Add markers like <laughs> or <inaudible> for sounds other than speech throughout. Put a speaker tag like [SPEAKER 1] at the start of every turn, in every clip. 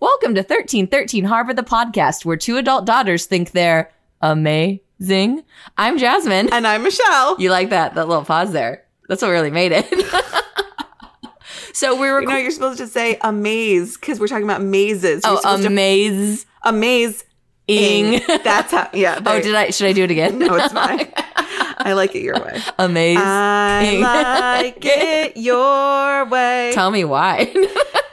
[SPEAKER 1] Welcome to 1313 Harvard, the podcast where two adult daughters think they're amazing. I'm Jasmine.
[SPEAKER 2] And I'm Michelle.
[SPEAKER 1] You like that, that little pause there. That's what really made it. <laughs> so we were
[SPEAKER 2] You know, you're supposed to say a maze because we're talking about mazes. You're
[SPEAKER 1] oh,
[SPEAKER 2] supposed to-
[SPEAKER 1] amazing.
[SPEAKER 2] a maze. That's how, yeah.
[SPEAKER 1] oh, did I? Should I do it again? <laughs>
[SPEAKER 2] No, it's fine. I like it your way.
[SPEAKER 1] amazing.
[SPEAKER 2] I like it your way. <laughs> Uh,
[SPEAKER 1] Tell me why. <laughs>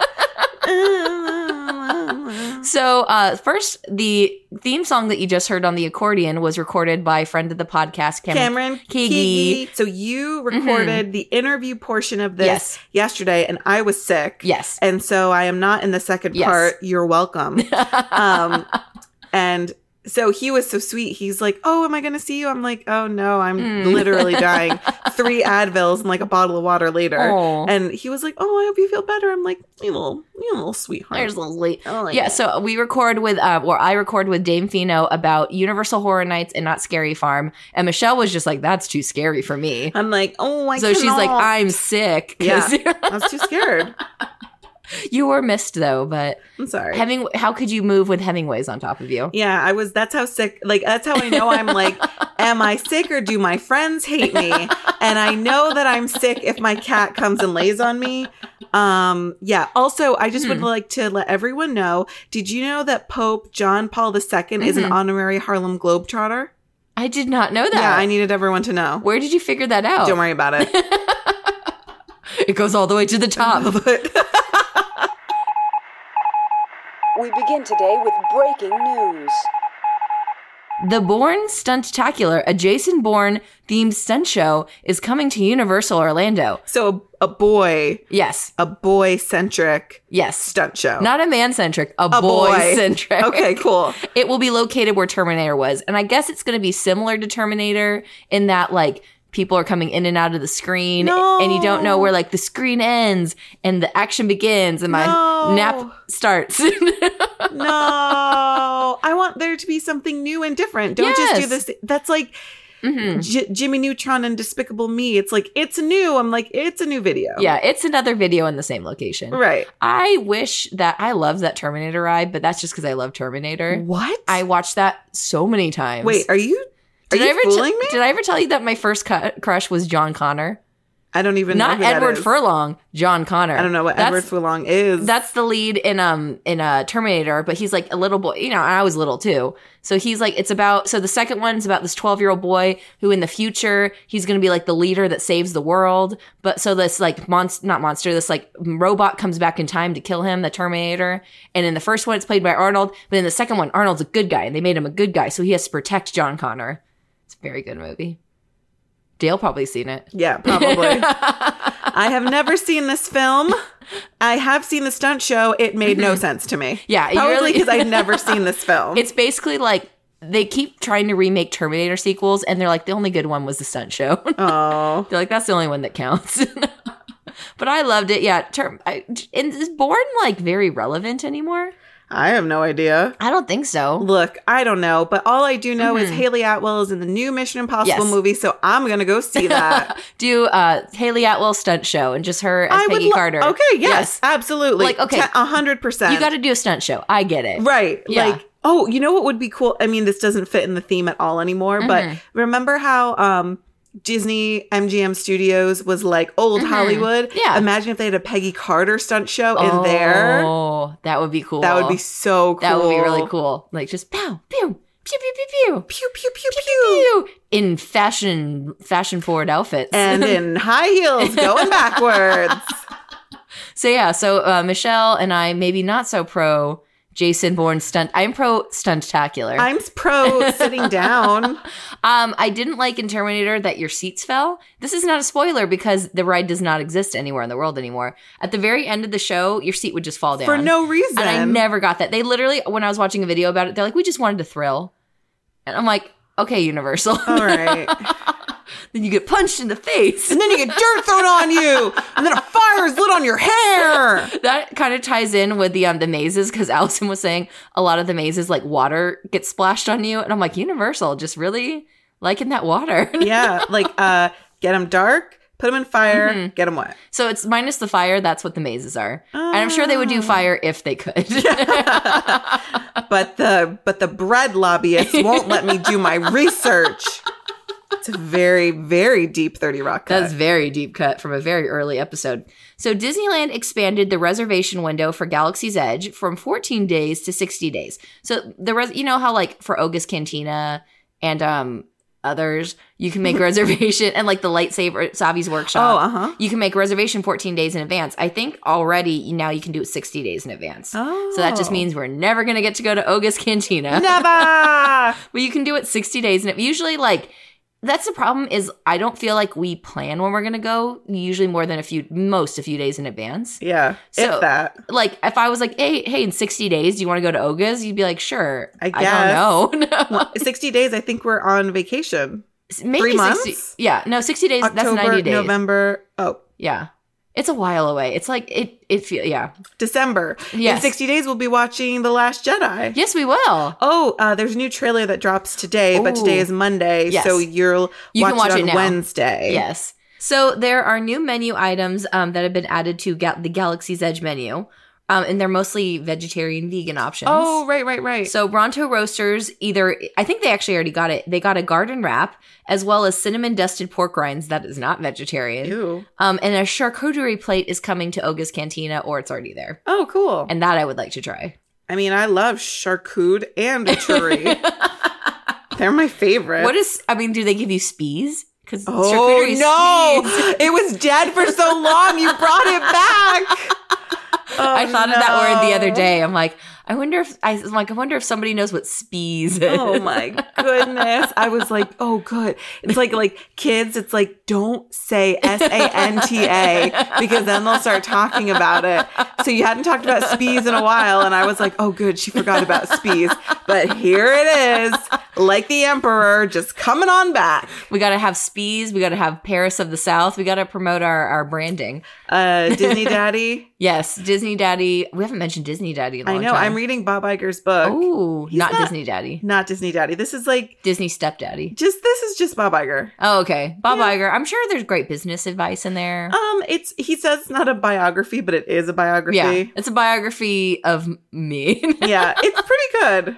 [SPEAKER 1] So, uh, first, the theme song that you just heard on the accordion was recorded by friend of the podcast, Cameron.
[SPEAKER 2] Cameron
[SPEAKER 1] Keegi.
[SPEAKER 2] Keegi. So you recorded the interview portion of this
[SPEAKER 1] Yes.
[SPEAKER 2] yesterday, and I was sick.
[SPEAKER 1] Yes.
[SPEAKER 2] And so I am not in the second
[SPEAKER 1] Yes.
[SPEAKER 2] part.
[SPEAKER 1] <laughs>
[SPEAKER 2] You're welcome. um, and so he was so sweet. He's like, Oh, am I going to see you? I'm like, Oh, no, I'm
[SPEAKER 1] Mm.
[SPEAKER 2] literally dying.
[SPEAKER 1] <laughs>
[SPEAKER 2] Three Advils and like a bottle of water later.
[SPEAKER 1] Aw.
[SPEAKER 2] And he was like, Oh, I hope you feel better. I'm like, You little, you little sweetheart.
[SPEAKER 1] There's Lily.
[SPEAKER 2] I don't like
[SPEAKER 1] Yeah,
[SPEAKER 2] it.
[SPEAKER 1] so we record with, uh, or I record with Dame Fino about Universal Horror Nights and Not Scary Farm. And Michelle was just like, that's too scary for me.
[SPEAKER 2] I'm like, Oh, I
[SPEAKER 1] so she's like,
[SPEAKER 2] cannot."
[SPEAKER 1] I'm sick. <laughs> 'Cause
[SPEAKER 2] I was too scared.
[SPEAKER 1] you were missed though, but <laughs>
[SPEAKER 2] I'm sorry.
[SPEAKER 1] Heming- how could you move with Hemingway's on top of you?
[SPEAKER 2] Yeah, I was. That's how sick. Like that's how I know
[SPEAKER 1] <laughs>
[SPEAKER 2] I'm like, am I sick or do my friends hate me? And I know that I'm sick if my cat comes and lays on me. Um, yeah. Also, I just would
[SPEAKER 1] Hmm.
[SPEAKER 2] like to let everyone know. Did you know that Pope John Paul II is an
[SPEAKER 1] Mhm.
[SPEAKER 2] honorary Harlem Globetrotter?
[SPEAKER 1] I did not know that.
[SPEAKER 2] Yeah, I needed everyone to know.
[SPEAKER 1] Where did you figure that out?
[SPEAKER 2] Don't worry about it. <laughs>
[SPEAKER 1] It goes all the way to the
[SPEAKER 2] <laughs>
[SPEAKER 1] top.
[SPEAKER 2] But-
[SPEAKER 3] We begin today with breaking news.
[SPEAKER 1] The Bourne Stuntacular, a Jason Bourne themed stunt show, is coming to Universal Orlando.
[SPEAKER 2] so a, a boy,
[SPEAKER 1] Yes,
[SPEAKER 2] a boy centric
[SPEAKER 1] yes.
[SPEAKER 2] stunt show.
[SPEAKER 1] Not a man centric, a,
[SPEAKER 2] boy.
[SPEAKER 1] boy centric.
[SPEAKER 2] <laughs>
[SPEAKER 1] <laughs>
[SPEAKER 2] okay, cool.
[SPEAKER 1] It will be located where Terminator was. And I guess it's going to be similar to Terminator in that, like, people are coming in and out of the screen
[SPEAKER 2] No.
[SPEAKER 1] and you don't know where, like, the screen ends and the action begins and my
[SPEAKER 2] No.
[SPEAKER 1] nap starts. <laughs>
[SPEAKER 2] no, I want there to be something new and different. Don't just do
[SPEAKER 1] Yes.
[SPEAKER 2] this. That's like
[SPEAKER 1] Mhm.
[SPEAKER 2] J- Jimmy Neutron and Despicable Me. It's like it's new. I'm like it's a new video.
[SPEAKER 1] Yeah, it's another video in the same location.
[SPEAKER 2] right.
[SPEAKER 1] I wish that I love that Terminator ride, but that's just because I love Terminator.
[SPEAKER 2] What?
[SPEAKER 1] I watched that so many times.
[SPEAKER 2] Mm-hmm. wait. Are you? Are
[SPEAKER 1] did I
[SPEAKER 2] you
[SPEAKER 1] ever
[SPEAKER 2] fooling me?
[SPEAKER 1] Did I ever tell you that my first cu- crush was John Connor?
[SPEAKER 2] I don't even
[SPEAKER 1] Not
[SPEAKER 2] know who that
[SPEAKER 1] Edward
[SPEAKER 2] is.
[SPEAKER 1] Furlong, John Connor.
[SPEAKER 2] I don't know what
[SPEAKER 1] That's-
[SPEAKER 2] Edward Furlong is.
[SPEAKER 1] That's the lead in um in uh, Terminator, but he's like a little boy. You know, I was little too. So he's like, it's about. So the second one's about this twelve year old boy who, in the future, he's going to be like the leader that saves the world. But so this like monster, not monster, this like robot comes back in time to kill him, the Terminator. And in the first one, it's played by Arnold, but in the second one, Arnold's a good guy, and they made him a good guy, so he has to protect John Connor. It's a very good movie. Dale probably seen it.
[SPEAKER 2] yeah, probably. I have never seen this film. I have seen the stunt show. It
[SPEAKER 1] <laughs>
[SPEAKER 2] made no sense to me.
[SPEAKER 1] <laughs> Yeah, you
[SPEAKER 2] probably
[SPEAKER 1] really- <laughs>
[SPEAKER 2] because I'd never seen this film.
[SPEAKER 1] It's basically like they keep trying to remake Terminator sequels, and they're like, the only good one was the stunt show. <laughs>
[SPEAKER 2] oh,
[SPEAKER 1] they're like, that's the only one that counts. <laughs> but I loved it. Yeah, term. I, and is Born like very relevant anymore?
[SPEAKER 2] I have no idea.
[SPEAKER 1] I don't think so.
[SPEAKER 2] Look, I don't know, but all I do know is Haley Atwell is in the new Mission Impossible
[SPEAKER 1] Mm-hmm. Yes.
[SPEAKER 2] movie, so I'm gonna go
[SPEAKER 1] <laughs>
[SPEAKER 2] see that.
[SPEAKER 1] Do uh Haley Atwell stunt show and just her as
[SPEAKER 2] I
[SPEAKER 1] Peggy
[SPEAKER 2] lo-
[SPEAKER 1] Carter.
[SPEAKER 2] Okay, yes, absolutely.
[SPEAKER 1] Like, okay.
[SPEAKER 2] Te- a hundred percent.
[SPEAKER 1] You got to do a stunt show. I get it.
[SPEAKER 2] right.
[SPEAKER 1] Yeah.
[SPEAKER 2] Like, oh, you know what would be cool? I mean, this doesn't fit in the theme at all anymore, but
[SPEAKER 1] Mm-hmm.
[SPEAKER 2] remember how um Disney MGM Studios was like old Hollywood?
[SPEAKER 1] Mm-hmm. Yeah.
[SPEAKER 2] Imagine if they had a Peggy Carter stunt show
[SPEAKER 1] oh,
[SPEAKER 2] in there.
[SPEAKER 1] that would be cool.
[SPEAKER 2] That would be so cool.
[SPEAKER 1] that would be really cool. Like just pow, pew, pew, pew, pew, pew,
[SPEAKER 2] Pew pew pew pew.
[SPEAKER 1] pew, in fashion, fashion forward outfits.
[SPEAKER 2] And in high
[SPEAKER 1] <laughs>
[SPEAKER 2] heels going backwards.
[SPEAKER 1] So yeah, so uh, Michelle and I maybe not so pro Jason Bourne stunt. I'm pro stuntacular.
[SPEAKER 2] <laughs> I'm pro sitting down.
[SPEAKER 1] <laughs> um, I didn't like in Terminator that your seats fell. This is not a spoiler because the ride does not exist anywhere in the world anymore. At the very end of the show, your seat would just fall down
[SPEAKER 2] for no reason.
[SPEAKER 1] And I never got that. They literally, when I was watching a video about it, they're like, "We just wanted to thrill," and I'm like, "Okay, Universal." <laughs>
[SPEAKER 2] All right.
[SPEAKER 1] then you get punched in the face.
[SPEAKER 2] And then you get dirt thrown on you, and then a fire is lit on your <laughs> hair.
[SPEAKER 1] That kind of ties in with the um the mazes because Allison was saying a lot of the mazes like water gets splashed on you, and I'm like Universal just really liking that water. <laughs>
[SPEAKER 2] Yeah, like uh, get them dark, put them in fire,
[SPEAKER 1] Mhm.
[SPEAKER 2] get them wet.
[SPEAKER 1] So it's minus the fire. That's what the mazes are. And I'm sure they would do
[SPEAKER 2] Oh.
[SPEAKER 1] fire if they could. <laughs>
[SPEAKER 2] but the but the bread lobbyists won't let me
[SPEAKER 1] <laughs>
[SPEAKER 2] do my research. It's a very very deep thirty rock. Cut.
[SPEAKER 1] That's very deep cut from a very early episode. So Disneyland expanded the reservation window for Galaxy's Edge from 14 days to 60 days. So the res- you know how like for Ogus Cantina and um others, you can
[SPEAKER 2] <laughs>
[SPEAKER 1] make reservation and like the lightsaber Savi's
[SPEAKER 2] oh,
[SPEAKER 1] workshop.
[SPEAKER 2] uh huh.
[SPEAKER 1] You can make reservation 14 days in advance. I think already now you can do it 60 days in advance.
[SPEAKER 2] Oh,
[SPEAKER 1] So that just means we're never going to get to go to Ogus Cantina.
[SPEAKER 2] <laughs> never.
[SPEAKER 1] But you can do it 60 days. And it usually, like, that's the problem is I don't feel like we plan when we're going to go, usually more than a few, most a few days in advance.
[SPEAKER 2] yeah,
[SPEAKER 1] So-
[SPEAKER 2] if that.
[SPEAKER 1] Like, if I was like, hey, hey, in 60 days, do you want to go to Oga's? You'd be like, sure.
[SPEAKER 2] I
[SPEAKER 1] don't know. <laughs> No.
[SPEAKER 2] Well, Sixty days. I think we're on vacation.
[SPEAKER 1] Maybe 60
[SPEAKER 2] three months?
[SPEAKER 1] Yeah. No, 60 days.
[SPEAKER 2] October,
[SPEAKER 1] that's 90 days.
[SPEAKER 2] November. Oh,
[SPEAKER 1] Yeah. It's a while away. It's like, it, it feel yeah.
[SPEAKER 2] December. In
[SPEAKER 1] Yes.
[SPEAKER 2] sixty days, we'll be watching The Last Jedi.
[SPEAKER 1] Yes, we will.
[SPEAKER 2] Oh, uh, there's a new trailer that drops today, but
[SPEAKER 1] Ooh.
[SPEAKER 2] today is Monday,
[SPEAKER 1] Yes.
[SPEAKER 2] so you'll
[SPEAKER 1] You
[SPEAKER 2] watch,
[SPEAKER 1] can watch
[SPEAKER 2] it
[SPEAKER 1] it
[SPEAKER 2] on
[SPEAKER 1] now.
[SPEAKER 2] Wednesday.
[SPEAKER 1] Yes. So there are new menu items um, that have been added to Ga- the Galaxy's Edge menu, um, and they're mostly vegetarian, vegan options.
[SPEAKER 2] Oh, right, right, right.
[SPEAKER 1] So Bronto Roasters either I think they actually already got it. They got a garden wrap as well as cinnamon dusted pork rinds that is not vegetarian.
[SPEAKER 2] Ew.
[SPEAKER 1] Um, and a charcuterie plate is coming to Oga's Cantina or it's already there.
[SPEAKER 2] Oh, cool.
[SPEAKER 1] And that I would like to try.
[SPEAKER 2] I mean, I love charcuterie
[SPEAKER 1] <laughs>
[SPEAKER 2] and churri. They're my favorite.
[SPEAKER 1] What is I mean, do they give you spees? Because
[SPEAKER 2] Oh no! <laughs> It was dead for so long. You brought it back. Oh,
[SPEAKER 1] I thought of that word the other
[SPEAKER 2] no.
[SPEAKER 1] day. I'm like, I wonder if I am like, I wonder if somebody knows what spees is.
[SPEAKER 2] Oh my goodness! I was like, oh good. It's like like kids. It's like don't say S A N T A because then they'll start talking about it. So you hadn't talked about spees in a while, and I was like, oh good, she forgot about spees. But here it is, like the emperor, just coming on back.
[SPEAKER 1] <laughs> We gotta have spees. We gotta have Paris of the South. We gotta promote our our branding.
[SPEAKER 2] Uh,
[SPEAKER 1] <laughs>
[SPEAKER 2] Disney Daddy.
[SPEAKER 1] Yes, Disney Daddy. We haven't mentioned Disney Daddy in a
[SPEAKER 2] I
[SPEAKER 1] long
[SPEAKER 2] know. I'm reading Bob Iger's book.
[SPEAKER 1] Oh,
[SPEAKER 2] He's
[SPEAKER 1] not,
[SPEAKER 2] not-
[SPEAKER 1] Disney Daddy.
[SPEAKER 2] Not Disney Daddy. This is like
[SPEAKER 1] Disney Stepdaddy.
[SPEAKER 2] just this is just Bob Iger.
[SPEAKER 1] Oh, okay. Bob
[SPEAKER 2] Yeah.
[SPEAKER 1] Iger. I'm sure there's great business advice in there.
[SPEAKER 2] Um, it's he says it's not a biography, but it is a biography.
[SPEAKER 1] yeah, it's a biography of me. <laughs> okay.
[SPEAKER 2] yeah, it's pretty good.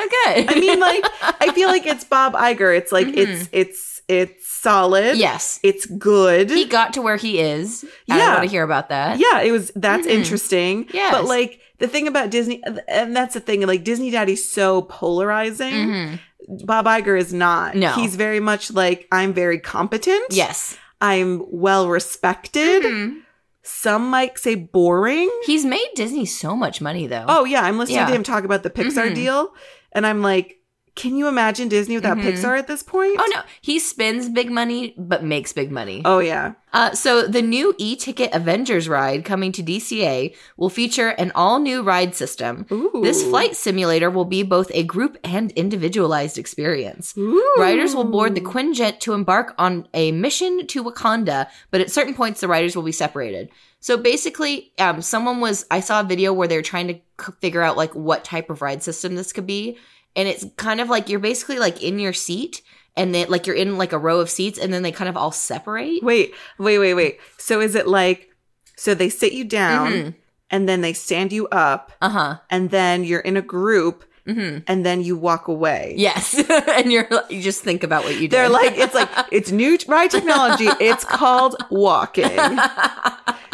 [SPEAKER 2] I mean, like, I feel like it's Bob Iger. It's like
[SPEAKER 1] Mm-hmm.
[SPEAKER 2] it's it's it's solid.
[SPEAKER 1] yes,
[SPEAKER 2] it's good.
[SPEAKER 1] he got to where he is. Yeah, I
[SPEAKER 2] Yeah.
[SPEAKER 1] want to hear about that.
[SPEAKER 2] yeah, it was. That's
[SPEAKER 1] Mhm.
[SPEAKER 2] interesting.
[SPEAKER 1] Yes.
[SPEAKER 2] but like the thing about Disney, and that's the thing. Like Disney Daddy's so polarizing.
[SPEAKER 1] Mhm.
[SPEAKER 2] Bob Iger is not.
[SPEAKER 1] No.
[SPEAKER 2] he's very much like I'm very competent.
[SPEAKER 1] Yes.
[SPEAKER 2] I'm well respected.
[SPEAKER 1] Mhm.
[SPEAKER 2] Some might say boring.
[SPEAKER 1] He's made Disney so much money though.
[SPEAKER 2] Oh yeah, I'm listening
[SPEAKER 1] Oh. Yeah.
[SPEAKER 2] to him talk about the Pixar
[SPEAKER 1] Mhm.
[SPEAKER 2] deal, and I'm like, can you imagine Disney without
[SPEAKER 1] Mhm.
[SPEAKER 2] Pixar at this point?
[SPEAKER 1] Oh no, he spends big money but makes big money.
[SPEAKER 2] Oh yeah.
[SPEAKER 1] Uh, so the new e-ticket Avengers ride coming to DCA will feature an all-new ride system.
[SPEAKER 2] Ooh.
[SPEAKER 1] This flight simulator will be both a group and individualized experience.
[SPEAKER 2] Ooh.
[SPEAKER 1] Riders will board
[SPEAKER 2] Hmm.
[SPEAKER 1] the Quinjet to embark on a mission to Wakanda, but at certain points the riders will be separated. So basically, um, someone was I saw a video where they're trying to c- figure out like what type of ride system this could be, and it's kind of like you're basically like in your seat, and then like you're in like a row of seats, and then they kind of all separate.
[SPEAKER 2] Wait, wait, wait, wait. So is it like so they sit you down
[SPEAKER 1] Mhm.
[SPEAKER 2] and then they stand you up
[SPEAKER 1] Uh huh.
[SPEAKER 2] and then you're in a group
[SPEAKER 1] hmm
[SPEAKER 2] and then you walk away.
[SPEAKER 1] Yes, <laughs> and you're like- you just think about what you did.
[SPEAKER 2] They're
[SPEAKER 1] <laughs>
[SPEAKER 2] like it's like it's new t- ride technology. It's called walking.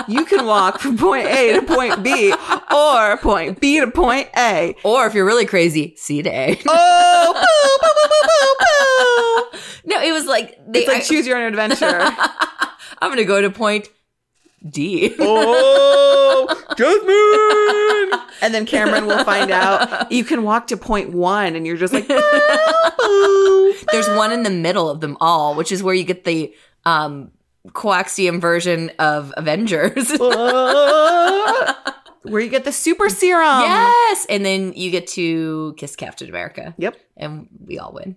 [SPEAKER 2] You can walk from point A to point B or point B to point A.
[SPEAKER 1] <laughs> or if you're really crazy, C to
[SPEAKER 2] <laughs>
[SPEAKER 1] A.
[SPEAKER 2] Oh, boo, boo, boo, boo, boo, boo.
[SPEAKER 1] no, it was like they
[SPEAKER 2] It's like choose your own adventure.
[SPEAKER 1] <laughs> I'm gonna go to point D.
[SPEAKER 2] oh, Jasmine! <laughs> And then Cameron will find out you can walk to point one, and you're just like, boo, boo.
[SPEAKER 1] <laughs> There's one in the middle of them all, which is where you get the um coaxium version of Avengers. <laughs>
[SPEAKER 2] Oh. where you get the super serum.
[SPEAKER 1] yes, and then you get to kiss Captain America,
[SPEAKER 2] Yep.
[SPEAKER 1] and we all win.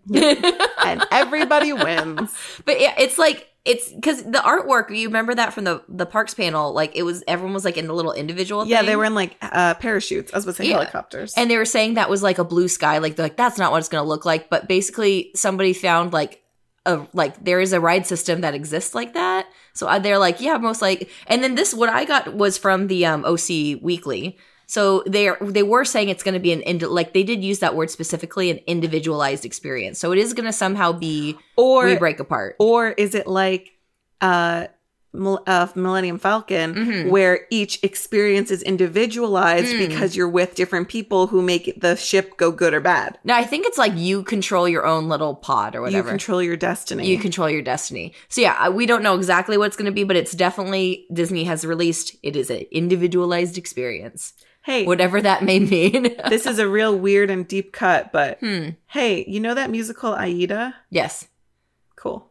[SPEAKER 2] And everybody wins.
[SPEAKER 1] <laughs> But yeah, it's like it's because the artwork. You remember that from the the parks panel? Like it was everyone was like in the little individual.
[SPEAKER 2] Yeah,
[SPEAKER 1] thing.
[SPEAKER 2] they were in like uh, parachutes. I was about to say
[SPEAKER 1] Yeah.
[SPEAKER 2] helicopters.
[SPEAKER 1] And they were saying that was like a blue sky, like they're like that's not what it's going to look like. But basically, somebody found like a like there is a ride system that exists like that. So I, they're like, yeah, most like. And then this what I got was from the um, OC Weekly. So they are they were saying it's going to be an indi- like they did use that word specifically an individualized experience. So it is going to somehow be
[SPEAKER 2] Or
[SPEAKER 1] we break apart.
[SPEAKER 2] or is it like uh, Mil- uh Millennium Falcon
[SPEAKER 1] Mhm.
[SPEAKER 2] where each experience is individualized
[SPEAKER 1] Mm.
[SPEAKER 2] because you're with different people who make the ship go good or bad.
[SPEAKER 1] No, I think it's like you control your own little pod or whatever.
[SPEAKER 2] You control your destiny.
[SPEAKER 1] You control your destiny. So yeah, I- we don't know exactly what it's going to be, but it's definitely Disney has released. It is an individualized experience,
[SPEAKER 2] hey,
[SPEAKER 1] whatever that may mean.
[SPEAKER 2] <laughs>
[SPEAKER 1] <laughs>
[SPEAKER 2] this is a real weird and deep cut, but
[SPEAKER 1] hmm.
[SPEAKER 2] hey, you know that musical Aida?
[SPEAKER 1] Yes, <laughs>
[SPEAKER 2] Cool.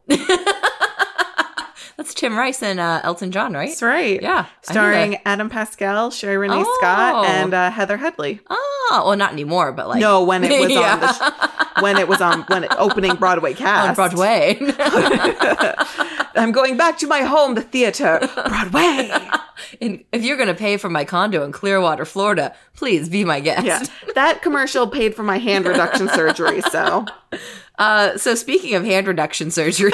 [SPEAKER 1] that's Tim Rice and uh, Elton John, right?
[SPEAKER 2] That's right.
[SPEAKER 1] Yeah, I knew that.
[SPEAKER 2] Starring Adam Pascal, Sherry Renee
[SPEAKER 1] Oh.
[SPEAKER 2] Scott, and uh, Heather Headley.
[SPEAKER 1] Oh, well, not anymore, but like
[SPEAKER 2] no,
[SPEAKER 1] <laughs>
[SPEAKER 2] when it was on the sh-
[SPEAKER 1] Yeah.
[SPEAKER 2] when it was on when it opening Broadway
[SPEAKER 1] <laughs>
[SPEAKER 2] cast
[SPEAKER 1] on
[SPEAKER 2] <laughs>
[SPEAKER 1] Broadway. <laughs>
[SPEAKER 2] I'm going back to my home, the
[SPEAKER 1] <laughs>
[SPEAKER 2] theater, Broadway.
[SPEAKER 1] and if you're going to pay for my condo in Clearwater, Florida, please be my guest.
[SPEAKER 2] Yeah, that commercial paid for my hand reduction surgery. So
[SPEAKER 1] Uh, so speaking of hand reduction surgery,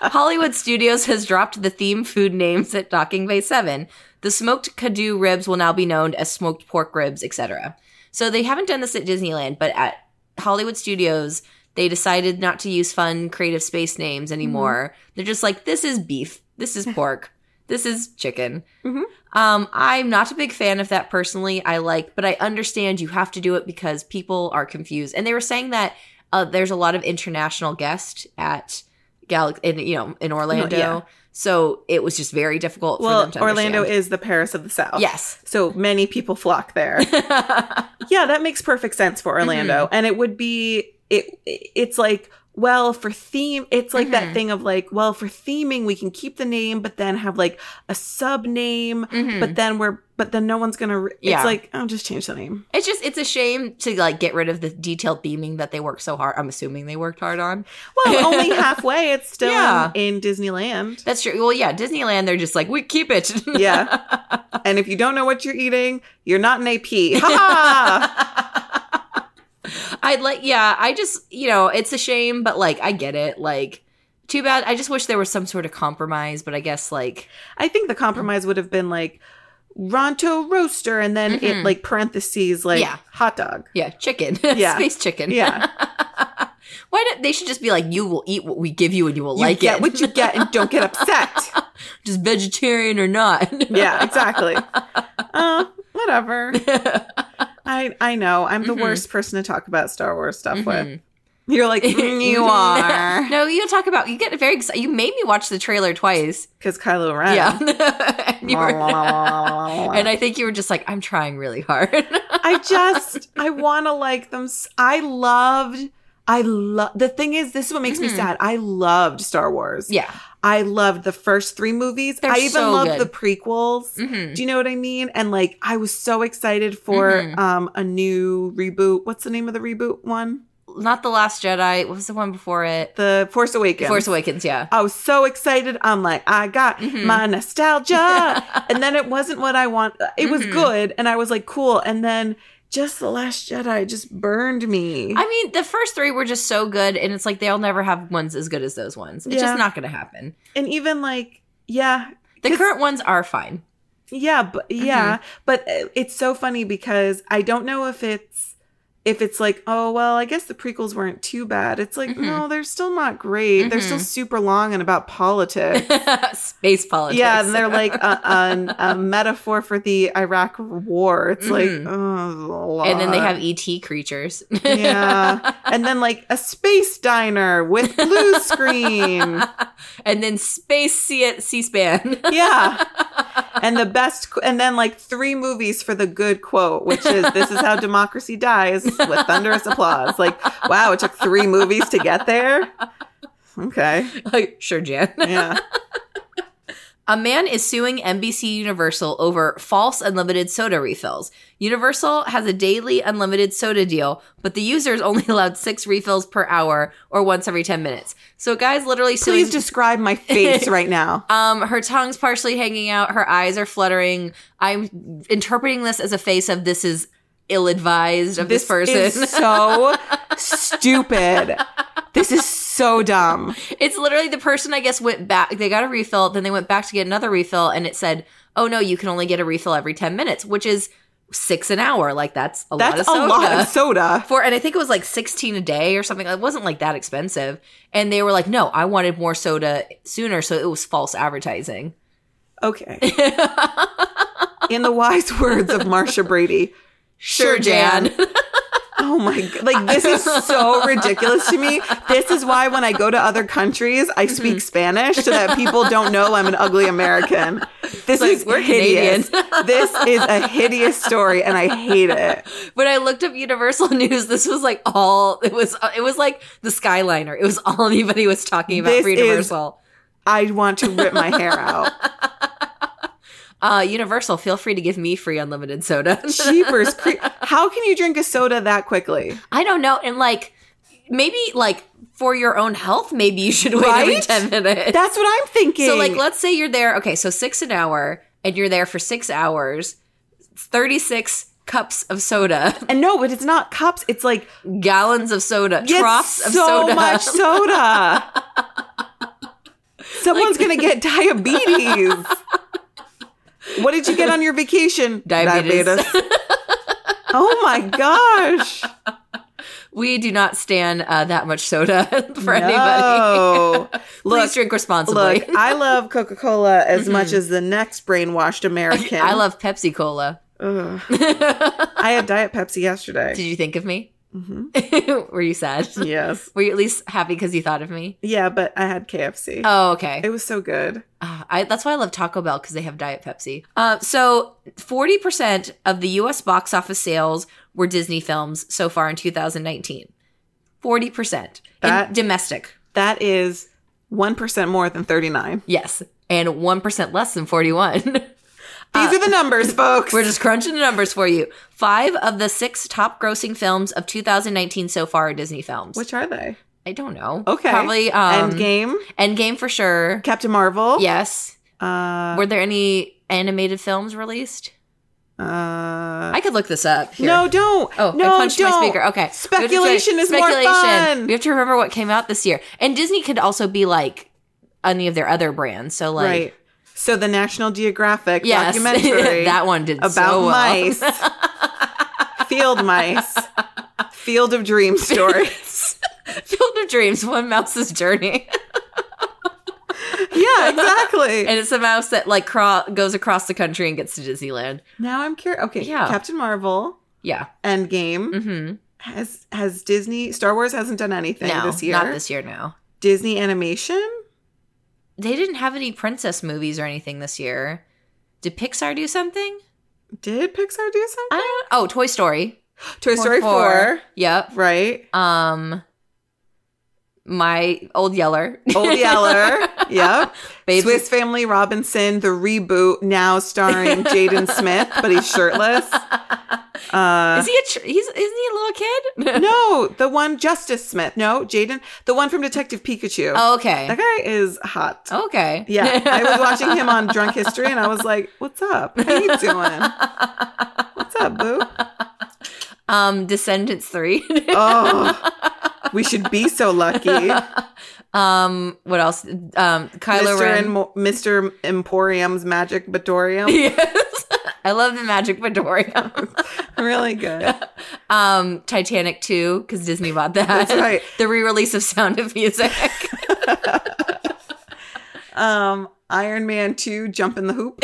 [SPEAKER 1] Hollywood Studios has dropped the theme food names at Docking Bay 7. The smoked kadu ribs will now be known as smoked pork ribs, etc. So they haven't done this at Disneyland, but at Hollywood Studios, they decided not to use fun creative space names anymore. They're just like, this is beef, this is pork, this is chicken.
[SPEAKER 2] Mhm.
[SPEAKER 1] Um, I'm not a big fan of that personally. I like, but I understand you have to do it because people are confused. And they were saying that uh, there's a lot of international guests at Gal in you know in Orlando,
[SPEAKER 2] yeah.
[SPEAKER 1] so it was just very difficult. <laughs> for
[SPEAKER 2] well,
[SPEAKER 1] them to
[SPEAKER 2] Orlando
[SPEAKER 1] understand.
[SPEAKER 2] is the Paris of the South. <laughs>
[SPEAKER 1] yes.
[SPEAKER 2] So many people flock there. yeah, that makes perfect sense for
[SPEAKER 1] Mm-hmm.
[SPEAKER 2] Orlando. And it would be it it's like well, for theme, it's like
[SPEAKER 1] Mhm.
[SPEAKER 2] that thing of like, well, for theming, we can keep the name, but then have like a sub name,
[SPEAKER 1] Mhm.
[SPEAKER 2] but then we're, but then no one's gonna. Re-
[SPEAKER 1] Yeah.
[SPEAKER 2] It's like, oh, just change the name.
[SPEAKER 1] It's just it's a shame to like get rid of the detailed theming that they worked so hard. I'm assuming they worked hard on.
[SPEAKER 2] Well,
[SPEAKER 1] <laughs>
[SPEAKER 2] only halfway. It's still
[SPEAKER 1] Yeah.
[SPEAKER 2] in, in Disneyland.
[SPEAKER 1] That's true. Well, yeah, Disneyland. They're just like we keep it. <laughs>
[SPEAKER 2] Yeah. And if you don't know what you're eating, you're not an AP. Ha
[SPEAKER 1] I'd like. Yeah, I just you know it's a shame, but like I get it. Like too bad. I just wish there was some sort of compromise. But I guess like
[SPEAKER 2] I think the compromise would have been like Ronto roaster and then
[SPEAKER 1] Mhm.
[SPEAKER 2] it like parentheses like
[SPEAKER 1] Yeah.
[SPEAKER 2] hot dog.
[SPEAKER 1] yeah, chicken. <laughs>
[SPEAKER 2] Yeah.
[SPEAKER 1] space chicken.
[SPEAKER 2] Yeah.
[SPEAKER 1] <laughs> Why don't they should just be like you will eat what we give you and you will
[SPEAKER 2] you
[SPEAKER 1] like
[SPEAKER 2] get
[SPEAKER 1] it.
[SPEAKER 2] what you get and don't get upset.
[SPEAKER 1] <laughs> just vegetarian or not. <laughs>
[SPEAKER 2] <laughs> yeah, exactly. Uh, whatever. I I know. I'm the
[SPEAKER 1] Mhm.
[SPEAKER 2] worst person to talk about Star Wars stuff with.
[SPEAKER 1] Mhm.
[SPEAKER 2] You're like, <laughs>
[SPEAKER 1] <laughs>
[SPEAKER 2] "Mm, you <laughs> are.
[SPEAKER 1] no, you talk about you get very excited. You made me watch the trailer twice.
[SPEAKER 2] Because Kylo Ren. <laughs>
[SPEAKER 1] Yeah. <laughs> and, you were- <laughs> and
[SPEAKER 2] and
[SPEAKER 1] I think you were just like, I'm trying really hard. <laughs>
[SPEAKER 2] I just I want to like them. s- I loved. I love. The thing is, this is what makes
[SPEAKER 1] Mhm.
[SPEAKER 2] me sad. I loved Star Wars.
[SPEAKER 1] yeah.
[SPEAKER 2] I loved the first three movies.
[SPEAKER 1] They're
[SPEAKER 2] I even
[SPEAKER 1] so
[SPEAKER 2] loved
[SPEAKER 1] good.
[SPEAKER 2] the prequels.
[SPEAKER 1] hmm
[SPEAKER 2] Do you know what I mean? And like, I was so excited for
[SPEAKER 1] Mhm.
[SPEAKER 2] um a new reboot. What's the name of the reboot one?
[SPEAKER 1] Not The Last Jedi. What was the one before it?
[SPEAKER 2] The Force Awakens.
[SPEAKER 1] Force Awakens, yeah.
[SPEAKER 2] I was so excited. I'm like, I got
[SPEAKER 1] Mhm. <laughs>
[SPEAKER 2] my nostalgia. and then it wasn't what I want. It was
[SPEAKER 1] Mhm.
[SPEAKER 2] good, and I was like, cool. And then just the Last Jedi just burned me.
[SPEAKER 1] I mean, the first three were just so good, and it's like they'll never have ones as good as those ones. It's
[SPEAKER 2] Yeah.
[SPEAKER 1] just not going to happen.
[SPEAKER 2] and even like, yeah,
[SPEAKER 1] The
[SPEAKER 2] 'Cause-
[SPEAKER 1] current ones are fine. <laughs>
[SPEAKER 2] yeah, but yeah,
[SPEAKER 1] Mm-hmm.
[SPEAKER 2] but uh, it's so funny because I don't know if it's if it's like, oh well, I guess the prequels weren't too bad. It's like,
[SPEAKER 1] Mhm.
[SPEAKER 2] no, they're still not great. They're still
[SPEAKER 1] Mhm.
[SPEAKER 2] super long and
[SPEAKER 1] <laughs>
[SPEAKER 2] about politics.
[SPEAKER 1] Space politics.
[SPEAKER 2] Yeah, and they're like a, a,
[SPEAKER 1] <laughs>
[SPEAKER 2] a metaphor for the Iraq War. It's
[SPEAKER 1] Mhm.
[SPEAKER 2] like, oh,
[SPEAKER 1] And then they
[SPEAKER 2] Lord.
[SPEAKER 1] have ET creatures. <laughs>
[SPEAKER 2] yeah, and then like a space diner
[SPEAKER 1] <laughs>
[SPEAKER 2] with blue screen.
[SPEAKER 1] and then space C- C-SPAN. <laughs>
[SPEAKER 2] Yeah, and the best, qu- and then like three movies for the good quote, which is "This is how democracy dies" with thunderous applause. Like, wow, it took three movies to get there. Okay,
[SPEAKER 1] like, sure, Jan.
[SPEAKER 2] yeah,
[SPEAKER 1] A man is suing NBC Universal over false unlimited soda refills. Universal has a daily unlimited soda deal, but the user is only <laughs> allowed six refills per hour or once every 10 minutes. So, a guys, literally suing.
[SPEAKER 2] please describe my face right now.
[SPEAKER 1] Um, her tongue's partially hanging out. Her eyes are fluttering. I'm interpreting this as a face of this is ill-advised of this, person.
[SPEAKER 2] is so stupid. This is so dumb.
[SPEAKER 1] <laughs> It's literally the person I guess went back. They got a refill, then they went back to get another refill, and it said, "Oh no, you can only get a refill every ten minutes," which is six an hour. Like that's a lot of
[SPEAKER 2] That's a
[SPEAKER 1] soda.
[SPEAKER 2] lot of soda.
[SPEAKER 1] <laughs> for and I think it was like 16 a day or something. It wasn't like that expensive. And they were like, "No, I wanted more soda sooner," so it was false advertising.
[SPEAKER 2] Okay. In the wise words of Marsha Brady,
[SPEAKER 1] Sure, Jan.
[SPEAKER 2] Oh my god. Like this is so ridiculous to me. This is why when I go to other countries, I
[SPEAKER 1] Mm-hmm.
[SPEAKER 2] speak Spanish so that people don't know I'm an ugly American. This
[SPEAKER 1] Like,
[SPEAKER 2] is
[SPEAKER 1] we're
[SPEAKER 2] hideous. this is a hideous story and I hate it.
[SPEAKER 1] when I looked up Universal <laughs> News, this was like all it was. uh, It was like the Skyliner. It was <laughs> all anybody was talking about
[SPEAKER 2] This
[SPEAKER 1] for
[SPEAKER 2] is-
[SPEAKER 1] Universal.
[SPEAKER 2] I want to rip my hair out.
[SPEAKER 1] Uh, Universal, feel free to give me free unlimited soda. <laughs>
[SPEAKER 2] Jeepers. Cre- How can you drink a soda that quickly?
[SPEAKER 1] I don't know, and like maybe like for your own health, maybe you should wait every
[SPEAKER 2] Right?
[SPEAKER 1] ten minutes.
[SPEAKER 2] That's what I'm thinking.
[SPEAKER 1] So like let's say you're there okay, so 6 an hour and you're there for 6 hours. It's 36 cups of soda, <laughs>
[SPEAKER 2] and no, but it's not cups. It's like
[SPEAKER 1] gallons of soda,
[SPEAKER 2] It's
[SPEAKER 1] troughs of
[SPEAKER 2] so
[SPEAKER 1] soda.
[SPEAKER 2] much soda. Someone's gonna get diabetes. What did you get on your vacation?
[SPEAKER 1] <laughs> Diabetes.
[SPEAKER 2] oh my gosh!
[SPEAKER 1] We do not stand uh, that much soda <laughs> <laughs> for anybody.
[SPEAKER 2] no.
[SPEAKER 1] <laughs> Please
[SPEAKER 2] Look,
[SPEAKER 1] drink responsibly.
[SPEAKER 2] look. I love Coca Cola as much as the next
[SPEAKER 1] <laughs>
[SPEAKER 2] brainwashed American.
[SPEAKER 1] I love Pepsi Cola. <laughs>
[SPEAKER 2] Ugh.
[SPEAKER 1] Did
[SPEAKER 2] I had Diet Pepsi yesterday.
[SPEAKER 1] you think of me? <laughs>
[SPEAKER 2] Mhm.
[SPEAKER 1] Were you sad?
[SPEAKER 2] Yes.
[SPEAKER 1] Were you at least happy because you thought of me?
[SPEAKER 2] Yeah, but I had KFC.
[SPEAKER 1] Oh, okay.
[SPEAKER 2] It was so good.
[SPEAKER 1] Ah, I, that's why I love Taco Bell because they have Diet Pepsi. Uh, so, 40% of the US box office sales were Disney films so far in 2019. 40%.
[SPEAKER 2] That-
[SPEAKER 1] in domestic.
[SPEAKER 2] That is one percent more than thirty nine.
[SPEAKER 1] Yes. And 1% less than <laughs> 41.
[SPEAKER 2] These are the numbers, folks.
[SPEAKER 1] Uh, <laughs> We're just crunching the numbers for you. Five of the six top grossing films of 2019 so far are Disney films.
[SPEAKER 2] Which are they?
[SPEAKER 1] I don't know.
[SPEAKER 2] Okay.
[SPEAKER 1] Probably um,
[SPEAKER 2] Endgame,
[SPEAKER 1] Endgame for sure.
[SPEAKER 2] Captain Marvel.
[SPEAKER 1] Yes.
[SPEAKER 2] Uh,
[SPEAKER 1] Were there any animated films released?
[SPEAKER 2] uh,
[SPEAKER 1] I could look this up. Here.
[SPEAKER 2] no, don't.
[SPEAKER 1] Oh,
[SPEAKER 2] no,
[SPEAKER 1] I punched
[SPEAKER 2] don't.
[SPEAKER 1] my speaker. Okay.
[SPEAKER 2] Speculation is more fun.
[SPEAKER 1] We have to remember what came out this year. And Disney could also be like any of their other brands. So like
[SPEAKER 2] right. So the National Geographic
[SPEAKER 1] yes, <laughs>
[SPEAKER 2] documentary
[SPEAKER 1] that one did
[SPEAKER 2] about
[SPEAKER 1] so well. <laughs>
[SPEAKER 2] mice, field mice, field of dream stories. <laughs>
[SPEAKER 1] Field of Dreams, One Mouse's Journey.
[SPEAKER 2] yeah, exactly.
[SPEAKER 1] and it's a mouse that like cro- goes across the country and gets to Disneyland.
[SPEAKER 2] now I'm curious. Okay,
[SPEAKER 1] Yeah.
[SPEAKER 2] Captain Marvel,
[SPEAKER 1] Yeah.
[SPEAKER 2] Endgame
[SPEAKER 1] Mhm.
[SPEAKER 2] has has Disney Star Wars hasn't done anything
[SPEAKER 1] No,
[SPEAKER 2] this year.
[SPEAKER 1] not this year no.
[SPEAKER 2] Disney Animation.
[SPEAKER 1] They didn't have any princess movies or anything this year. Did Pixar do something?
[SPEAKER 2] Did Pixar do something?
[SPEAKER 1] I don't Oh, Toy Story.
[SPEAKER 2] Toy Story 4.
[SPEAKER 1] Yep. <laughs>
[SPEAKER 2] Right.
[SPEAKER 1] Um my old yeller. <laughs>
[SPEAKER 2] Old Yeller. yep.
[SPEAKER 1] Babes-
[SPEAKER 2] Swiss Family Robinson, the reboot, now starring
[SPEAKER 1] <laughs>
[SPEAKER 2] Jaden Smith, but he's shirtless. Uh,
[SPEAKER 1] Is he a tr- he's isn't he a little kid?
[SPEAKER 2] <laughs> no, the one Justice Smith. No, Jaden, the one from Detective Pikachu.
[SPEAKER 1] Oh, <laughs> okay. Oh,
[SPEAKER 2] That guy is hot.
[SPEAKER 1] Okay.
[SPEAKER 2] Yeah, I was watching him on Drunk History, and I was like, "What's up? How you doing? What's up, boo?
[SPEAKER 1] <laughs> um Descendants 3.
[SPEAKER 2] Oh, we should be so lucky,
[SPEAKER 1] <laughs>
[SPEAKER 2] Mr.
[SPEAKER 1] <laughs> um what else? Um Kylo Ren.
[SPEAKER 2] Em- Mr. Emporium's Magic Batorium,
[SPEAKER 1] yes. I love the Magic
[SPEAKER 2] <laughs>
[SPEAKER 1] Vidorium.
[SPEAKER 2] really good.
[SPEAKER 1] um Titanic 2 cuz Disney bought that.
[SPEAKER 2] That's right.
[SPEAKER 1] <laughs> the re-release of Sound of Music. <laughs>
[SPEAKER 2] Um, Iron Man Two, Jump in the Hoop,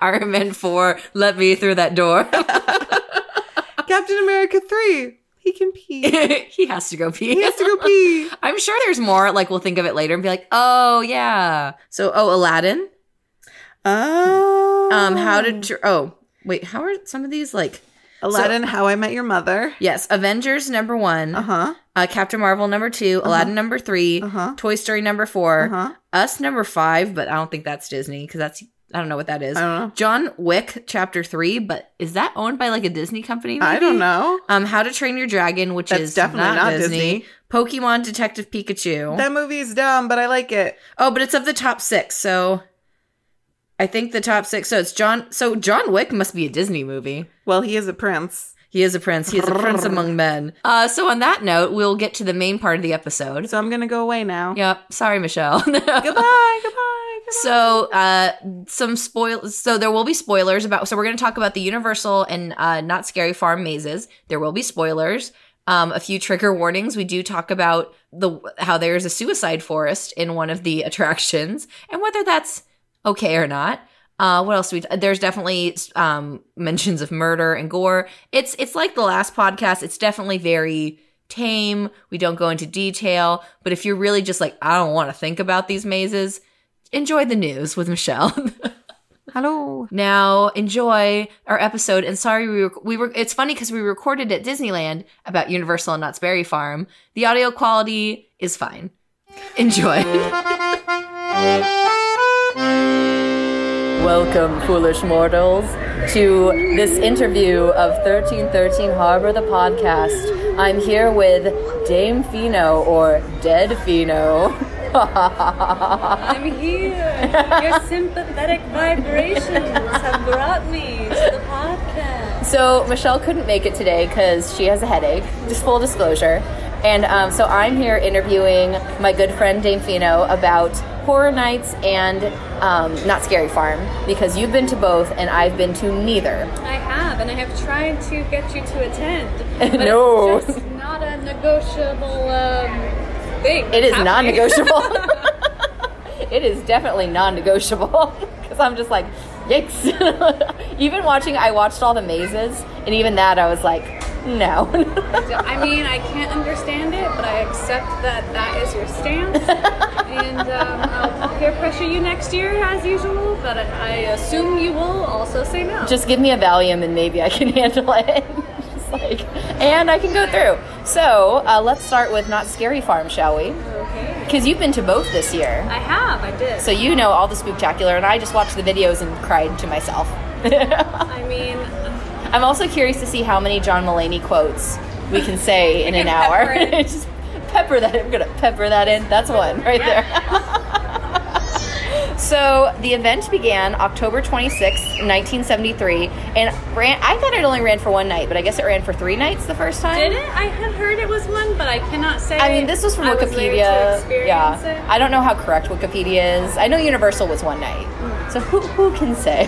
[SPEAKER 1] Iron Man 4, Let Me Through That Door. <laughs>
[SPEAKER 2] Captain America Three. He can pee.
[SPEAKER 1] he has to go pee.
[SPEAKER 2] He has to go pee.
[SPEAKER 1] <laughs> I'm sure there's more. Like we'll think of it later and be like, oh yeah. So oh Aladdin.
[SPEAKER 2] Oh,
[SPEAKER 1] Um, how did Dr- oh wait, how are some of these like
[SPEAKER 2] Aladdin? how I Met Your Mother.
[SPEAKER 1] yes, Avengers number one,
[SPEAKER 2] Uh
[SPEAKER 1] uh
[SPEAKER 2] huh.
[SPEAKER 1] Captain Marvel number 2 Aladdin number 3
[SPEAKER 2] Uh-huh.
[SPEAKER 1] Toy Story number 4
[SPEAKER 2] Uh huh.
[SPEAKER 1] Us number five, but I don't think that's Disney because that's I don't know what that is.
[SPEAKER 2] I don't know.
[SPEAKER 1] John Wick Chapter Three, but is that owned by like a Disney company?
[SPEAKER 2] I
[SPEAKER 1] maybe?
[SPEAKER 2] don't know.
[SPEAKER 1] Um, How to Train Your Dragon, which
[SPEAKER 2] That's
[SPEAKER 1] is
[SPEAKER 2] definitely
[SPEAKER 1] not,
[SPEAKER 2] not
[SPEAKER 1] Disney.
[SPEAKER 2] Disney.
[SPEAKER 1] Pokemon Detective Pikachu.
[SPEAKER 2] That movie's dumb, but I like it.
[SPEAKER 1] Oh, but it's of the top six, so I think the top six. So it's John. So John Wick must be a Disney movie.
[SPEAKER 2] Well, he is a prince.
[SPEAKER 1] He is a prince. He is a prince among men. Uh, so on that note, we'll get to the main part of the episode.
[SPEAKER 2] So I'm gonna go away now.
[SPEAKER 1] Yep. Sorry, Michelle. <laughs>
[SPEAKER 2] Goodbye. Goodbye. goodbye.
[SPEAKER 1] So, uh, some spoil. So there will be spoilers about. So we're going to talk about the Universal and uh, not scary farm mazes. There will be spoilers. Um, a few trigger warnings. We do talk about the how there's a suicide forest in one of the <laughs> attractions and whether that's okay or not. Uh, what else do we? There's definitely um, mentions of murder and gore. It's it's like the last podcast. It's definitely very tame. We don't go into detail, but if you're really just like I don't want to think about these mazes, enjoy the news with Michelle. <laughs>
[SPEAKER 2] Hello.
[SPEAKER 1] now enjoy our episode. And sorry we were, we were it's funny because we recorded at Disneyland about Universal and Knott's Berry Farm. The audio quality is fine. Enjoy.
[SPEAKER 4] <laughs> Welcome, foolish mortals, to this interview of 1313 Harbor, the podcast. I'm here with Dame Fino, or Dead Fino. <laughs>
[SPEAKER 5] I'm here. Your sympathetic vibrations have brought me to the podcast.
[SPEAKER 4] So, Michelle couldn't make it today because she has a headache, just full disclosure. And um, so, I'm here interviewing my good friend Dame Fino about Horror Nights and um, Not Scary Farm because you've been to both and I've been to neither.
[SPEAKER 5] I have, and I have tried to get you to <laughs> attend. But
[SPEAKER 4] No.
[SPEAKER 5] It's just not a negotiable um, thing.
[SPEAKER 4] It is
[SPEAKER 5] happening.
[SPEAKER 4] non negotiable. <laughs> it is definitely non <laughs> negotiable because I'm just like, yikes. <laughs> even watching, I watched all the mazes, and even that, I was like, no. <laughs>
[SPEAKER 5] I mean, I can't understand it, but I accept that that is your <laughs> stance. and um, I'll peer pressure you next year as usual, but I, I assume you will also say no.
[SPEAKER 4] just give me a Valium and maybe I can <laughs> handle it. Just like, and I can go through. So uh, let's start with Not Scary Farm, shall we?
[SPEAKER 5] okay.
[SPEAKER 4] Because you've been to both this year.
[SPEAKER 5] I have, I did.
[SPEAKER 4] So you know all the spooktacular, and I just watched the videos and cried to myself. <laughs>
[SPEAKER 5] I mean,
[SPEAKER 4] I'm also curious to see how many John Mulaney quotes we
[SPEAKER 5] <laughs>
[SPEAKER 4] can say in an hour.
[SPEAKER 5] pepper it.
[SPEAKER 4] <laughs> Just pepper that in. I'm gonna pepper that in. That's one right there. <laughs> so the event began October 26, 1973, and ran. I thought it only ran for one night, but I guess it ran for three nights the first time.
[SPEAKER 5] Did it? I had heard it was one, but I cannot say.
[SPEAKER 4] I mean, this was from
[SPEAKER 5] I was there to
[SPEAKER 4] Wikipedia.
[SPEAKER 5] experience
[SPEAKER 4] yeah,
[SPEAKER 5] it.
[SPEAKER 4] I don't know how correct Wikipedia is. I know Universal was one night,
[SPEAKER 5] Mm.
[SPEAKER 4] so who who can say?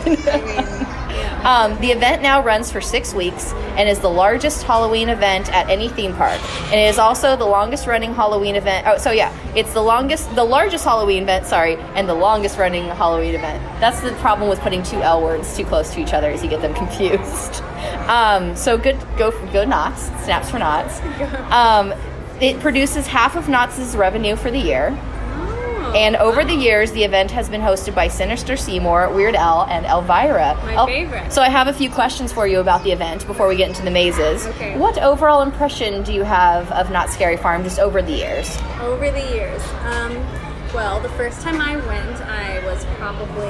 [SPEAKER 4] <laughs> Um, the event now runs for six weeks and is the largest Halloween event at any theme park, and it is also the longest-running Halloween event. Oh, so yeah, it's the longest, the largest Halloween event. Sorry, and the longest-running Halloween event. That's the problem with putting two L words too close to each other, is you get them <laughs> confused. Um, so good, go go knots, snaps for knots. Um, it produces half of Knott's revenue for the year. And over the years, the event has been hosted by Sinister Seymour, Weird Al, and Elvira. Oh,
[SPEAKER 5] My favorite.
[SPEAKER 4] So I have a few questions for you about the event before we get into the mazes.
[SPEAKER 5] Okay.
[SPEAKER 4] What overall impression do you have of Not Scary Farm just over the years?
[SPEAKER 5] over the years. Um, well, the first time I went, I was probably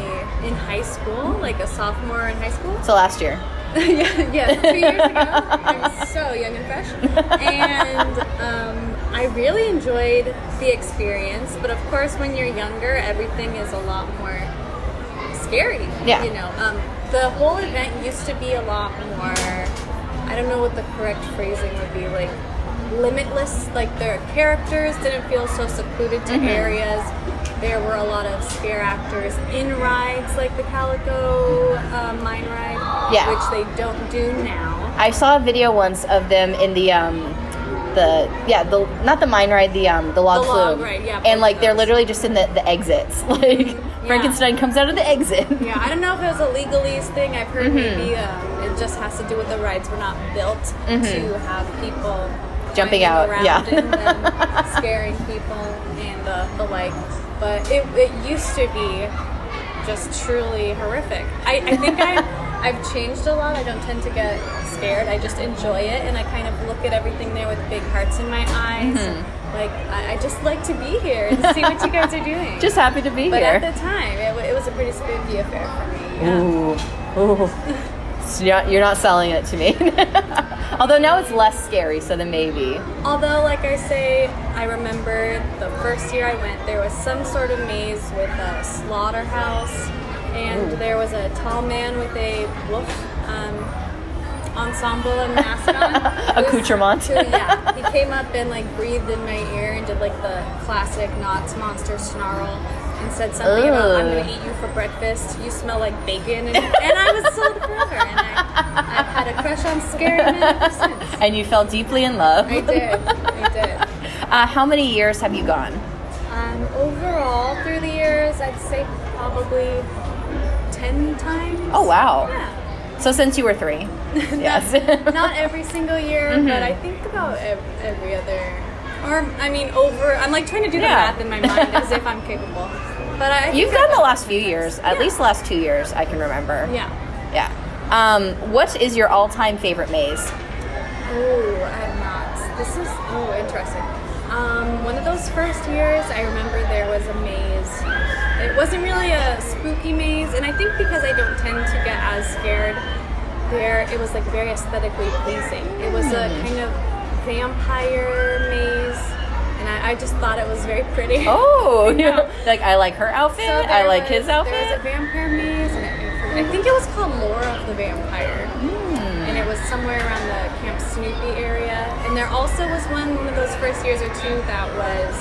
[SPEAKER 5] in high school, like a sophomore in high
[SPEAKER 4] <laughs>
[SPEAKER 5] school. <laughs>
[SPEAKER 4] So last year.
[SPEAKER 5] yeah, yeah, two years ago. I'm so young and fresh. And um, I really enjoyed the experience, but of course, when you're younger, everything is a lot more scary.
[SPEAKER 4] Yeah.
[SPEAKER 5] You know, um, the whole event used to be a lot more, I don't know what the correct phrasing would be, like limitless. Like their characters didn't feel so secluded
[SPEAKER 4] Mm-hmm.
[SPEAKER 5] to areas. There were a lot of scare actors in rides like the Calico uh, Mine Ride,
[SPEAKER 4] Yeah.
[SPEAKER 5] which they don't do now.
[SPEAKER 4] I saw a video once of them in the um the yeah the not the mine ride the um the log
[SPEAKER 5] The log
[SPEAKER 4] flume.
[SPEAKER 5] ride, yeah, both
[SPEAKER 4] and
[SPEAKER 5] of
[SPEAKER 4] like they're
[SPEAKER 5] those.
[SPEAKER 4] literally just in the, the exits <laughs> like Frankenstein comes out of the exit <laughs>
[SPEAKER 5] Yeah, I don't know if it was a legalese thing. I've heard
[SPEAKER 4] Mm-hmm.
[SPEAKER 5] maybe um, it just has to do with the rides were not built to have people
[SPEAKER 4] Mm-hmm. Jumping
[SPEAKER 5] climbing
[SPEAKER 4] out,
[SPEAKER 5] around
[SPEAKER 4] yeah.
[SPEAKER 5] in them,
[SPEAKER 4] <laughs>
[SPEAKER 5] scaring people and the, the like. But it, it used to be just truly horrific. I, I
[SPEAKER 4] <laughs>
[SPEAKER 5] think I. I've changed a lot. I don't tend to get scared. I just enjoy it, and I kind of look at everything there with big hearts in my eyes.
[SPEAKER 4] Mm-hmm.
[SPEAKER 5] Like I, I just like to be here and see what you guys are doing.
[SPEAKER 4] just happy to be
[SPEAKER 5] But
[SPEAKER 4] here
[SPEAKER 5] at the time, it, wa- it was a pretty spooky affair for me. yeah.
[SPEAKER 4] Ooh, ooh. So you're, not, you're not selling it to me. <laughs> Although now it's less scary, so then maybe.
[SPEAKER 5] Although, like I say, I remember the first year I went, there was some sort of maze with a slaughterhouse, and there was a tall man with a wolf. Um, ensemble and
[SPEAKER 4] <laughs>
[SPEAKER 5] mascot. was-
[SPEAKER 4] Accoutrement.
[SPEAKER 5] Too, yeah, he came up and like breathed in my ear and did like the classic Knots monster snarl and said something about I'm
[SPEAKER 4] Ugh.
[SPEAKER 5] gonna eat you for breakfast. You smell like bacon, and, and I was sold forever. And I, I've had a crush on Scary Man ever since.
[SPEAKER 4] and you fell deeply in love.
[SPEAKER 5] I did. I did.
[SPEAKER 4] Uh, how many years have you gone?
[SPEAKER 5] Um, overall, through the years, I'd say probably ten times.
[SPEAKER 4] Oh wow!
[SPEAKER 5] Yeah.
[SPEAKER 4] So since you
[SPEAKER 5] <laughs>
[SPEAKER 4] were three. yes.
[SPEAKER 5] Not every single year,
[SPEAKER 4] Mm-hmm.
[SPEAKER 5] but I think about ev- every other. Or I mean, over. I'm like trying to do the
[SPEAKER 4] Yeah.
[SPEAKER 5] math in my mind as if I'm capable. But I. I
[SPEAKER 4] You've
[SPEAKER 5] think
[SPEAKER 4] done
[SPEAKER 5] I've-
[SPEAKER 4] the last few years, at least the last two years, I can remember.
[SPEAKER 5] Yeah.
[SPEAKER 4] Yeah. Um, what is your all-time favorite maze?
[SPEAKER 5] Oh, I'm not. This is oh interesting. Um, one of those first years, I remember there was a maze. It wasn't really a spooky maze, and I think because I don't tend to get as scared, there it was like very aesthetically pleasing. It was a kind of vampire maze, and I, I just thought it was very pretty. <laughs>
[SPEAKER 4] Oh, <laughs>
[SPEAKER 5] Yeah.
[SPEAKER 4] like I like her outfit.
[SPEAKER 5] So
[SPEAKER 4] I
[SPEAKER 5] there
[SPEAKER 4] like
[SPEAKER 5] was-
[SPEAKER 4] his
[SPEAKER 5] There was a
[SPEAKER 4] outfit.
[SPEAKER 5] vampire maze, and I, I think it was called Lore of the Vampire,
[SPEAKER 4] Hmm.
[SPEAKER 5] and it was somewhere around the Camp Snoopy area. And there also was one one of those first years or two that was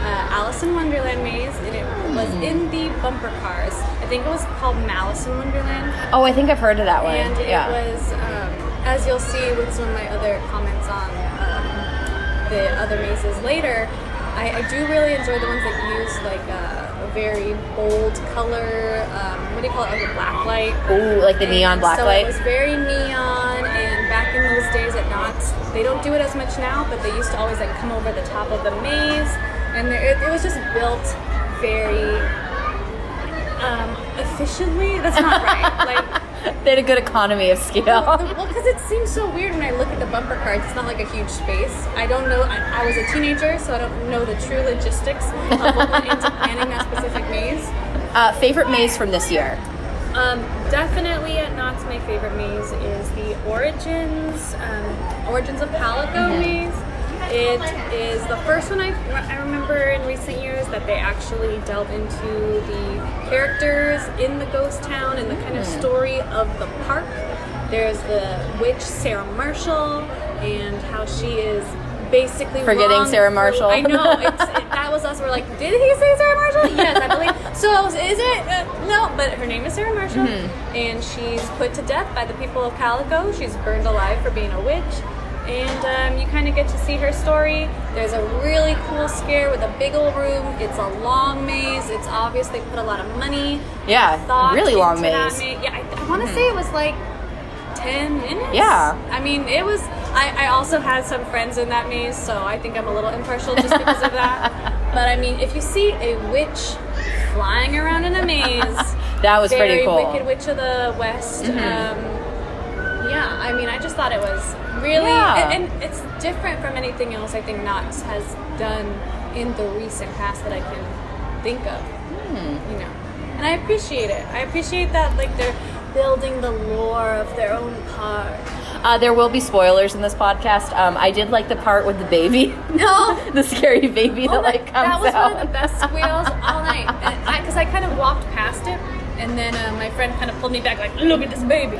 [SPEAKER 5] uh, Alice in Wonderland maze, and it was
[SPEAKER 4] Hmm.
[SPEAKER 5] in the bumper cars. I think it was called Malice in Wonderland.
[SPEAKER 4] Oh, I think I've heard of that one.
[SPEAKER 5] And
[SPEAKER 4] yeah.
[SPEAKER 5] it was, um, as you'll see with some of my other comments on um, the other mazes later, I, I do really enjoy the ones that use like uh, a, a very bold color. Um, what do you call it? Like a black light.
[SPEAKER 4] Ooh, like the neon
[SPEAKER 5] And
[SPEAKER 4] black
[SPEAKER 5] so
[SPEAKER 4] light.
[SPEAKER 5] It was very neon, and back in those days at Knott's, they don't do it as much now, but they used to always like come over the top of the maze, and there, it, it was just built very um, efficiently. That's not
[SPEAKER 4] <laughs>
[SPEAKER 5] right. Like
[SPEAKER 4] they had a good economy of scale.
[SPEAKER 5] well, because it seems so weird when I look at the bumper cards. It's not like a huge space. I don't know. I, I was a teenager, so I don't know the true logistics of what went into planning that specific maze.
[SPEAKER 4] Uh, favorite maze from this year?
[SPEAKER 5] Um, definitely at Knott's, my favorite maze is the Origins, um, Origins of Palico
[SPEAKER 4] Mm-hmm.
[SPEAKER 5] maze. It is the first one I, I remember in recent years that they actually delve into the characters in the ghost town and the kind of
[SPEAKER 4] Mm-hmm.
[SPEAKER 5] story of the park. There's the witch Sarah Marshall and how she is basically
[SPEAKER 4] Forgetting
[SPEAKER 5] wrongful-
[SPEAKER 4] Sarah Marshall.
[SPEAKER 5] I know it's, it, that was us. We're like, did he say Sarah Marshall? Yes, I believe. So I was, is it? Uh, no, but her name is Sarah Marshall,
[SPEAKER 4] Mm-hmm.
[SPEAKER 5] and she's put to death by the people of Calico. She's burned alive for being a witch, and um, you kind of get to see her story. There's a really cool scare with a big old room. It's a long maze. It's obvious they put a lot of money.
[SPEAKER 4] Yeah,
[SPEAKER 5] thought
[SPEAKER 4] really long
[SPEAKER 5] into that
[SPEAKER 4] maze.
[SPEAKER 5] ma-
[SPEAKER 4] Mm-hmm.
[SPEAKER 5] Yeah, I, I want to say it was like 10 minutes.
[SPEAKER 4] Yeah.
[SPEAKER 5] I mean, it was. I, I also had some friends in that maze, so I think I'm a little impartial just because of that. But I mean, if you see a witch flying around in a maze,
[SPEAKER 4] That was
[SPEAKER 5] very
[SPEAKER 4] pretty cool. Mm-hmm.
[SPEAKER 5] Wicked Witch of the West. Um, yeah, I mean, I just thought it was really.
[SPEAKER 4] Yeah.
[SPEAKER 5] And, and it's different from anything else I think Knox has done in the recent past that I can think of
[SPEAKER 4] Hmm.
[SPEAKER 5] you know. And I appreciate it. I appreciate that like they're building the lore of their own
[SPEAKER 4] <laughs>
[SPEAKER 5] park.
[SPEAKER 4] Uh, there will be spoilers in this podcast. Um, I did like the part with the baby,
[SPEAKER 5] No.
[SPEAKER 4] <laughs>
[SPEAKER 5] Oh,
[SPEAKER 4] the scary baby that like comes
[SPEAKER 5] that was
[SPEAKER 4] out.
[SPEAKER 5] one of the best squeals
[SPEAKER 4] <laughs>
[SPEAKER 5] all night. And I, cause I kind of walked past it, and then uh, my friend kind of pulled me back, like, "Look at this baby."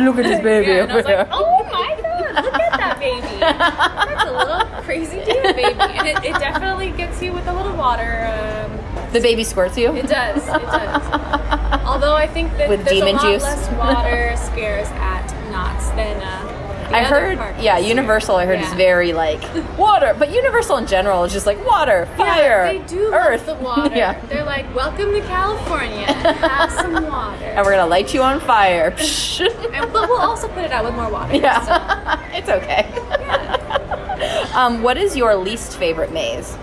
[SPEAKER 4] Look at this baby
[SPEAKER 5] Yeah, and I
[SPEAKER 4] over
[SPEAKER 5] was
[SPEAKER 4] there.
[SPEAKER 5] like, "Oh my god, look at that baby! That's a little crazy demon baby." And it, it definitely gets you with a little water. Um,
[SPEAKER 4] the baby squirts you.
[SPEAKER 5] It does. It does. Although I think that
[SPEAKER 4] With
[SPEAKER 5] there's
[SPEAKER 4] demon
[SPEAKER 5] a lot
[SPEAKER 4] juice.
[SPEAKER 5] less water scares at Knott's than uh, the
[SPEAKER 4] I
[SPEAKER 5] other
[SPEAKER 4] heard,
[SPEAKER 5] parks.
[SPEAKER 4] yeah, Universal. I heard
[SPEAKER 5] Yeah.
[SPEAKER 4] is very like water, but Universal in general is just like water, fire,
[SPEAKER 5] Yeah, they do
[SPEAKER 4] earth, <laughs>
[SPEAKER 5] love the water.
[SPEAKER 4] yeah,
[SPEAKER 5] They're like, welcome to California. Have some water.
[SPEAKER 4] <laughs> and we're gonna light you on fire. <laughs> Psh.
[SPEAKER 5] And, but we'll also put it out with more water. So,
[SPEAKER 4] yeah, it's okay. <laughs> um, what is your least favorite maze?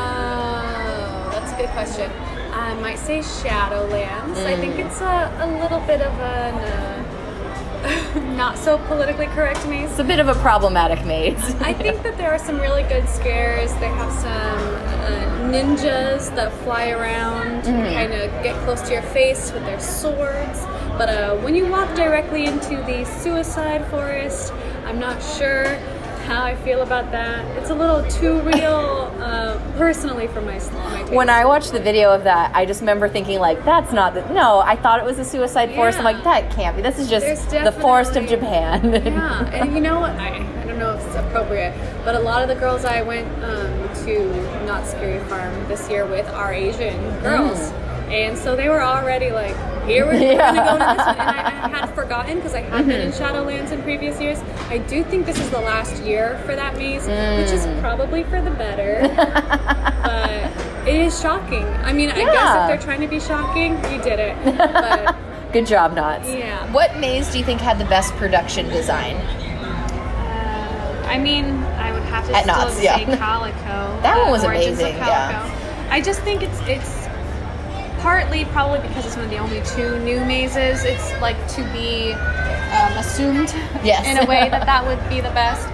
[SPEAKER 5] uh, that's a good question. I might say Shadowlands. I think it's a, a little bit of an uh, <laughs> not so politically correct maze.
[SPEAKER 4] It's a bit of a problematic maze.
[SPEAKER 5] <laughs> I think that there are some really good scares. They have some uh, ninjas that fly around,
[SPEAKER 4] Mm-hmm.
[SPEAKER 5] kind of get close to your face with their swords. But uh, when you walk directly into the suicide forest, I'm not sure. how I feel about that. It's a little too
[SPEAKER 4] <laughs>
[SPEAKER 5] real, uh, personally for my my taste.
[SPEAKER 4] When I watched the video of that, I just remember thinking like, "That's not the no." I thought it was a suicide forest. I'm
[SPEAKER 5] Yeah.
[SPEAKER 4] like, "That can't be. This is just
[SPEAKER 5] There's
[SPEAKER 4] the forest of
[SPEAKER 5] definitely-
[SPEAKER 4] Japan." <laughs>
[SPEAKER 5] yeah, and you know what? I, I don't know if it's appropriate, but a lot of the girls I went um, to Not Scary Farm this year with are Asian girls. And so they were already like, here we're, we're going to go to this one. And I, I had forgotten because I had been in Shadowlands in previous years. I do think this is the last year for that maze, which is probably for the better. but it is shocking. I mean, I guess
[SPEAKER 4] Yeah.
[SPEAKER 5] if they're trying to be shocking, you did it. But
[SPEAKER 4] Good job, Knots.
[SPEAKER 5] yeah.
[SPEAKER 4] What maze do you think had the best production design?
[SPEAKER 5] Uh, I mean, I would have to
[SPEAKER 4] At
[SPEAKER 5] still
[SPEAKER 4] Knott's,
[SPEAKER 5] say
[SPEAKER 4] yeah.
[SPEAKER 5] Calico.
[SPEAKER 4] That
[SPEAKER 5] the
[SPEAKER 4] one was
[SPEAKER 5] Origins of
[SPEAKER 4] amazing,
[SPEAKER 5] Calico. I just think it's it's partly probably because it's one of the only two new mazes. It's like to be um, assumed
[SPEAKER 4] Yes.
[SPEAKER 5] in a way that that would be the best.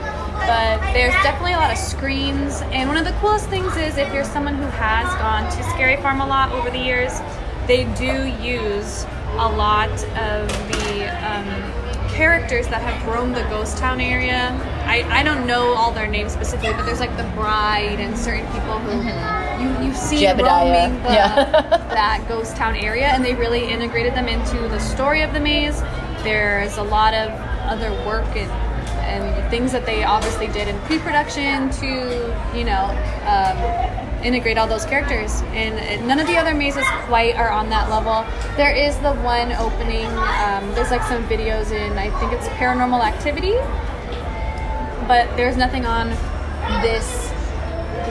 [SPEAKER 5] But there's definitely a lot of screams, and one of the coolest things is if you're someone who has gone to Scary Farm a lot over the years, they do use a lot of the um, characters that have roamed the ghost town area. I, I don't know all their names specifically, but there's like the bride and certain people who you, you see
[SPEAKER 4] Jebediah.
[SPEAKER 5] roaming the,
[SPEAKER 4] Yeah. <laughs>
[SPEAKER 5] that ghost town area and they really integrated them into the story of the maze there's a lot of other work and, and things that they obviously did in pre-production to you know um, integrate all those characters and uh, none of the other mazes quite are on that level there is the one opening um, there's like some videos in i think it's paranormal activity but there's nothing on this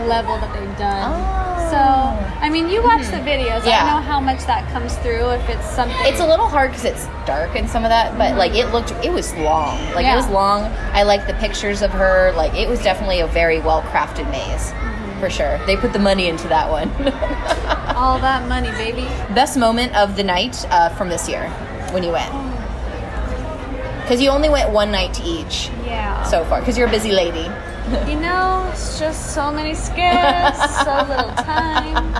[SPEAKER 5] level that they've done
[SPEAKER 4] Oh.
[SPEAKER 5] so I mean, you watch the videos. I
[SPEAKER 4] Hmm. Yeah.
[SPEAKER 5] don't know how much that comes through. If it's something,
[SPEAKER 4] It's a little hard because it's dark and some of that, but like it looked, it was long. Like it
[SPEAKER 5] Yeah.
[SPEAKER 4] was long. I like the pictures of her. Like it was definitely a very well crafted maze, for sure. They put the money into that one. <laughs>
[SPEAKER 5] all that money, baby.
[SPEAKER 4] Best moment of the night uh, from this year when you went, because you only went one night to each
[SPEAKER 5] Yeah.
[SPEAKER 4] so far. Because you're a busy lady.
[SPEAKER 5] you know, it's just so many scares, so
[SPEAKER 4] <laughs>
[SPEAKER 5] little time.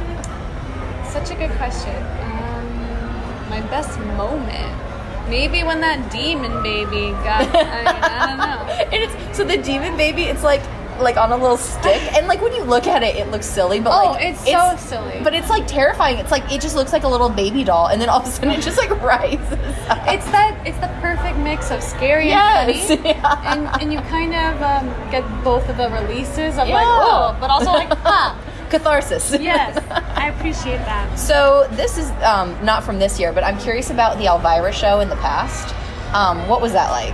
[SPEAKER 5] Such a good question. Um, my best moment, maybe when that demon baby got. I, mean, I don't know.
[SPEAKER 4] <laughs> and it's so the demon baby. It's like like on a little
[SPEAKER 5] <laughs>
[SPEAKER 4] stick, and like when you look at it, it looks silly. But
[SPEAKER 5] Oh,
[SPEAKER 4] like
[SPEAKER 5] it's so silly.
[SPEAKER 4] But it's like terrifying. It's like it just looks like a little baby doll, and then all of a sudden it just like <laughs> rises. Up.
[SPEAKER 5] It's that. It's the perfect mix of scary
[SPEAKER 4] <laughs> Yes. <laughs>
[SPEAKER 5] and funny.
[SPEAKER 4] Yeah.
[SPEAKER 5] And, and you kind of um, get both of the releases of like,
[SPEAKER 4] Yeah.
[SPEAKER 5] oh, but also
[SPEAKER 4] <laughs>
[SPEAKER 5] like, ha.
[SPEAKER 4] catharsis.
[SPEAKER 5] Yes, I appreciate that.
[SPEAKER 4] So this is um, not from this year, but I'm curious about the Elvira show in the past. Um, what was that like?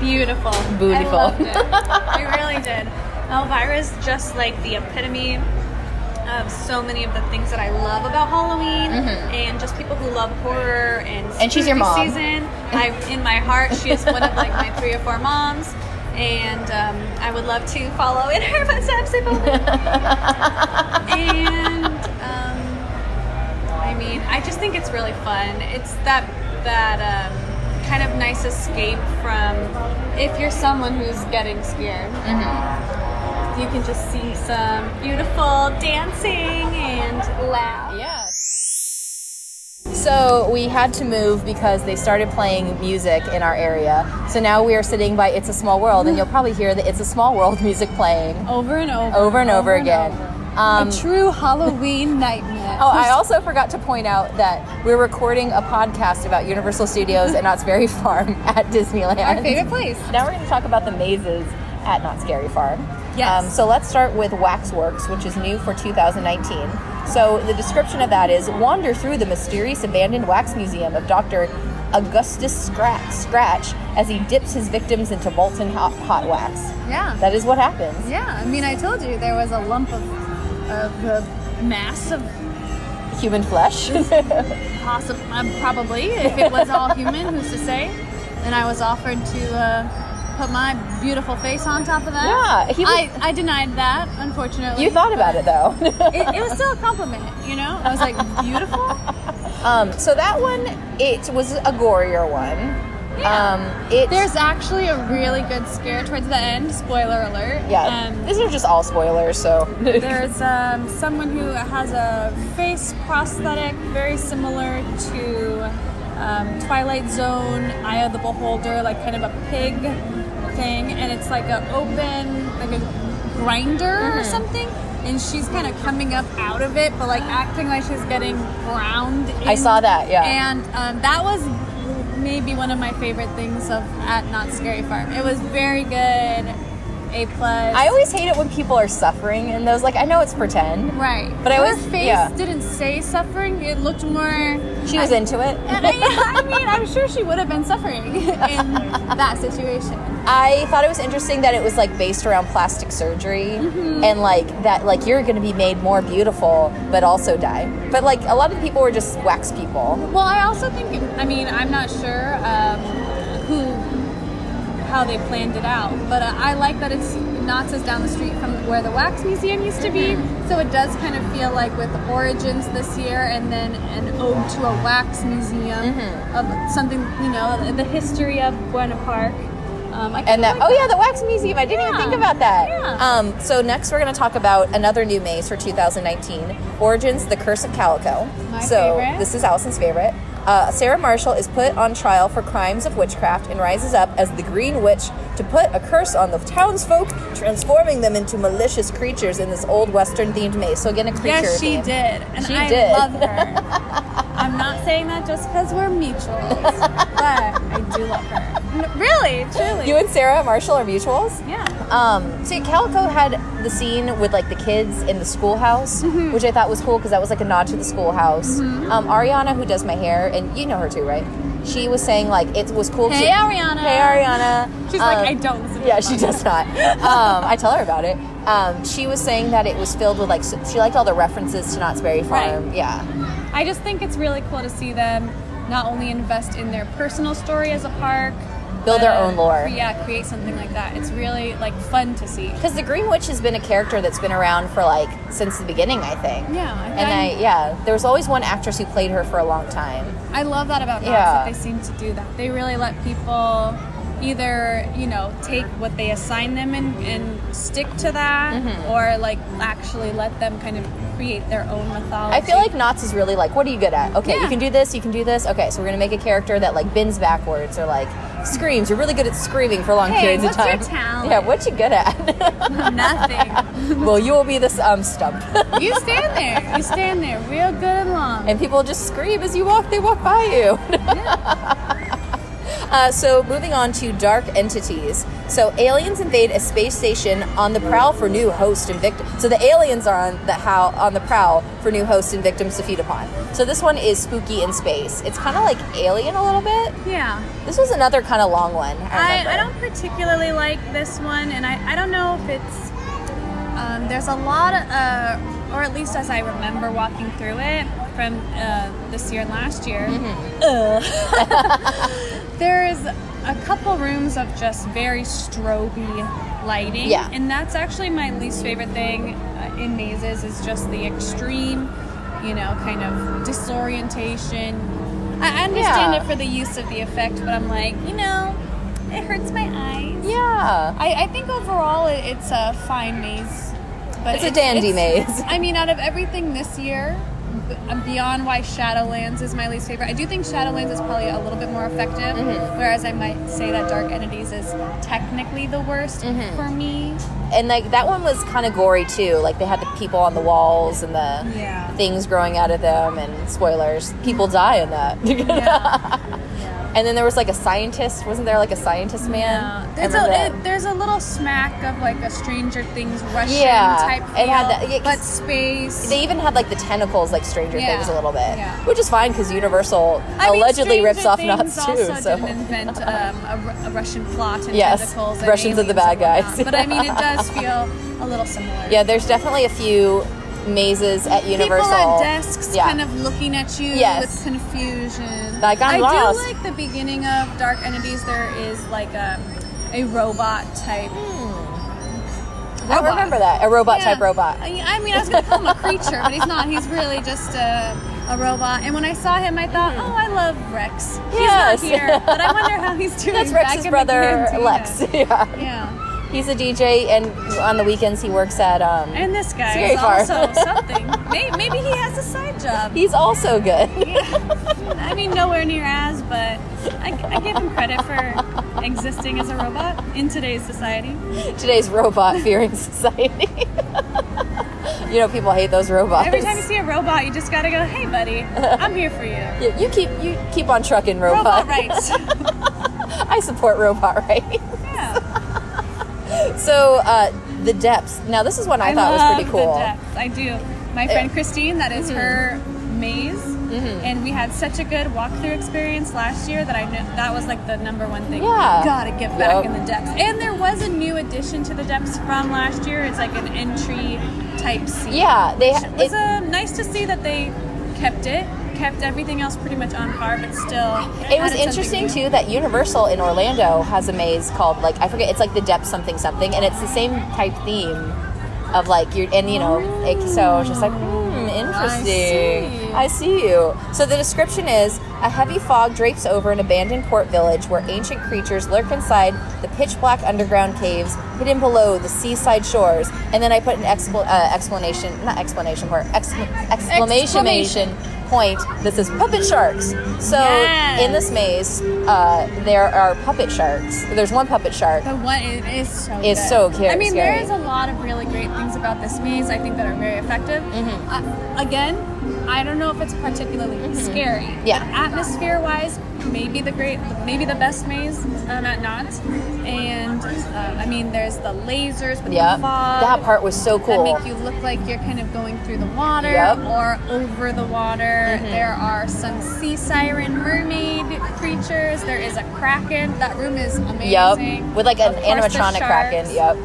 [SPEAKER 5] Beautiful.
[SPEAKER 4] Beautiful.
[SPEAKER 5] I loved it. I really did. Elvira's just like the epitome of so many of the things that I love about Halloween and just people who love horror and
[SPEAKER 4] Mm-hmm. And she's your
[SPEAKER 5] spooky
[SPEAKER 4] mom.
[SPEAKER 5] season. I in my heart she is one of like my three or four moms. And um, I would love to follow in her footsteps if
[SPEAKER 4] <laughs>
[SPEAKER 5] only. and um, I mean, I just think it's really fun. It's that that um, kind of nice escape from if you're someone who's getting scared.
[SPEAKER 4] Mm-hmm.
[SPEAKER 5] You can just see some beautiful dancing and laugh.
[SPEAKER 4] Yeah. So we had to move because they started playing music in our area. So now we are sitting by It's a Small World, and you'll probably hear the It's a Small World <laughs> music playing
[SPEAKER 5] Over and over.
[SPEAKER 4] over and over again. Um,
[SPEAKER 5] A true Halloween nightmare.
[SPEAKER 4] <laughs> Oh, I also forgot to point out that we're recording a podcast about Universal Studios and Knott's Berry Farm <laughs> at Disneyland.
[SPEAKER 5] Our favorite place.
[SPEAKER 4] Now we're going to talk about the mazes at Knott's Berry Farm.
[SPEAKER 5] Yes.
[SPEAKER 4] Um, so let's start with Waxworks, which is new for 2019. So the description of that is wander through the mysterious abandoned wax museum of Dr. Augustus Scratch, Scratch as he dips his victims into molten hot, hot wax.
[SPEAKER 5] Yeah.
[SPEAKER 4] That is what happens.
[SPEAKER 5] yeah, I mean, I told you there was a lump of of the mass of
[SPEAKER 4] Human flesh. <laughs>
[SPEAKER 5] possibly, um, probably, if it was all human, who's to say? And I was offered to uh, put my beautiful face on top of that.
[SPEAKER 4] Yeah, he was-
[SPEAKER 5] I, I denied that, unfortunately.
[SPEAKER 4] you thought about it though. <laughs>
[SPEAKER 5] It, it was still a compliment, you know? I was like,
[SPEAKER 4] <laughs>
[SPEAKER 5] beautiful?
[SPEAKER 4] Um, so that one, it was a gorier one.
[SPEAKER 5] Yeah.
[SPEAKER 4] Um, it
[SPEAKER 5] There's actually a really good scare towards the end, spoiler alert.
[SPEAKER 4] yeah.
[SPEAKER 5] um,
[SPEAKER 4] these are just all
[SPEAKER 5] <laughs>
[SPEAKER 4] spoilers, so
[SPEAKER 5] There's um, someone who has a face prosthetic very similar to um, Twilight Zone, Eye of the Beholder, like kind of a pig thing, and it's like a open, like a grinder or
[SPEAKER 4] Mm-hmm.
[SPEAKER 5] something. And she's kind of coming up out of it, but like acting like she's getting ground. In.
[SPEAKER 4] I saw that, yeah.
[SPEAKER 5] And um, that was maybe one of my favorite things of at Not Scary Farm. It was very good, a plus.
[SPEAKER 4] I always hate it when people are suffering and those like I know it's pretend.
[SPEAKER 5] right,
[SPEAKER 4] but I
[SPEAKER 5] her
[SPEAKER 4] always-
[SPEAKER 5] face
[SPEAKER 4] yeah.
[SPEAKER 5] didn't say suffering. It looked more.
[SPEAKER 4] She was into it.
[SPEAKER 5] <laughs> And I, I mean, I'm sure she would have been suffering <laughs> in that situation.
[SPEAKER 4] I thought it was interesting that it was like based around plastic surgery and like that like you're going to be made more beautiful but also die. But like a lot of people were just wax people.
[SPEAKER 5] Well, I also think, I mean, I'm not sure um, who, how they planned it out, but uh, I like that it's Knott's is down the street from where the Wax Museum used to be,
[SPEAKER 4] Mm-hmm.
[SPEAKER 5] so it does kind of feel like with Origins this year and then an ode to a wax museum
[SPEAKER 4] Mm-hmm.
[SPEAKER 5] of something, you know, the history of Buena Park. Um, I
[SPEAKER 4] And
[SPEAKER 5] kinda
[SPEAKER 4] that
[SPEAKER 5] like
[SPEAKER 4] oh yeah, the wax museum. I didn't even
[SPEAKER 5] Yeah.
[SPEAKER 4] think about that.
[SPEAKER 5] Yeah.
[SPEAKER 4] Um so next we're going to talk about another new maze for 2019, Origins: The Curse of Calico.
[SPEAKER 5] My
[SPEAKER 4] so
[SPEAKER 5] favorite.
[SPEAKER 4] this is Allison's favorite. Uh, Sarah Marshall is put on trial for crimes of witchcraft and rises up as the Green Witch to put a curse on the townsfolk, transforming them into malicious creatures in this old Western themed maze. So again, a creature.
[SPEAKER 5] Yes, she
[SPEAKER 4] theme.
[SPEAKER 5] did, and
[SPEAKER 4] She
[SPEAKER 5] I
[SPEAKER 4] did.
[SPEAKER 5] love her.
[SPEAKER 4] <laughs>
[SPEAKER 5] I'm not saying that just because we're mutuals, but I do love her. N- Really, truly.
[SPEAKER 4] You and Sarah Marshall are mutuals.
[SPEAKER 5] yeah.
[SPEAKER 4] Um, see, Calico had the scene with like the kids in the schoolhouse,
[SPEAKER 5] Mm-hmm.
[SPEAKER 4] which I thought was cool because that was like a nod to the schoolhouse. Um, Ariana, who does my hair, and you know her too, right? She was saying like it was cool.
[SPEAKER 5] Hey,
[SPEAKER 4] to-
[SPEAKER 5] Ariana.
[SPEAKER 4] Hey Ariana.
[SPEAKER 5] She's
[SPEAKER 4] Um,
[SPEAKER 5] like, I don't listen to
[SPEAKER 4] Yeah,
[SPEAKER 5] the
[SPEAKER 4] she
[SPEAKER 5] podcast."
[SPEAKER 4] does not. Um, I tell her about it. Um, she was saying that it was filled with like s- she liked all the references to Knott's Berry Farm.
[SPEAKER 5] Right.
[SPEAKER 4] Yeah,
[SPEAKER 5] I just think it's really cool to see them not only invest in their personal story as a park,
[SPEAKER 4] Build their
[SPEAKER 5] but,
[SPEAKER 4] own lore.
[SPEAKER 5] Yeah, create something like that. It's really like fun to see.
[SPEAKER 4] because the Green Witch has been a character that's been around for like since the beginning, I think.
[SPEAKER 5] Yeah, I-
[SPEAKER 4] and I yeah, there was always one actress who played her for a long time.
[SPEAKER 5] I love that about Knox
[SPEAKER 4] Yeah.
[SPEAKER 5] that they seem to do that. They really let people either, you know, take what they assign them and, and stick to that
[SPEAKER 4] Mm-hmm.
[SPEAKER 5] or like actually let them kind of create their own mythology.
[SPEAKER 4] I feel like Knots is really like, what are you good at? Okay, you
[SPEAKER 5] Yeah.
[SPEAKER 4] can do this, you can do this. Okay, so we're gonna make a character that like bends backwards or like screams. You're really good at screaming for long
[SPEAKER 5] Hey,
[SPEAKER 4] periods of
[SPEAKER 5] what's your
[SPEAKER 4] time. <laughs>
[SPEAKER 5] talent?
[SPEAKER 4] Yeah, what you good at?
[SPEAKER 5] <laughs>
[SPEAKER 4] <laughs>
[SPEAKER 5] nothing.
[SPEAKER 4] well, you will be this um stump, <laughs>
[SPEAKER 5] you stand there. You stand there real good and long.
[SPEAKER 4] and people just scream as you walk. They walk by you. <laughs> Uh, so moving on to dark entities. So aliens invade a space station on the prowl for new host and victim. So the aliens are on the how on the prowl for new hosts and victims to feed upon. So this one is spooky in space. It's kind of like Alien a little bit.
[SPEAKER 5] yeah.
[SPEAKER 4] This was another kind of long one.
[SPEAKER 5] I,
[SPEAKER 4] remember.
[SPEAKER 5] I don't particularly like this one, and I, I don't know if it's. Um, there's a lot of, uh, or at least as I remember walking through it from uh, this year and last year,
[SPEAKER 4] Mm-hmm.
[SPEAKER 5] Ugh. <laughs> there's a couple rooms of just very stroby lighting.
[SPEAKER 4] Yeah.
[SPEAKER 5] And that's actually my least favorite thing uh, in mazes is just the extreme, you know, kind of disorientation. I I understand
[SPEAKER 4] Yeah.
[SPEAKER 5] it for the use of the effect, but I'm like, you know, it hurts my eyes.
[SPEAKER 4] Yeah.
[SPEAKER 5] I, I think overall it, it's a fine maze. But
[SPEAKER 4] It's a dandy maze.
[SPEAKER 5] I mean, out of everything this year, b- beyond why Shadowlands is my least favorite, I do think Shadowlands is probably a little bit more effective.
[SPEAKER 4] Mm-hmm.
[SPEAKER 5] Whereas I might say that Dark Entities is technically the worst
[SPEAKER 4] Mm-hmm.
[SPEAKER 5] for me.
[SPEAKER 4] And like that one was kind of gory too. Like they had the people on the walls and the
[SPEAKER 5] Yeah.
[SPEAKER 4] things growing out of them and spoilers, people die
[SPEAKER 5] <laughs>
[SPEAKER 4] in that. <laughs> And then there was like a scientist. Wasn't there like a scientist man?
[SPEAKER 5] Yeah.
[SPEAKER 4] I
[SPEAKER 5] There's
[SPEAKER 4] remember
[SPEAKER 5] a,
[SPEAKER 4] that.
[SPEAKER 5] it, there's a little smack of like a Stranger Things Russian
[SPEAKER 4] Yeah,
[SPEAKER 5] type feel,
[SPEAKER 4] it had that- yeah, 'cause
[SPEAKER 5] but space.
[SPEAKER 4] they even had like the tentacles, like Stranger
[SPEAKER 5] Yeah.
[SPEAKER 4] Things, a little bit,
[SPEAKER 5] Yeah.
[SPEAKER 4] which is fine because Universal
[SPEAKER 5] I mean,
[SPEAKER 4] allegedly
[SPEAKER 5] Stranger
[SPEAKER 4] rips off
[SPEAKER 5] Things
[SPEAKER 4] knots too.
[SPEAKER 5] Also
[SPEAKER 4] so
[SPEAKER 5] didn't invent um, a, Ru- a Russian plot and
[SPEAKER 4] Yes,
[SPEAKER 5] tentacles. and
[SPEAKER 4] Russians are the
[SPEAKER 5] aliens and
[SPEAKER 4] bad
[SPEAKER 5] whatnot.
[SPEAKER 4] guys.
[SPEAKER 5] but I mean, it
[SPEAKER 4] <laughs>
[SPEAKER 5] does feel a little similar.
[SPEAKER 4] yeah, there's definitely a few mazes at Universal.
[SPEAKER 5] People at desks
[SPEAKER 4] yeah.
[SPEAKER 5] kind of looking at you
[SPEAKER 4] Yes.
[SPEAKER 5] with confusion.
[SPEAKER 4] Like, I'm
[SPEAKER 5] I
[SPEAKER 4] lost.
[SPEAKER 5] do like the beginning of Dark Entities. There is like a, a robot type.
[SPEAKER 4] Hmm. I
[SPEAKER 5] robot.
[SPEAKER 4] remember that a robot
[SPEAKER 5] Yeah.
[SPEAKER 4] type robot.
[SPEAKER 5] I I mean, I was gonna call him a creature, but he's not. He's really just a, a robot. And when I saw him, I thought, oh, I love Rex. He's
[SPEAKER 4] Hmm. Yes.
[SPEAKER 5] not here, but I wonder how he's doing.
[SPEAKER 4] <laughs> That's
[SPEAKER 5] back
[SPEAKER 4] Rex's
[SPEAKER 5] in the
[SPEAKER 4] brother
[SPEAKER 5] cantina.
[SPEAKER 4] Lex. <laughs> Yeah.
[SPEAKER 5] Yeah.
[SPEAKER 4] He's a DJ, and on the weekends he works at. Um,
[SPEAKER 5] And this guy
[SPEAKER 4] Scary
[SPEAKER 5] is
[SPEAKER 4] far.
[SPEAKER 5] also something. May- Maybe he has a side job.
[SPEAKER 4] he's also good.
[SPEAKER 5] I mean, nowhere near as, but I, I give him credit for existing as a robot in today's society.
[SPEAKER 4] Today's robot <laughs> fearing society. <laughs> you know, people hate those robots.
[SPEAKER 5] Every time you see a robot, you just gotta go, hey, buddy, I'm here for you.
[SPEAKER 4] Yeah, <laughs> you keep you keep on trucking, <laughs>
[SPEAKER 5] Robot
[SPEAKER 4] robot.
[SPEAKER 5] rights.
[SPEAKER 4] <laughs>
[SPEAKER 5] <laughs>
[SPEAKER 4] I support robot right.
[SPEAKER 5] Yeah.
[SPEAKER 4] <laughs> So uh, the depths. Now this is one I,
[SPEAKER 5] I
[SPEAKER 4] thought was
[SPEAKER 5] love
[SPEAKER 4] pretty cool. Mm-hmm.
[SPEAKER 5] the depth. I do. My friend Christine, that is her maze. And we had such a good walkthrough experience last year that I knew that was like the number one thing.
[SPEAKER 4] Yeah.
[SPEAKER 5] Gotta get back
[SPEAKER 4] Yep.
[SPEAKER 5] in the depths. And there was a new addition to the depths from last year. It's like an entry type scene.
[SPEAKER 4] Yeah, they
[SPEAKER 5] It was
[SPEAKER 4] it,
[SPEAKER 5] uh, nice to see that they kept it, kept everything else pretty much on par, but still.
[SPEAKER 4] it was
[SPEAKER 5] added something
[SPEAKER 4] interesting
[SPEAKER 5] new.
[SPEAKER 4] too that Universal in Orlando has a maze called like I forget. It's like the depth something something, and it's the same type theme of like you and you know. It, so it's just like hmm, interesting. I see. you. So the description is a heavy fog drapes over an abandoned port village where ancient creatures lurk inside the pitch black underground caves hidden below the seaside shores. And then I put an expl- uh, explanation, not explanation, where excla- exclamation.
[SPEAKER 5] Exclamation.
[SPEAKER 4] point that says puppet sharks. So
[SPEAKER 5] Yes.
[SPEAKER 4] in this maze, uh, there are puppet sharks. There's one puppet shark.
[SPEAKER 5] But what it is so
[SPEAKER 4] It's
[SPEAKER 5] good.
[SPEAKER 4] so cute,
[SPEAKER 5] I mean, there
[SPEAKER 4] scary.
[SPEAKER 5] is a lot of really great things about this maze. I think that are very effective.
[SPEAKER 4] Mm-hmm.
[SPEAKER 5] Uh, again, I don't know if it's particularly scary.
[SPEAKER 4] Yeah.
[SPEAKER 5] Atmosphere wise, maybe the great, maybe the best maze um, at Knott's. And uh, I mean, there's the lasers with
[SPEAKER 4] Yep.
[SPEAKER 5] the fog.
[SPEAKER 4] That part was so cool.
[SPEAKER 5] That make you look like you're kind of going through the water
[SPEAKER 4] Yep. Mm-hmm.
[SPEAKER 5] or over the water. There are some sea siren mermaid creatures. There is a kraken. That room is amazing.
[SPEAKER 4] Yep. With like an
[SPEAKER 5] Of course, the
[SPEAKER 4] animatronic kraken.
[SPEAKER 5] sharks.
[SPEAKER 4] Yep.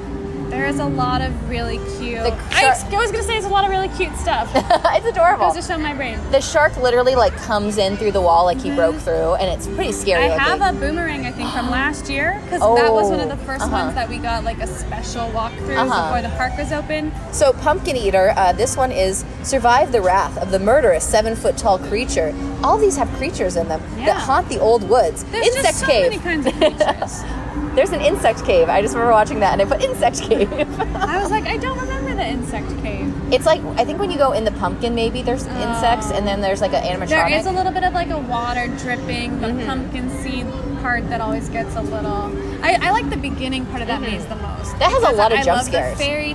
[SPEAKER 5] There is a lot of really cute.
[SPEAKER 4] The
[SPEAKER 5] I,
[SPEAKER 4] shark-
[SPEAKER 5] I was gonna say there's a lot of really cute
[SPEAKER 4] <laughs>
[SPEAKER 5] stuff.
[SPEAKER 4] <laughs> it's adorable.
[SPEAKER 5] Those are showing my brain.
[SPEAKER 4] The shark literally like comes in through the wall like he broke through, and it's pretty scary.
[SPEAKER 5] Mm-hmm. I
[SPEAKER 4] looking.
[SPEAKER 5] have a boomerang, I think,
[SPEAKER 4] <gasps>
[SPEAKER 5] from last year because that was one of the
[SPEAKER 4] Oh,
[SPEAKER 5] 1st
[SPEAKER 4] uh-huh.
[SPEAKER 5] ones that we got like a special walkthrough
[SPEAKER 4] Uh-huh.
[SPEAKER 5] before the park was open.
[SPEAKER 4] So, Pumpkin Eater, uh, this one is Survive the Wrath of the Murderous Seven Foot Tall Creature. All these have creatures in them
[SPEAKER 5] Yeah.
[SPEAKER 4] that haunt the old woods.
[SPEAKER 5] There's
[SPEAKER 4] insect
[SPEAKER 5] just so
[SPEAKER 4] cave.
[SPEAKER 5] many kinds of
[SPEAKER 4] <laughs>
[SPEAKER 5] creatures.
[SPEAKER 4] There's an insect cave. I just remember watching that and I put insect cave.
[SPEAKER 5] <laughs> I was like, I don't remember the insect cave.
[SPEAKER 4] it's like, I think when you go in the pumpkin, maybe there's insects and then there's like an animatronic.
[SPEAKER 5] Oh. There is a little bit of like a water dripping, the
[SPEAKER 4] Mm-hmm.
[SPEAKER 5] pumpkin seed part that always gets a little. I, I like the beginning part of that maze the most.
[SPEAKER 4] Mm-hmm. That has a
[SPEAKER 5] because
[SPEAKER 4] lot of
[SPEAKER 5] I
[SPEAKER 4] jump
[SPEAKER 5] love
[SPEAKER 4] scares. Mm-hmm.
[SPEAKER 5] The fairy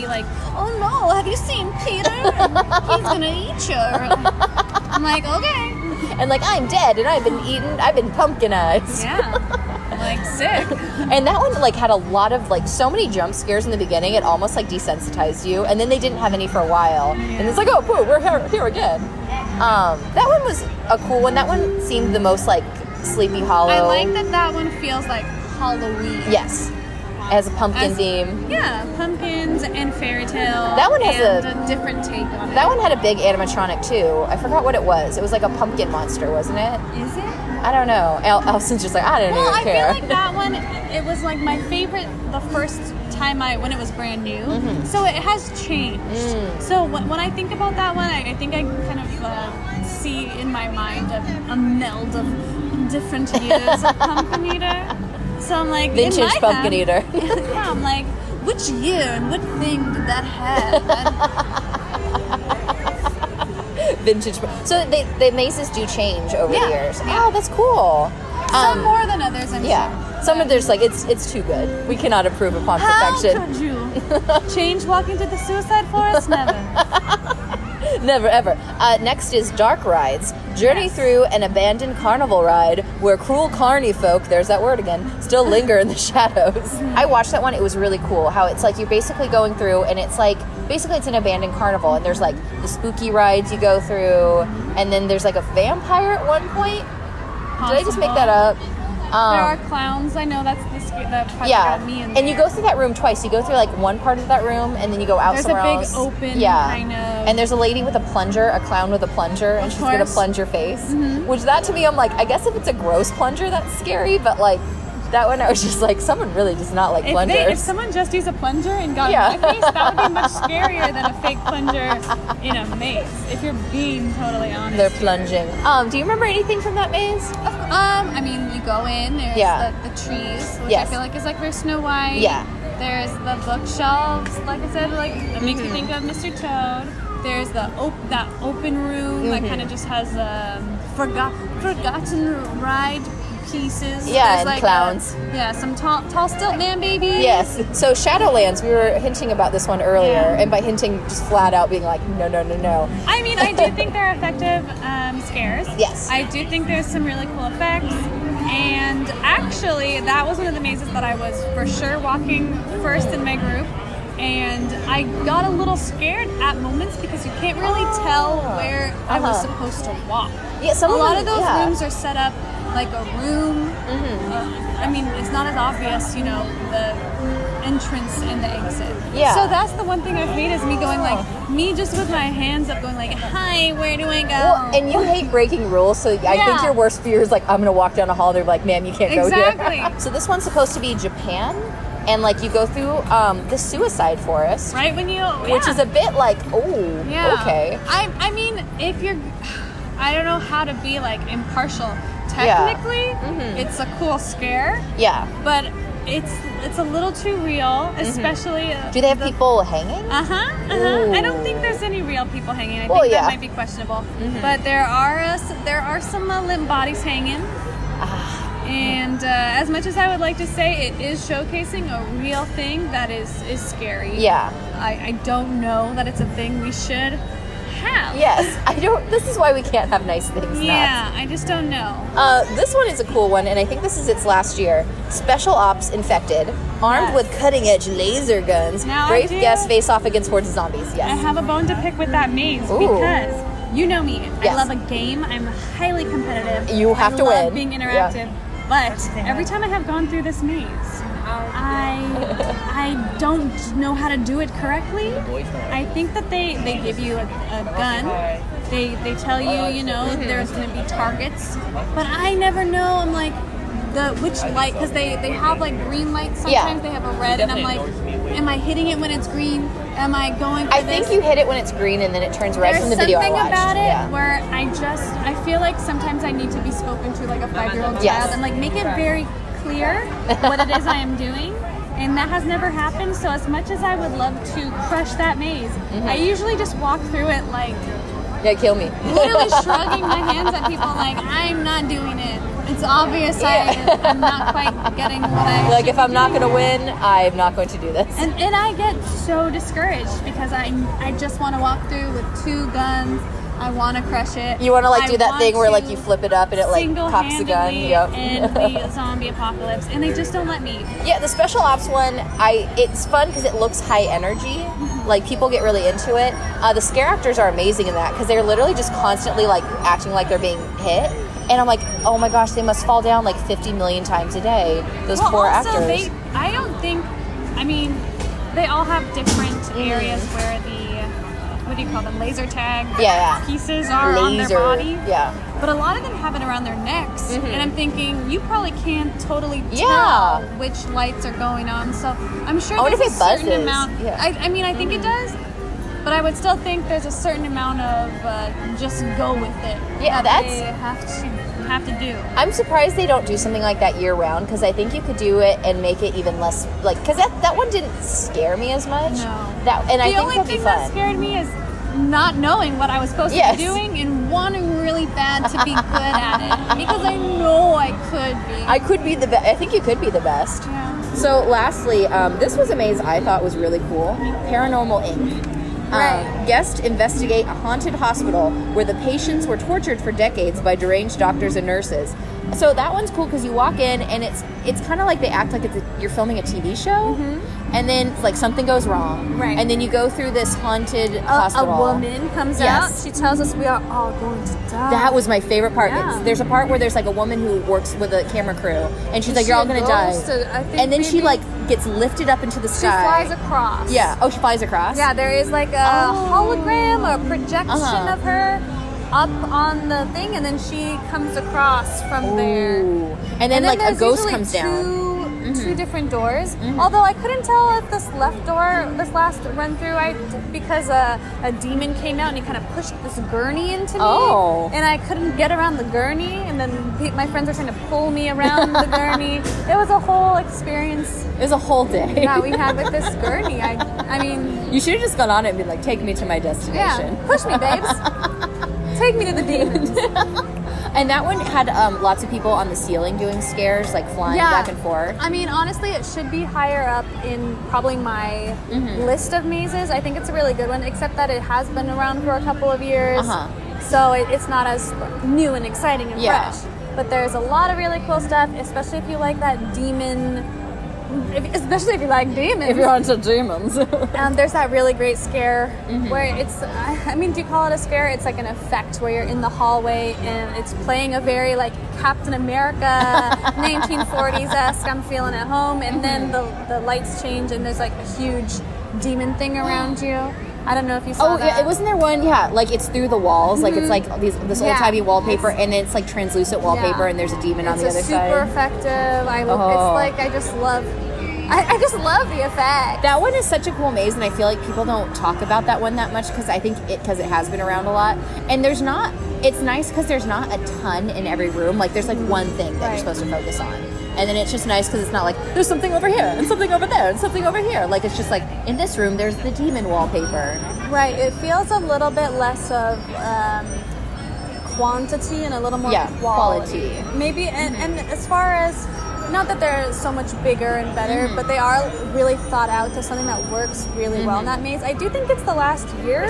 [SPEAKER 5] tale like, oh no, have you seen Peter? He's gonna eat you. I'm like, okay,
[SPEAKER 4] and like, I'm dead and I've been eaten, I've been pumpkinized.
[SPEAKER 5] yeah, like sick.
[SPEAKER 4] And that one like had a lot of like so many jump scares in the beginning, it almost like desensitized you. And then they didn't have any for a while, and it's like, oh, whoa, we're here, here again. Um, that one was a cool one. That one seemed the most like Sleepy Hollow.
[SPEAKER 5] I like that that one feels like Halloween.
[SPEAKER 4] Yes, as a pumpkin
[SPEAKER 5] As-
[SPEAKER 4] theme.
[SPEAKER 5] Yeah, pumpkins and fairy tale.
[SPEAKER 4] That one has
[SPEAKER 5] and
[SPEAKER 4] a-
[SPEAKER 5] different take on it.
[SPEAKER 4] That one had a big animatronic too. I forgot what it was. It was like a pumpkin monster, wasn't it?
[SPEAKER 5] is it?
[SPEAKER 4] I don't know. El- Elson's just like I don't
[SPEAKER 5] Well,
[SPEAKER 4] even
[SPEAKER 5] I
[SPEAKER 4] care.
[SPEAKER 5] feel like that one, it was like my favorite the first time I, when it was brand new.
[SPEAKER 4] Mm-hmm.
[SPEAKER 5] So it has changed.
[SPEAKER 4] Mm.
[SPEAKER 5] So when, when I think about that one, I, I think I kind of uh, see in my mind a, a meld of
[SPEAKER 4] <laughs>
[SPEAKER 5] different years of Pumpkin Eater. So I'm like, in
[SPEAKER 4] Vintage
[SPEAKER 5] my
[SPEAKER 4] pumpkin
[SPEAKER 5] head-
[SPEAKER 4] eater.
[SPEAKER 5] <laughs> yeah, I'm like, which year and what thing did that
[SPEAKER 4] <laughs>
[SPEAKER 5] have?
[SPEAKER 4] Vintage. pu- So they, the mazes do change over
[SPEAKER 5] Yeah,
[SPEAKER 4] the years.
[SPEAKER 5] yeah.
[SPEAKER 4] Oh, that's cool.
[SPEAKER 5] Some more than others, I'm sure.
[SPEAKER 4] Um, Yeah. Some of there's like it's it's too good. We cannot improve upon
[SPEAKER 5] How
[SPEAKER 4] perfection.
[SPEAKER 5] could you
[SPEAKER 4] <laughs>
[SPEAKER 5] change walking to the suicide forest? Never.
[SPEAKER 4] Never ever. Uh, next is dark rides. Journey
[SPEAKER 5] Yes.
[SPEAKER 4] through an abandoned carnival ride where cruel carny folk, there's that word again, still linger in the <laughs> shadows. I watched that one. It was really cool. How it's like you're basically going through and it's like basically it's an abandoned carnival and there's like the spooky rides you go through and then there's like a vampire at one point. Did I just make that up? Um,
[SPEAKER 5] There are clowns. I know that's the sca- that part
[SPEAKER 4] yeah,
[SPEAKER 5] got me in
[SPEAKER 4] and you
[SPEAKER 5] there.
[SPEAKER 4] go through that room twice. You go through like one part of that room, and then you go out
[SPEAKER 5] There's a
[SPEAKER 4] somewhere
[SPEAKER 5] big
[SPEAKER 4] else.
[SPEAKER 5] open
[SPEAKER 4] yeah,
[SPEAKER 5] kind of-
[SPEAKER 4] And there's a lady with a plunger, a clown with a plunger, and
[SPEAKER 5] Of
[SPEAKER 4] she's gonna
[SPEAKER 5] course. Mm-hmm.
[SPEAKER 4] plunge your face. Which that to me, I'm like, I guess if it's a gross plunger, that's scary. But like that one, I was just like, someone really does not like
[SPEAKER 5] If,
[SPEAKER 4] plungers.
[SPEAKER 5] they, if someone just used a plunger and got
[SPEAKER 4] Yeah.
[SPEAKER 5] in my face, that would be
[SPEAKER 4] <laughs>
[SPEAKER 5] much scarier than a fake plunger in a maze. If you're being totally honest,
[SPEAKER 4] They're plunging. Um, do you remember anything from that maze?
[SPEAKER 5] Of- Um, I mean, you go in. There's
[SPEAKER 4] Yeah.
[SPEAKER 5] the, the trees, which
[SPEAKER 4] Yes.
[SPEAKER 5] I feel like is like for Snow White.
[SPEAKER 4] Yeah.
[SPEAKER 5] There's the bookshelves, like I said, like that makes
[SPEAKER 4] Mm-hmm.
[SPEAKER 5] me think of Mr. Toad. There's the op- that open room that kind
[SPEAKER 4] Mm-hmm.
[SPEAKER 5] of just has um, forgot forgotten ride pieces.
[SPEAKER 4] Yeah,
[SPEAKER 5] There's
[SPEAKER 4] and
[SPEAKER 5] like
[SPEAKER 4] clowns.
[SPEAKER 5] a- yeah, some tall tall stilt man baby.
[SPEAKER 4] Yes. So Shadowlands, we were hinting about this one earlier, and by hinting, just flat out being like, no, no, no, no.
[SPEAKER 5] I mean, I do think they're effective um, scares.
[SPEAKER 4] Yes.
[SPEAKER 5] I do think there's some really cool effects. And actually, that was one of the mazes that I was for sure walking first in my group. And I got a little scared at moments because you can't really tell where I was supposed to walk.
[SPEAKER 4] Ah. Uh-huh. Yeah, some
[SPEAKER 5] a
[SPEAKER 4] of
[SPEAKER 5] lot
[SPEAKER 4] them-
[SPEAKER 5] of those
[SPEAKER 4] yeah.
[SPEAKER 5] rooms are set up like a room. uh, I mean, it's not as obvious, you know, the entrance and the exit.
[SPEAKER 4] Yeah. Oh.
[SPEAKER 5] So that's the one thing I've made is me going like, me just with my hands up, going like, hi, where do I go?
[SPEAKER 4] Well, and you hate breaking rules, so I think
[SPEAKER 5] Yeah.
[SPEAKER 4] your worst fear is like, I'm gonna walk down a hall. They're like, ma'am, you can't go here.
[SPEAKER 5] Exactly.
[SPEAKER 4] <laughs> So this one's supposed to be Japan, and like you go through um, the suicide forest,
[SPEAKER 5] right when you,
[SPEAKER 4] which
[SPEAKER 5] yeah.
[SPEAKER 4] is a bit like, oh,
[SPEAKER 5] Yeah.
[SPEAKER 4] okay.
[SPEAKER 5] I, I mean, if you're, <sighs> I don't know how to be like impartial. Technically,
[SPEAKER 4] Mm-hmm.
[SPEAKER 5] it's a cool scare,
[SPEAKER 4] Yeah.
[SPEAKER 5] but it's it's a little too real, especially. uh
[SPEAKER 4] Mm-hmm. Do they have people hanging?
[SPEAKER 5] Uh huh. Uh huh. I don't think
[SPEAKER 4] Ooh.
[SPEAKER 5] there's any real people hanging. I
[SPEAKER 4] Oh. Well,
[SPEAKER 5] think
[SPEAKER 4] yeah. Mm-hmm.
[SPEAKER 5] that might be questionable. But there are uh, s- there are some uh, limp bodies hanging.
[SPEAKER 4] Ah.
[SPEAKER 5] And uh, as much as I would like to say, it is showcasing a real thing that is is scary.
[SPEAKER 4] Yeah.
[SPEAKER 5] I, I don't know that it's a thing we should have.
[SPEAKER 4] Yes. I don't. This is why we can't have nice things. Nat.
[SPEAKER 5] Yeah, I just don't know.
[SPEAKER 4] Uh, this one is a cool one, and I think this is its last year. Special Ops Infected, armed
[SPEAKER 5] Yes.
[SPEAKER 4] with cutting edge laser guns,
[SPEAKER 5] Now I
[SPEAKER 4] brave
[SPEAKER 5] do- Uh-huh.
[SPEAKER 4] guests face off against hordes of zombies.
[SPEAKER 5] I
[SPEAKER 4] Yes.
[SPEAKER 5] have a bone to pick with that maze
[SPEAKER 4] Ooh.
[SPEAKER 5] because you know me.
[SPEAKER 4] Yes.
[SPEAKER 5] I love a game. I'm highly competitive.
[SPEAKER 4] You have
[SPEAKER 5] I
[SPEAKER 4] to
[SPEAKER 5] love
[SPEAKER 4] win.
[SPEAKER 5] Being
[SPEAKER 4] Yeah.
[SPEAKER 5] interactive, but every time I have gone through this maze,
[SPEAKER 4] <laughs>
[SPEAKER 5] I I don't know how to do it correctly. I think that they they give you a, a gun. They they tell you you know there's going to be targets, but I never know. I'm like. The, which light? Because they, they have like green lights.
[SPEAKER 4] Yeah.
[SPEAKER 5] Sometimes they have a red, and I'm like, am I hitting it when it's green? Am I going? For
[SPEAKER 4] I
[SPEAKER 5] this?
[SPEAKER 4] think you hit it when it's green, and then it turns red
[SPEAKER 5] There's
[SPEAKER 4] from the video I
[SPEAKER 5] something
[SPEAKER 4] watched.
[SPEAKER 5] about it
[SPEAKER 4] Yeah.
[SPEAKER 5] where I just I feel like sometimes I need to be spoken to like a five year old
[SPEAKER 4] Yes.
[SPEAKER 5] child and like make it very clear what it is I am doing. And that has never happened. So as much as I would love to crush that maze,
[SPEAKER 4] Mm-hmm.
[SPEAKER 5] I usually just walk through it like
[SPEAKER 4] Yeah, kill me. <laughs>
[SPEAKER 5] literally shrugging my hands at people like I'm not doing it. It's obvious
[SPEAKER 4] Yeah.
[SPEAKER 5] I, I'm not quite getting what I
[SPEAKER 4] like
[SPEAKER 5] should
[SPEAKER 4] if I'm not gonna win, I'm not going to do this.
[SPEAKER 5] and, and I get so discouraged because I I just want to walk through with two guns. I want to crush it.
[SPEAKER 4] You want to like
[SPEAKER 5] I
[SPEAKER 4] do that
[SPEAKER 5] want
[SPEAKER 4] thing where like you
[SPEAKER 5] to
[SPEAKER 4] flip it up and it like cocks the gun.
[SPEAKER 5] single-handedly
[SPEAKER 4] Yep.
[SPEAKER 5] end
[SPEAKER 4] <laughs>
[SPEAKER 5] the zombie apocalypse, and they just don't let me.
[SPEAKER 4] Yeah, the special ops one, I it's fun because it looks high energy. Like people get really into it. Uh, the scare actors are amazing in that because they're literally just constantly like acting like they're being hit. And I'm like, oh my gosh, they must fall down like 50 million times a day. Those
[SPEAKER 5] well,
[SPEAKER 4] poor
[SPEAKER 5] also,
[SPEAKER 4] actors.
[SPEAKER 5] they I don't think. I mean, they all have different areas where the what do you call them laser tag
[SPEAKER 4] Mm. Yeah, yeah.
[SPEAKER 5] pieces are on their
[SPEAKER 4] Laser.
[SPEAKER 5] body.
[SPEAKER 4] Yeah.
[SPEAKER 5] But a lot of them have it around their necks, and I'm thinking you probably can't totally tell
[SPEAKER 4] Mm-hmm. Yeah.
[SPEAKER 5] which lights are going on. So I'm sure
[SPEAKER 4] I wonder
[SPEAKER 5] there's a
[SPEAKER 4] if it
[SPEAKER 5] certain
[SPEAKER 4] buzzes.
[SPEAKER 5] amount.
[SPEAKER 4] Yeah. Mm-hmm.
[SPEAKER 5] I, I mean, I think it does, but I would still think there's a certain amount of uh, just go with it.
[SPEAKER 4] Yeah,
[SPEAKER 5] that
[SPEAKER 4] that's-
[SPEAKER 5] they have to have to do.
[SPEAKER 4] I'm surprised they don't do something like that year round because I think you could do it and make it even less like because that, that one didn't scare me as much.
[SPEAKER 5] No.
[SPEAKER 4] That and I
[SPEAKER 5] the
[SPEAKER 4] think
[SPEAKER 5] only
[SPEAKER 4] that'd
[SPEAKER 5] thing
[SPEAKER 4] be
[SPEAKER 5] that
[SPEAKER 4] fun.
[SPEAKER 5] scared me is not knowing what I was supposed
[SPEAKER 4] Yes.
[SPEAKER 5] to be doing and wanting really bad to be good at
[SPEAKER 4] <laughs>
[SPEAKER 5] it because I know I could be.
[SPEAKER 4] I could be the best. I think you could be the best.
[SPEAKER 5] yeah.
[SPEAKER 4] So, lastly, um, this was a maze I thought was really cool Paranormal Inc. Um,
[SPEAKER 5] Right.
[SPEAKER 4] guests investigate a haunted hospital where the patients were tortured for decades by deranged doctors and nurses. So that one's cool because you walk in and it's it's kind of like they act like it's a, you're filming a TV show, and then like something goes wrong,
[SPEAKER 5] Mm-hmm. Right.
[SPEAKER 4] And then you go through this haunted hospital.
[SPEAKER 5] comes
[SPEAKER 4] Yes.
[SPEAKER 5] She tells us we are all going to die.
[SPEAKER 4] That was my favorite part.
[SPEAKER 5] Yeah.
[SPEAKER 4] There's a part where there's like a woman who works with a camera crew, and she's like,
[SPEAKER 5] she
[SPEAKER 4] "You're all
[SPEAKER 5] a
[SPEAKER 4] gonna die,"
[SPEAKER 5] ghost? So I think
[SPEAKER 4] and then she
[SPEAKER 5] maybe-
[SPEAKER 4] like gets lifted up into the
[SPEAKER 5] she
[SPEAKER 4] sky.
[SPEAKER 5] flies across.
[SPEAKER 4] Yeah. Oh, she flies across.
[SPEAKER 5] Yeah, there is like a hologram or projection
[SPEAKER 4] Uh-huh.
[SPEAKER 5] of her up on the thing, and then she comes across from there.
[SPEAKER 4] Ooh. And then, like a
[SPEAKER 5] there's
[SPEAKER 4] ghost
[SPEAKER 5] usually
[SPEAKER 4] comes down. Mm-hmm.
[SPEAKER 5] two two different doors. Although I couldn't tell if this left door, this last run through, I because a, a demon came out and he kind of pushed this gurney into me,
[SPEAKER 4] Oh.
[SPEAKER 5] and I couldn't get around the gurney. And then pe- my friends were trying to pull me around the gurney.
[SPEAKER 4] <laughs>
[SPEAKER 5] It was a whole experience
[SPEAKER 4] It was a whole day.
[SPEAKER 5] that we had with this gurney. I, I mean,
[SPEAKER 4] <laughs> You should have just gone on it and been like, take me to my destination.
[SPEAKER 5] yeah, push me, babes.
[SPEAKER 4] <laughs>
[SPEAKER 5] Take me to the demons.
[SPEAKER 4] And that one had um, lots of people on the ceiling doing scares, like flying back and forth.
[SPEAKER 5] I mean, honestly, it should be higher up in probably my
[SPEAKER 4] Mm-hmm.
[SPEAKER 5] list of mazes. I think it's a really good one, except that it has been around for a couple of years.
[SPEAKER 4] Uh-huh.
[SPEAKER 5] So it, it's not as new and exciting and
[SPEAKER 4] Yeah.
[SPEAKER 5] fresh. But there's a lot of really cool stuff, especially if you like that demon. if- especially if you like demons.
[SPEAKER 4] onto <laughs> demons.
[SPEAKER 5] Um, there's that really great scare
[SPEAKER 4] Mm-hmm.
[SPEAKER 5] where it's, <laughs> I I mean, do you call it a scare? It's like an effect where you're in the hallway and it's playing a very like Captain
[SPEAKER 4] <laughs>
[SPEAKER 5] America 1940s esque, I'm feeling at home. And then the,
[SPEAKER 4] Mm-hmm.
[SPEAKER 5] the lights change and there's like a huge demon
[SPEAKER 4] <gasps>
[SPEAKER 5] thing around you. I don't know if you saw that.
[SPEAKER 4] oh
[SPEAKER 5] Mm-hmm.
[SPEAKER 4] yeah, it wasn't there one. Yeah, like it's through the walls. Like it's like these this
[SPEAKER 5] Yeah.
[SPEAKER 4] old timey wallpaper, and then it's like translucent wallpaper, and there's a demon on
[SPEAKER 5] it's
[SPEAKER 4] the
[SPEAKER 5] a
[SPEAKER 4] other
[SPEAKER 5] super
[SPEAKER 4] side.
[SPEAKER 5] effective. I lo-
[SPEAKER 4] Oh.
[SPEAKER 5] It's like I just love, I, I just love the effect.
[SPEAKER 4] That one is such a cool maze, and I feel like people don't talk about that one that much because I think it because it has been around a lot. And there's not. It's nice because there's not a ton in every room. Like there's like one thing that you're
[SPEAKER 5] Right.
[SPEAKER 4] supposed to focus on, and then it's just nice because it's not like there's something over here and something over there and something over here. Like it's just like in this room there's the demon wallpaper.
[SPEAKER 5] Right. It feels a little bit less of um, quantity and a little more
[SPEAKER 4] Yeah,
[SPEAKER 5] quality.
[SPEAKER 4] quality.
[SPEAKER 5] Maybe, and, and as far as not that they're so much bigger and better,
[SPEAKER 4] Mm-hmm.
[SPEAKER 5] but they are really thought out to something that works really well in that maze. I do think it's the last year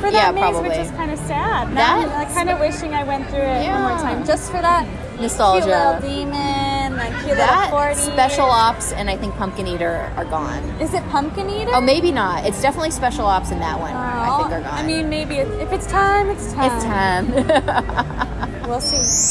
[SPEAKER 5] for that
[SPEAKER 4] Mm-hmm.
[SPEAKER 5] maze,
[SPEAKER 4] Yeah, probably.
[SPEAKER 5] which is kind of sad. Now I'm
[SPEAKER 4] That's-
[SPEAKER 5] like, kind of wishing I went through it one more
[SPEAKER 4] Yeah.
[SPEAKER 5] time just for that
[SPEAKER 4] Nostalgia.
[SPEAKER 5] cute little demon, like cute
[SPEAKER 4] That
[SPEAKER 5] little 40.
[SPEAKER 4] special ops and I think pumpkin eater are gone.
[SPEAKER 5] Is it pumpkin eater?
[SPEAKER 4] Oh, maybe not. It's definitely special ops in that one. I think they're gone.
[SPEAKER 5] I mean, maybe it, if it's time, it's time.
[SPEAKER 4] it's
[SPEAKER 5] <laughs>
[SPEAKER 4] time. <laughs>
[SPEAKER 5] We'll see.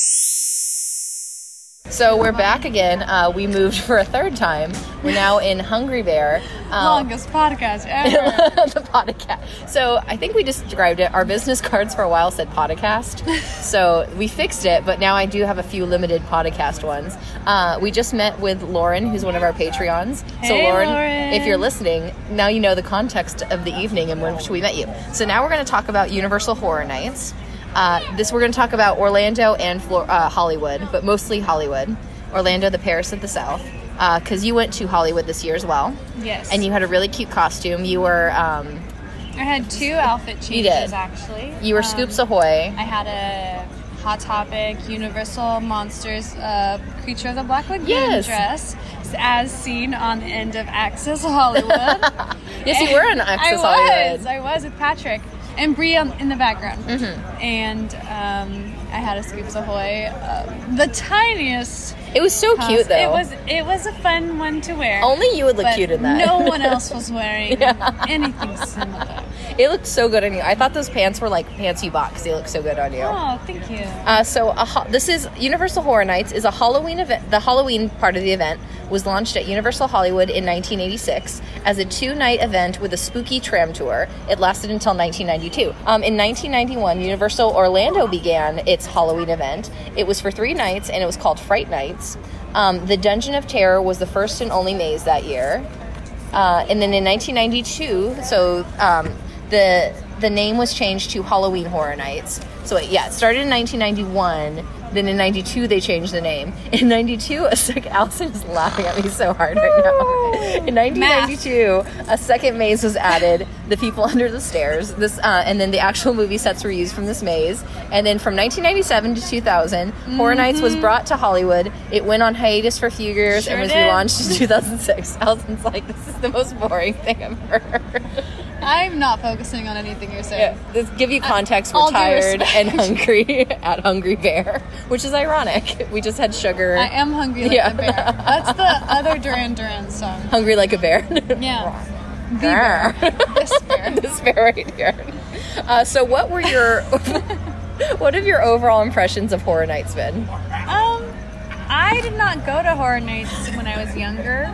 [SPEAKER 4] so we're back again. Uh, we moved <laughs> for a third time. We're now in Hungry Bear. Um,
[SPEAKER 5] longest podcast
[SPEAKER 4] <laughs>
[SPEAKER 5] ever.
[SPEAKER 4] the podcast. So I think we just described it. Our business cards for a while
[SPEAKER 5] <laughs>
[SPEAKER 4] said podcast, so we fixed it. But now I do have a few limited podcast ones. Uh, we just met with Lauren, who's one of our Patreons. so
[SPEAKER 5] Hey,
[SPEAKER 4] Lauren,
[SPEAKER 5] Lauren.
[SPEAKER 4] if you're listening, now you know the context of the evening in which we met you. So now we're going to talk about Universal Horror Nights. Uh, this we're going to talk about Orlando and Flor- uh, Hollywood, but mostly Hollywood. Orlando, the Paris of the South, because you went to Hollywood this year as well.
[SPEAKER 5] yes.
[SPEAKER 4] And you had a really cute costume. You were um,
[SPEAKER 5] I had two outfit changes
[SPEAKER 4] did.
[SPEAKER 5] actually.
[SPEAKER 4] you were
[SPEAKER 5] Um,
[SPEAKER 4] Scoops Ahoy.
[SPEAKER 5] I had a Hot Topic Universal Monsters uh, Creature of the Black Lagoon
[SPEAKER 4] Yes.
[SPEAKER 5] dress, as seen on the end of Access Hollywood.
[SPEAKER 4] <laughs> Yes, you were on
[SPEAKER 5] I
[SPEAKER 4] Access
[SPEAKER 5] was.
[SPEAKER 4] Hollywood.
[SPEAKER 5] I was with Patrick and Brie on, in the background.
[SPEAKER 4] Mm-hmm.
[SPEAKER 5] And um, I had a Scoops Ahoy, uh, the tiniest.
[SPEAKER 4] It was so
[SPEAKER 5] cos-
[SPEAKER 4] cute though.
[SPEAKER 5] It was. It was a fun one to wear.
[SPEAKER 4] only you would look
[SPEAKER 5] but
[SPEAKER 4] cute in that.
[SPEAKER 5] no one else was
[SPEAKER 4] <laughs>
[SPEAKER 5] wearing anything similar.
[SPEAKER 4] it looked so good on you. I thought those pants were like pants you bought because they look so good on you.
[SPEAKER 5] Oh, thank
[SPEAKER 4] <laughs>
[SPEAKER 5] you.
[SPEAKER 4] Uh, so a ho- this is Universal Horror Nights is a Halloween event. The Halloween part of the event was launched at Universal Hollywood in 1986 as a two-night event with a spooky tram tour. It lasted until 1992. Um, in 1991, Universal Orlando began its Halloween event. It was for three nights and it was called Fright Nights. Um, the Dungeon of Terror was the first and only maze that year. Uh, and then in 1992, so um, the the name was changed to Halloween Horror Nights. So it, yeah, it started in 1991. Then in 92 they changed the name. In 92, <laughs> a second Allison is laughing at me so hard right now. In 1992, a second maze was added. The people under the stairs. This uh, and then the actual movie sets were used from this maze. And then from 1997 to 2000, Horror Nights was brought to Hollywood. It went on hiatus for a few years and
[SPEAKER 5] Sure
[SPEAKER 4] was
[SPEAKER 5] did.
[SPEAKER 4] relaunched in <laughs> 2006. Allison's like, this is the most boring thing I've ever heard.
[SPEAKER 5] I'm not focusing on anything you're saying.
[SPEAKER 4] Yeah, this, give you context, we're
[SPEAKER 5] all due
[SPEAKER 4] tired
[SPEAKER 5] respect.
[SPEAKER 4] and hungry <laughs> at Hungry Bear, which is ironic. We just had sugar.
[SPEAKER 5] I am hungry like
[SPEAKER 4] Yeah.
[SPEAKER 5] a bear. That's the other Duran Duran
[SPEAKER 4] <laughs>
[SPEAKER 5] song.
[SPEAKER 4] hungry like a bear. <laughs>
[SPEAKER 5] Yeah. The
[SPEAKER 4] Grr.
[SPEAKER 5] bear. This bear.
[SPEAKER 4] this <laughs> bear right here. Uh, so, what were your, <laughs> what have your overall impressions of Horror Nights been?
[SPEAKER 5] Um, I did not go to horror nights when I was younger.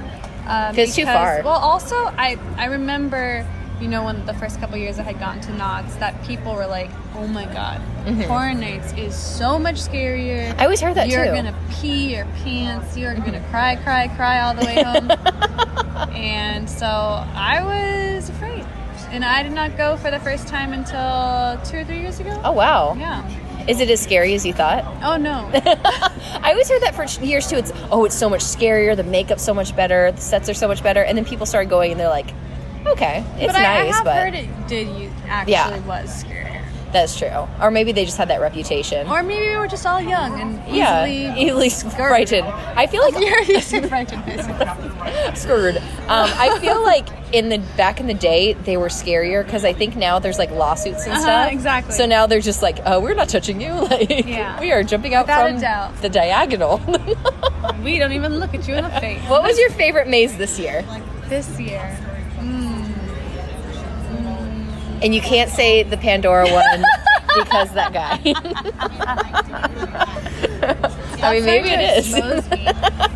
[SPEAKER 5] Um,
[SPEAKER 4] It's too far.
[SPEAKER 5] Well, also I I remember you know, when the first couple years I had gotten to Knott's, that people were like, "Oh my God,
[SPEAKER 4] Mm-hmm.
[SPEAKER 5] Horror Nights is so much scarier."
[SPEAKER 4] I always heard that
[SPEAKER 5] You're
[SPEAKER 4] too.
[SPEAKER 5] gonna pee your pants. You're gonna cry, cry, cry all the way
[SPEAKER 4] <laughs>
[SPEAKER 5] home. and so I was afraid, and I did not go for the first time until two or three years ago.
[SPEAKER 4] Oh wow!
[SPEAKER 5] Yeah.
[SPEAKER 4] Is it as scary as you thought? <laughs>
[SPEAKER 5] Oh no.
[SPEAKER 4] I always heard that for years too. It's oh, it's so much scarier. The makeup's so much better. The sets are so much better. And then people started going, and they're like, okay, it's
[SPEAKER 5] but I, I
[SPEAKER 4] nice,
[SPEAKER 5] have
[SPEAKER 4] but
[SPEAKER 5] heard it did you actually
[SPEAKER 4] Yeah.
[SPEAKER 5] was scarier.
[SPEAKER 4] that's true. Or maybe they just had that reputation.
[SPEAKER 5] Or maybe we were just all young and easily <laughs>
[SPEAKER 4] yeah, <laughs> easily frightened. I feel like
[SPEAKER 5] You're easily frightened.
[SPEAKER 4] screwed. Um, I <laughs> feel like in the back in the day they were scarier because I think now there's like lawsuits and
[SPEAKER 5] Uh-huh,
[SPEAKER 4] stuff.
[SPEAKER 5] exactly.
[SPEAKER 4] So now they're just like, oh, we're not touching you. <laughs> Like,
[SPEAKER 5] Yeah.
[SPEAKER 4] we are jumping out
[SPEAKER 5] Without a
[SPEAKER 4] from
[SPEAKER 5] doubt.
[SPEAKER 4] the <laughs> diagonal.
[SPEAKER 5] we don't even look at you in the face.
[SPEAKER 4] what was your favorite maze this year?
[SPEAKER 5] This year.
[SPEAKER 4] And you can't say the Pandora <laughs> one because that guy. <laughs> I mean, maybe it is. <laughs>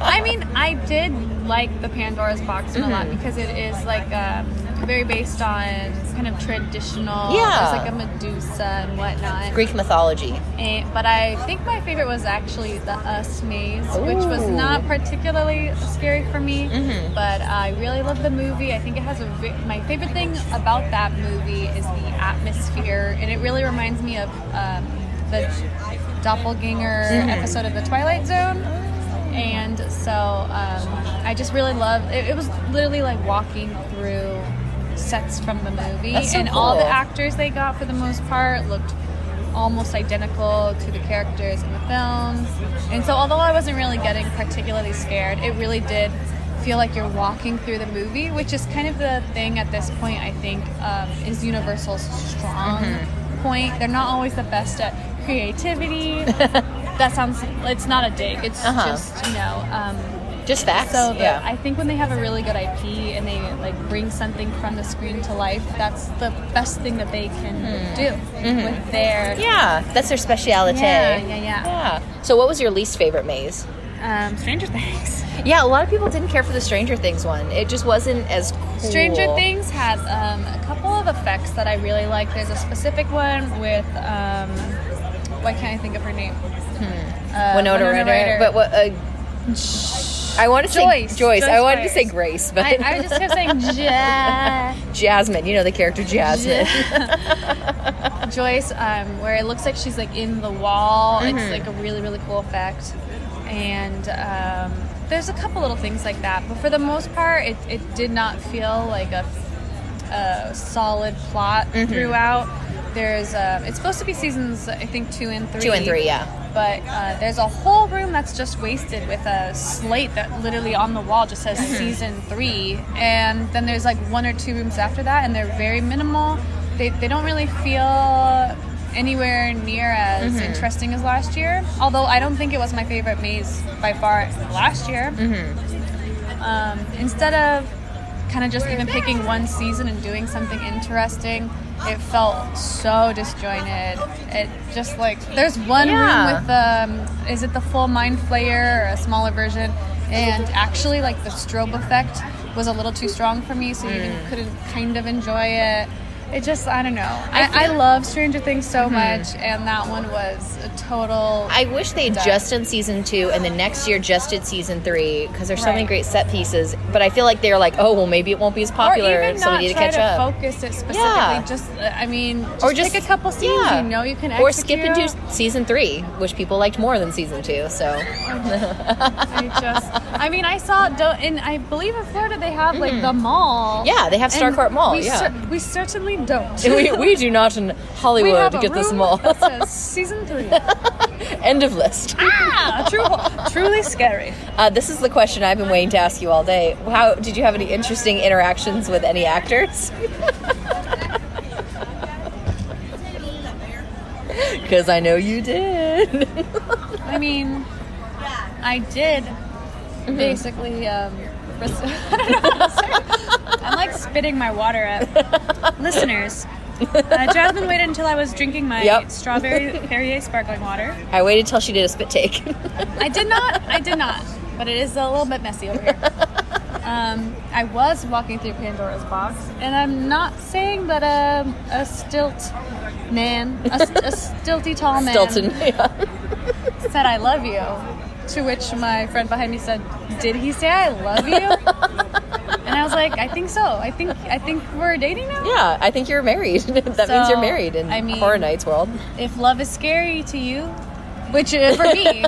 [SPEAKER 5] I mean, I did like the Pandora's box one a lot
[SPEAKER 4] Mm-hmm.
[SPEAKER 5] because it is like um, very based on kind of traditional.
[SPEAKER 4] Yeah.
[SPEAKER 5] There's like a Medusa and whatnot.
[SPEAKER 4] Greek mythology.
[SPEAKER 5] And, but I think my favorite was actually the Us Maze, which was
[SPEAKER 4] Ooh. Mm-hmm.
[SPEAKER 5] not particularly scary for me, but I really love the movie. I think it has a ve- my favorite thing about that movie is the atmosphere, and it really reminds me of um, the doppelganger
[SPEAKER 4] Mm-hmm.
[SPEAKER 5] episode of The Twilight Zone. And so um, I just really love it. It was literally like walking through sets from the movie,
[SPEAKER 4] That's so
[SPEAKER 5] and all the
[SPEAKER 4] cool.
[SPEAKER 5] actors they got for the most part looked almost identical to the characters in the film. And so, although I wasn't really getting particularly scared, it really did feel like you're walking through the movie, which is kind of the thing at this point, I think, um, is Universal's strong
[SPEAKER 4] Mm-hmm.
[SPEAKER 5] point. They're not always the best at
[SPEAKER 4] <laughs>
[SPEAKER 5] creativity. that sounds, it's not a dig, it's
[SPEAKER 4] Uh-huh.
[SPEAKER 5] just, you know. Um,
[SPEAKER 4] Just facts.
[SPEAKER 5] so the,
[SPEAKER 4] yeah.
[SPEAKER 5] I think when they have a really good IP and they like bring something from the screen to life, that's the best thing that they can do with their
[SPEAKER 4] Hmm. Mm-hmm. yeah, that's their speciality.
[SPEAKER 5] Yeah, yeah, yeah.
[SPEAKER 4] Yeah. So, what was your least favorite maze?
[SPEAKER 5] um, Stranger Things.
[SPEAKER 4] Yeah, a lot of people didn't care for the Stranger Things one. It just wasn't as cool.
[SPEAKER 5] Stranger Things has um, a couple of effects that I really like. There's a specific one with um, why can't I think of her name? Uh,
[SPEAKER 4] Hmm. Winona, Ryder. But what? Uh, I wanted to
[SPEAKER 5] Joyce.
[SPEAKER 4] say Joyce. I
[SPEAKER 5] Joyce
[SPEAKER 4] wanted to
[SPEAKER 5] Byers.
[SPEAKER 4] say Grace, but
[SPEAKER 5] I, I
[SPEAKER 4] <laughs>
[SPEAKER 5] just kept saying Ja-
[SPEAKER 4] Jasmine. You know the character Jasmine.
[SPEAKER 5] Joyce, um, where it looks like she's like in the wall.
[SPEAKER 4] Mm-hmm.
[SPEAKER 5] It's like a really really cool effect, and um, there's a couple little things like that. But for the most part, it, it did not feel like a, a solid plot
[SPEAKER 4] Mm-hmm.
[SPEAKER 5] throughout. There's um, it's supposed to be seasons I think two and three.
[SPEAKER 4] Two and three, yeah.
[SPEAKER 5] But uh, there's a whole room that's just wasted with a slate that literally on the wall just says season three. And then there's like one or two rooms after that, and they're very minimal. They, they don't really feel anywhere near as interesting as last year. Although I don't think it was my favorite maze by far last year. Um, instead of kind of just even picking one season and doing something interesting, it felt so disjointed. It just like there's one
[SPEAKER 4] Yeah.
[SPEAKER 5] room with um, is it the full mind flayer or a smaller version? And actually, like the strobe effect was a little too strong for me, so you didn't- couldn't kind of enjoy it. It just I don't know. I, I love Stranger Things so much, and that one was a total.
[SPEAKER 4] <laughs> I wish they had just done season two and the next year just did season three because there's so many
[SPEAKER 5] Right.
[SPEAKER 4] great set pieces. But I feel like they're like, oh, well, maybe it won't be as popular,
[SPEAKER 5] Or even
[SPEAKER 4] so we
[SPEAKER 5] not
[SPEAKER 4] need to
[SPEAKER 5] try
[SPEAKER 4] catch
[SPEAKER 5] to
[SPEAKER 4] up.
[SPEAKER 5] focus it specifically.
[SPEAKER 4] Yeah.
[SPEAKER 5] Just uh, I mean, just
[SPEAKER 4] Or just-
[SPEAKER 5] pick a couple scenes
[SPEAKER 4] yeah.
[SPEAKER 5] you know you can
[SPEAKER 4] or
[SPEAKER 5] execute.
[SPEAKER 4] skip into season three, which people liked more than season two. So
[SPEAKER 5] I just I mean I saw do- in I believe in Florida they have like the mall.
[SPEAKER 4] Mm. Yeah, they have
[SPEAKER 5] And
[SPEAKER 4] Starcourt Mall,
[SPEAKER 5] We,
[SPEAKER 4] yeah.
[SPEAKER 5] cer- we certainly don't.
[SPEAKER 4] <laughs> we, we do not
[SPEAKER 5] <laughs>
[SPEAKER 4] in
[SPEAKER 5] We
[SPEAKER 4] Hollywood
[SPEAKER 5] have a
[SPEAKER 4] get this
[SPEAKER 5] room
[SPEAKER 4] mall. <laughs>
[SPEAKER 5] that says season three. <laughs>
[SPEAKER 4] End of list.
[SPEAKER 5] ah, true, truly scary.
[SPEAKER 4] Uh, this is the question I've been waiting to ask you all day. How did you have any interesting interactions with any actors? <laughs> Because I know you did. <laughs>
[SPEAKER 5] I mean, I did
[SPEAKER 4] Mm-hmm.
[SPEAKER 5] basically. Um, res- <laughs> I don't know. how to say it. I'm like spitting my water up.
[SPEAKER 4] <laughs>
[SPEAKER 5] Listeners, uh, Jasmine waited until I was drinking my
[SPEAKER 4] Yep. <laughs>
[SPEAKER 5] strawberry Perrier sparkling water.
[SPEAKER 4] I waited till she did a spit take. <laughs> <laughs>
[SPEAKER 5] I did not. I did not. But it is a little bit messy over here. Um, I was walking through Pandora's box, and I'm not saying that a, a stilt man, a, st- a stilty tall man,
[SPEAKER 4] Stilton. Yeah.
[SPEAKER 5] said, I love you. To which my friend behind me said, Did he say I love you?
[SPEAKER 4] <laughs>
[SPEAKER 5] and I was like, I think so. I think I think we're dating now.
[SPEAKER 4] yeah, I think you're married. <laughs> that means
[SPEAKER 5] So,
[SPEAKER 4] you're married in
[SPEAKER 5] I mean-
[SPEAKER 4] Horror Nights world.
[SPEAKER 5] If love is scary to you, which uh, for me,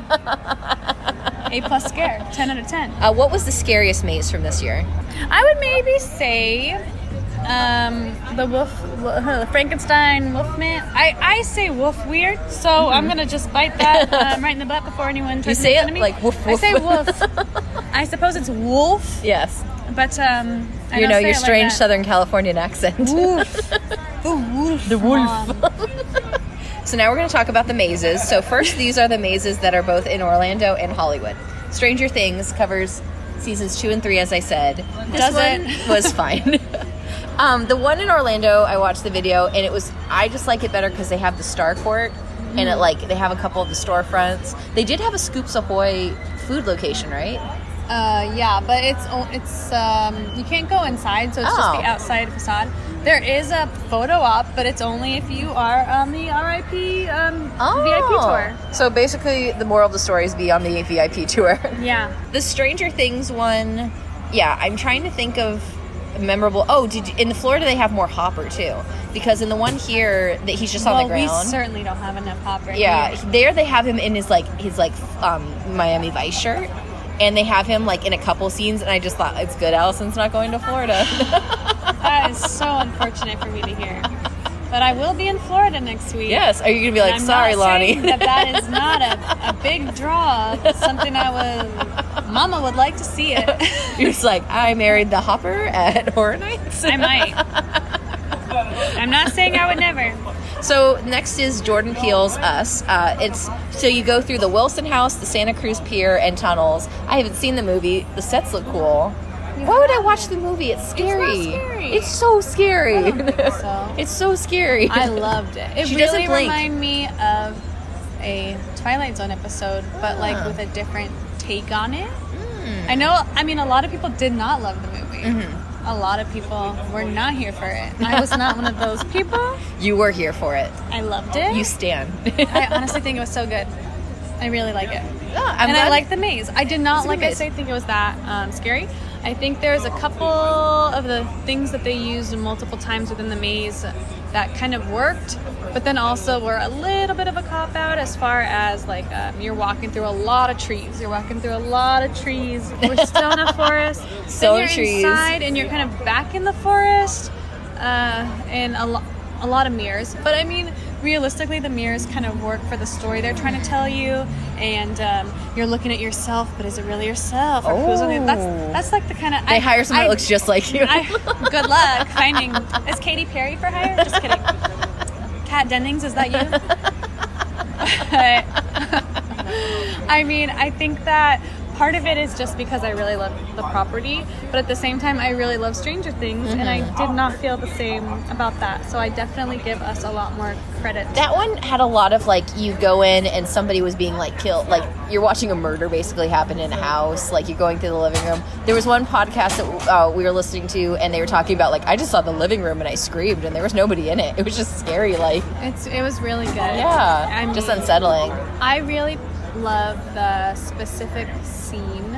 [SPEAKER 5] A plus scare, 10 out of 10.
[SPEAKER 4] Uh, what was the scariest maze from this year?
[SPEAKER 5] I would maybe say um, the wolf, uh, Frankenstein, Wolfman. I, I say wolf weird, so I'm gonna just bite
[SPEAKER 4] <laughs>
[SPEAKER 5] that um, right in the butt before anyone tries to
[SPEAKER 4] Mm-hmm.
[SPEAKER 5] make fun
[SPEAKER 4] say it
[SPEAKER 5] of me.
[SPEAKER 4] like woof,
[SPEAKER 5] I
[SPEAKER 4] woof.
[SPEAKER 5] say
[SPEAKER 4] <laughs>
[SPEAKER 5] wolf. I suppose it's wolf,
[SPEAKER 4] Yes.
[SPEAKER 5] but um, I
[SPEAKER 4] you
[SPEAKER 5] don't
[SPEAKER 4] know,
[SPEAKER 5] say
[SPEAKER 4] your
[SPEAKER 5] it like
[SPEAKER 4] strange
[SPEAKER 5] that.
[SPEAKER 4] Southern Californian accent.
[SPEAKER 5] Wolf. The wolf. The
[SPEAKER 4] <laughs>
[SPEAKER 5] wolf.
[SPEAKER 4] So now we're going to talk about the mazes. So first, these are the mazes that are both in Orlando and Hollywood. Stranger Things covers seasons two and three, as I said. This
[SPEAKER 5] Doesn't.
[SPEAKER 4] one <laughs> was fine. um, the one in Orlando, I watched the video, and it was I just like it better because they have the Star Court, and it like they have a couple of the storefronts. They did have a Scoops Ahoy food location, right?
[SPEAKER 5] Uh, yeah, but it's o- it's um, you can't go inside, so it's just
[SPEAKER 4] Oh.
[SPEAKER 5] the outside facade. There is a photo op, but it's only if you are on the RIP um, VIP tour.
[SPEAKER 4] Oh. So basically, the moral of the story is be on the VIP tour.
[SPEAKER 5] Yeah.
[SPEAKER 4] The Stranger Things one, yeah, I'm trying to think of memorable. Oh, did you, in the Florida they have more Hopper too? Because in the one here that he's just on
[SPEAKER 5] well,
[SPEAKER 4] the ground.
[SPEAKER 5] we certainly don't have enough hop right
[SPEAKER 4] yeah,
[SPEAKER 5] here.
[SPEAKER 4] there they have him in his like his like um, Miami Vice shirt, and they have him like in a couple scenes. And I just thought it's good Allison's not going to Florida. <laughs>
[SPEAKER 5] That is so unfortunate for me to hear. But I will be in Florida next week.
[SPEAKER 4] yes, are you gonna be
[SPEAKER 5] And
[SPEAKER 4] like
[SPEAKER 5] I'm
[SPEAKER 4] sorry,
[SPEAKER 5] not saying
[SPEAKER 4] Lonnie?
[SPEAKER 5] That that is not a, a big draw. of Something I would, Mama would like to see
[SPEAKER 4] <laughs>
[SPEAKER 5] it.
[SPEAKER 4] <laughs> You're just like I married the Hopper at Horror Nights.
[SPEAKER 5] I might. I'm not saying I would never.
[SPEAKER 4] So next is Jordan Peele's Us. Uh, it's so you go through the Wilson House, the Santa Cruz Pier, and tunnels. I haven't seen the movie. The sets look cool. Why would I watch the movie? It's scary. It's,
[SPEAKER 5] scary.
[SPEAKER 4] so scary.
[SPEAKER 5] So
[SPEAKER 4] <laughs> it's so scary.
[SPEAKER 5] I loved it. It
[SPEAKER 4] She doesn't
[SPEAKER 5] really
[SPEAKER 4] blink.
[SPEAKER 5] reminded me of a Twilight Zone episode, but
[SPEAKER 4] Ah.
[SPEAKER 5] like with a different take on it.
[SPEAKER 4] Hmm.
[SPEAKER 5] I know. I mean, a lot of people did not love the movie.
[SPEAKER 4] Mm-hmm.
[SPEAKER 5] A lot of people were not here for it. I was not one of those
[SPEAKER 4] <laughs>
[SPEAKER 5] people.
[SPEAKER 4] you were here for it.
[SPEAKER 5] I loved it. <laughs>
[SPEAKER 4] You stand. <laughs>
[SPEAKER 5] I honestly think it was so good. I really like it.
[SPEAKER 4] I'm
[SPEAKER 5] and
[SPEAKER 4] glad-
[SPEAKER 5] I like the maze. I did not,
[SPEAKER 4] It's a
[SPEAKER 5] like
[SPEAKER 4] good
[SPEAKER 5] I
[SPEAKER 4] maze.
[SPEAKER 5] say, think it was that um, scary. I think there's a couple of the things that they used multiple times within the maze that kind of worked, but then also were a little bit of a cop out as far as like um, you're walking through a lot of trees. You're walking through a lot of trees. We're still in a <laughs> forest.
[SPEAKER 4] So
[SPEAKER 5] then you're
[SPEAKER 4] trees.
[SPEAKER 5] inside and you're kind of back in the forest, uh, and a lot. A lot of mirrors, but I mean, realistically, the mirrors kind of work for the story they're trying to tell you, and um, you're looking at yourself. But is it really yourself? Or who's on it? That's
[SPEAKER 4] Oh.
[SPEAKER 5] that's like the kind of
[SPEAKER 4] They hire someone that looks just like you.
[SPEAKER 5] I, good luck finding. Is Katy Perry for hire? Just kidding. Kat Dennings, is that you? <laughs> I mean, I think that part of it is just because I really love the property, but at the same time, I really love Stranger Things, and
[SPEAKER 4] Mm-hmm.
[SPEAKER 5] I did not feel the same about that. So I definitely give us a lot more credit.
[SPEAKER 4] That one had a lot of like you go in and somebody was being like killed. Like you're watching a murder basically happen in a house. Like you're going through the living room. There was one podcast that uh, we were listening to and they were talking about like I just saw the living room and I screamed and there was nobody in it. It was just scary. Like
[SPEAKER 5] It's it was really good.
[SPEAKER 4] yeah, just
[SPEAKER 5] mean-
[SPEAKER 4] unsettling.
[SPEAKER 5] I really love the specific scene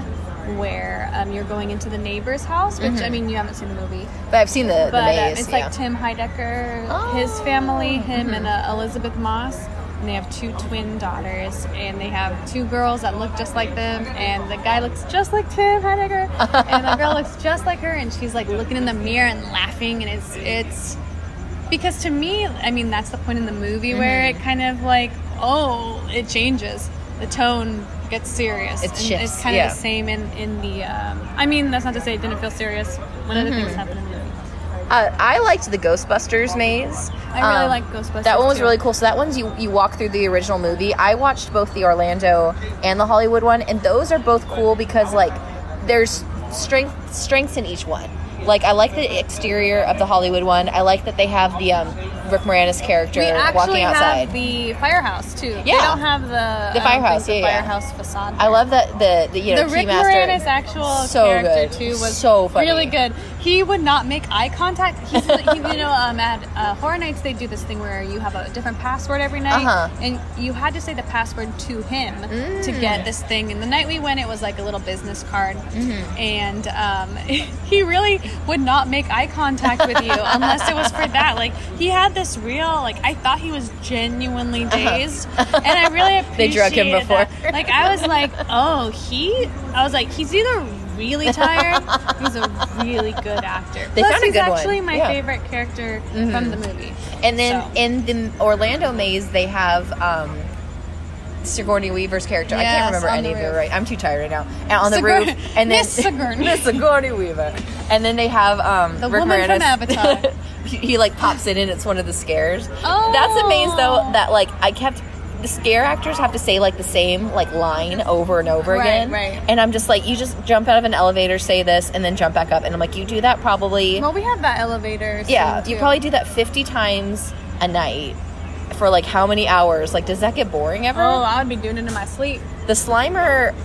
[SPEAKER 5] where um, you're going into the neighbor's house, which I mean, you haven't seen the movie,
[SPEAKER 4] But I've seen the, the
[SPEAKER 5] but uh,
[SPEAKER 4] maze.
[SPEAKER 5] it's
[SPEAKER 4] yeah.
[SPEAKER 5] like Tim Heidecker, his family, him and
[SPEAKER 4] Oh.
[SPEAKER 5] uh, Elizabeth Moss. And they have two twin daughters, and they have two girls that look just like them. And the guy looks just like Tim Heidecker, and the girl looks just like her. And she's like looking in the mirror and laughing, and it's it's because to me i mean that's the point in the movie where
[SPEAKER 4] Mm-hmm.
[SPEAKER 5] it kind of like oh it changes the tone gets serious
[SPEAKER 4] It
[SPEAKER 5] And
[SPEAKER 4] shifts,
[SPEAKER 5] it's kind
[SPEAKER 4] yeah.
[SPEAKER 5] of the same in in the um, i mean that's not to say it didn't feel serious when other
[SPEAKER 4] Mm-hmm.
[SPEAKER 5] things happen in the movie
[SPEAKER 4] Uh, I liked the Ghostbusters maze. Um,
[SPEAKER 5] I really like Ghostbusters,
[SPEAKER 4] That one was
[SPEAKER 5] too.
[SPEAKER 4] really cool. So that one's you you walk through the original movie. I watched both the Orlando and the Hollywood one, and those are both cool because like there's strength strengths in each one. Like I like the exterior of the Hollywood one. I like that they have the um, Rick Moranis character
[SPEAKER 5] We actually
[SPEAKER 4] walking outside.
[SPEAKER 5] have the firehouse too. They
[SPEAKER 4] Yeah.
[SPEAKER 5] don't have the
[SPEAKER 4] The
[SPEAKER 5] I don't
[SPEAKER 4] firehouse,
[SPEAKER 5] think the
[SPEAKER 4] yeah, yeah.
[SPEAKER 5] firehouse facade.
[SPEAKER 4] I love that the, the you know
[SPEAKER 5] the
[SPEAKER 4] key
[SPEAKER 5] Rick
[SPEAKER 4] master.
[SPEAKER 5] Moranis actual
[SPEAKER 4] so
[SPEAKER 5] character
[SPEAKER 4] good.
[SPEAKER 5] too was
[SPEAKER 4] So funny.
[SPEAKER 5] really good. He would not make eye contact. He's, he, you know, um, at uh, horror nights they do this thing where you have a different password every night,
[SPEAKER 4] Uh-huh. Mm.
[SPEAKER 5] and you had to say the password to him to get this thing. And the night we went, it was like a little business card,
[SPEAKER 4] Mm-hmm.
[SPEAKER 5] and um, <laughs> he really would not make eye contact with you unless it was for that. Like he had this real, like I thought he was genuinely dazed, and I really
[SPEAKER 4] Uh-huh. <laughs> They drug
[SPEAKER 5] appreciated
[SPEAKER 4] him before.
[SPEAKER 5] that. Like I was like, oh, he. I was like, he's either really tired. He's a really good actor.
[SPEAKER 4] They
[SPEAKER 5] Plus,
[SPEAKER 4] found a
[SPEAKER 5] he's
[SPEAKER 4] good one.
[SPEAKER 5] actually my
[SPEAKER 4] Yeah. Mm-hmm.
[SPEAKER 5] favorite character from the movie.
[SPEAKER 4] And then
[SPEAKER 5] So.
[SPEAKER 4] in the Orlando maze, they have um, Sigourney Weaver's character. I
[SPEAKER 5] Yes,
[SPEAKER 4] can't remember
[SPEAKER 5] on
[SPEAKER 4] any
[SPEAKER 5] the
[SPEAKER 4] of the
[SPEAKER 5] roof.
[SPEAKER 4] right. I'm too tired right now. And on the
[SPEAKER 5] Sigour-
[SPEAKER 4] roof, and then
[SPEAKER 5] Miss Sigourney.
[SPEAKER 4] <laughs> Miss Sigourney Weaver. And then they have um,
[SPEAKER 5] The
[SPEAKER 4] Rick
[SPEAKER 5] woman from
[SPEAKER 4] Moranis.
[SPEAKER 5] Avatar.
[SPEAKER 4] he, he, like pops in, and it's one of the scares.
[SPEAKER 5] Oh.
[SPEAKER 4] <laughs> that's the maze though. That like I kept. The scare actors have to say like the same like line over and over
[SPEAKER 5] Right,
[SPEAKER 4] again,
[SPEAKER 5] right.
[SPEAKER 4] And I'm just like, you just jump out of an elevator, say this, and then jump back up. And I'm like, you do that probably
[SPEAKER 5] Well, we have that elevator. scene,
[SPEAKER 4] yeah, you
[SPEAKER 5] too.
[SPEAKER 4] probably do that 50 times a night for like how many hours? Like, does that get boring ever?
[SPEAKER 5] Oh, I would be doing it in my sleep.
[SPEAKER 4] The Slimer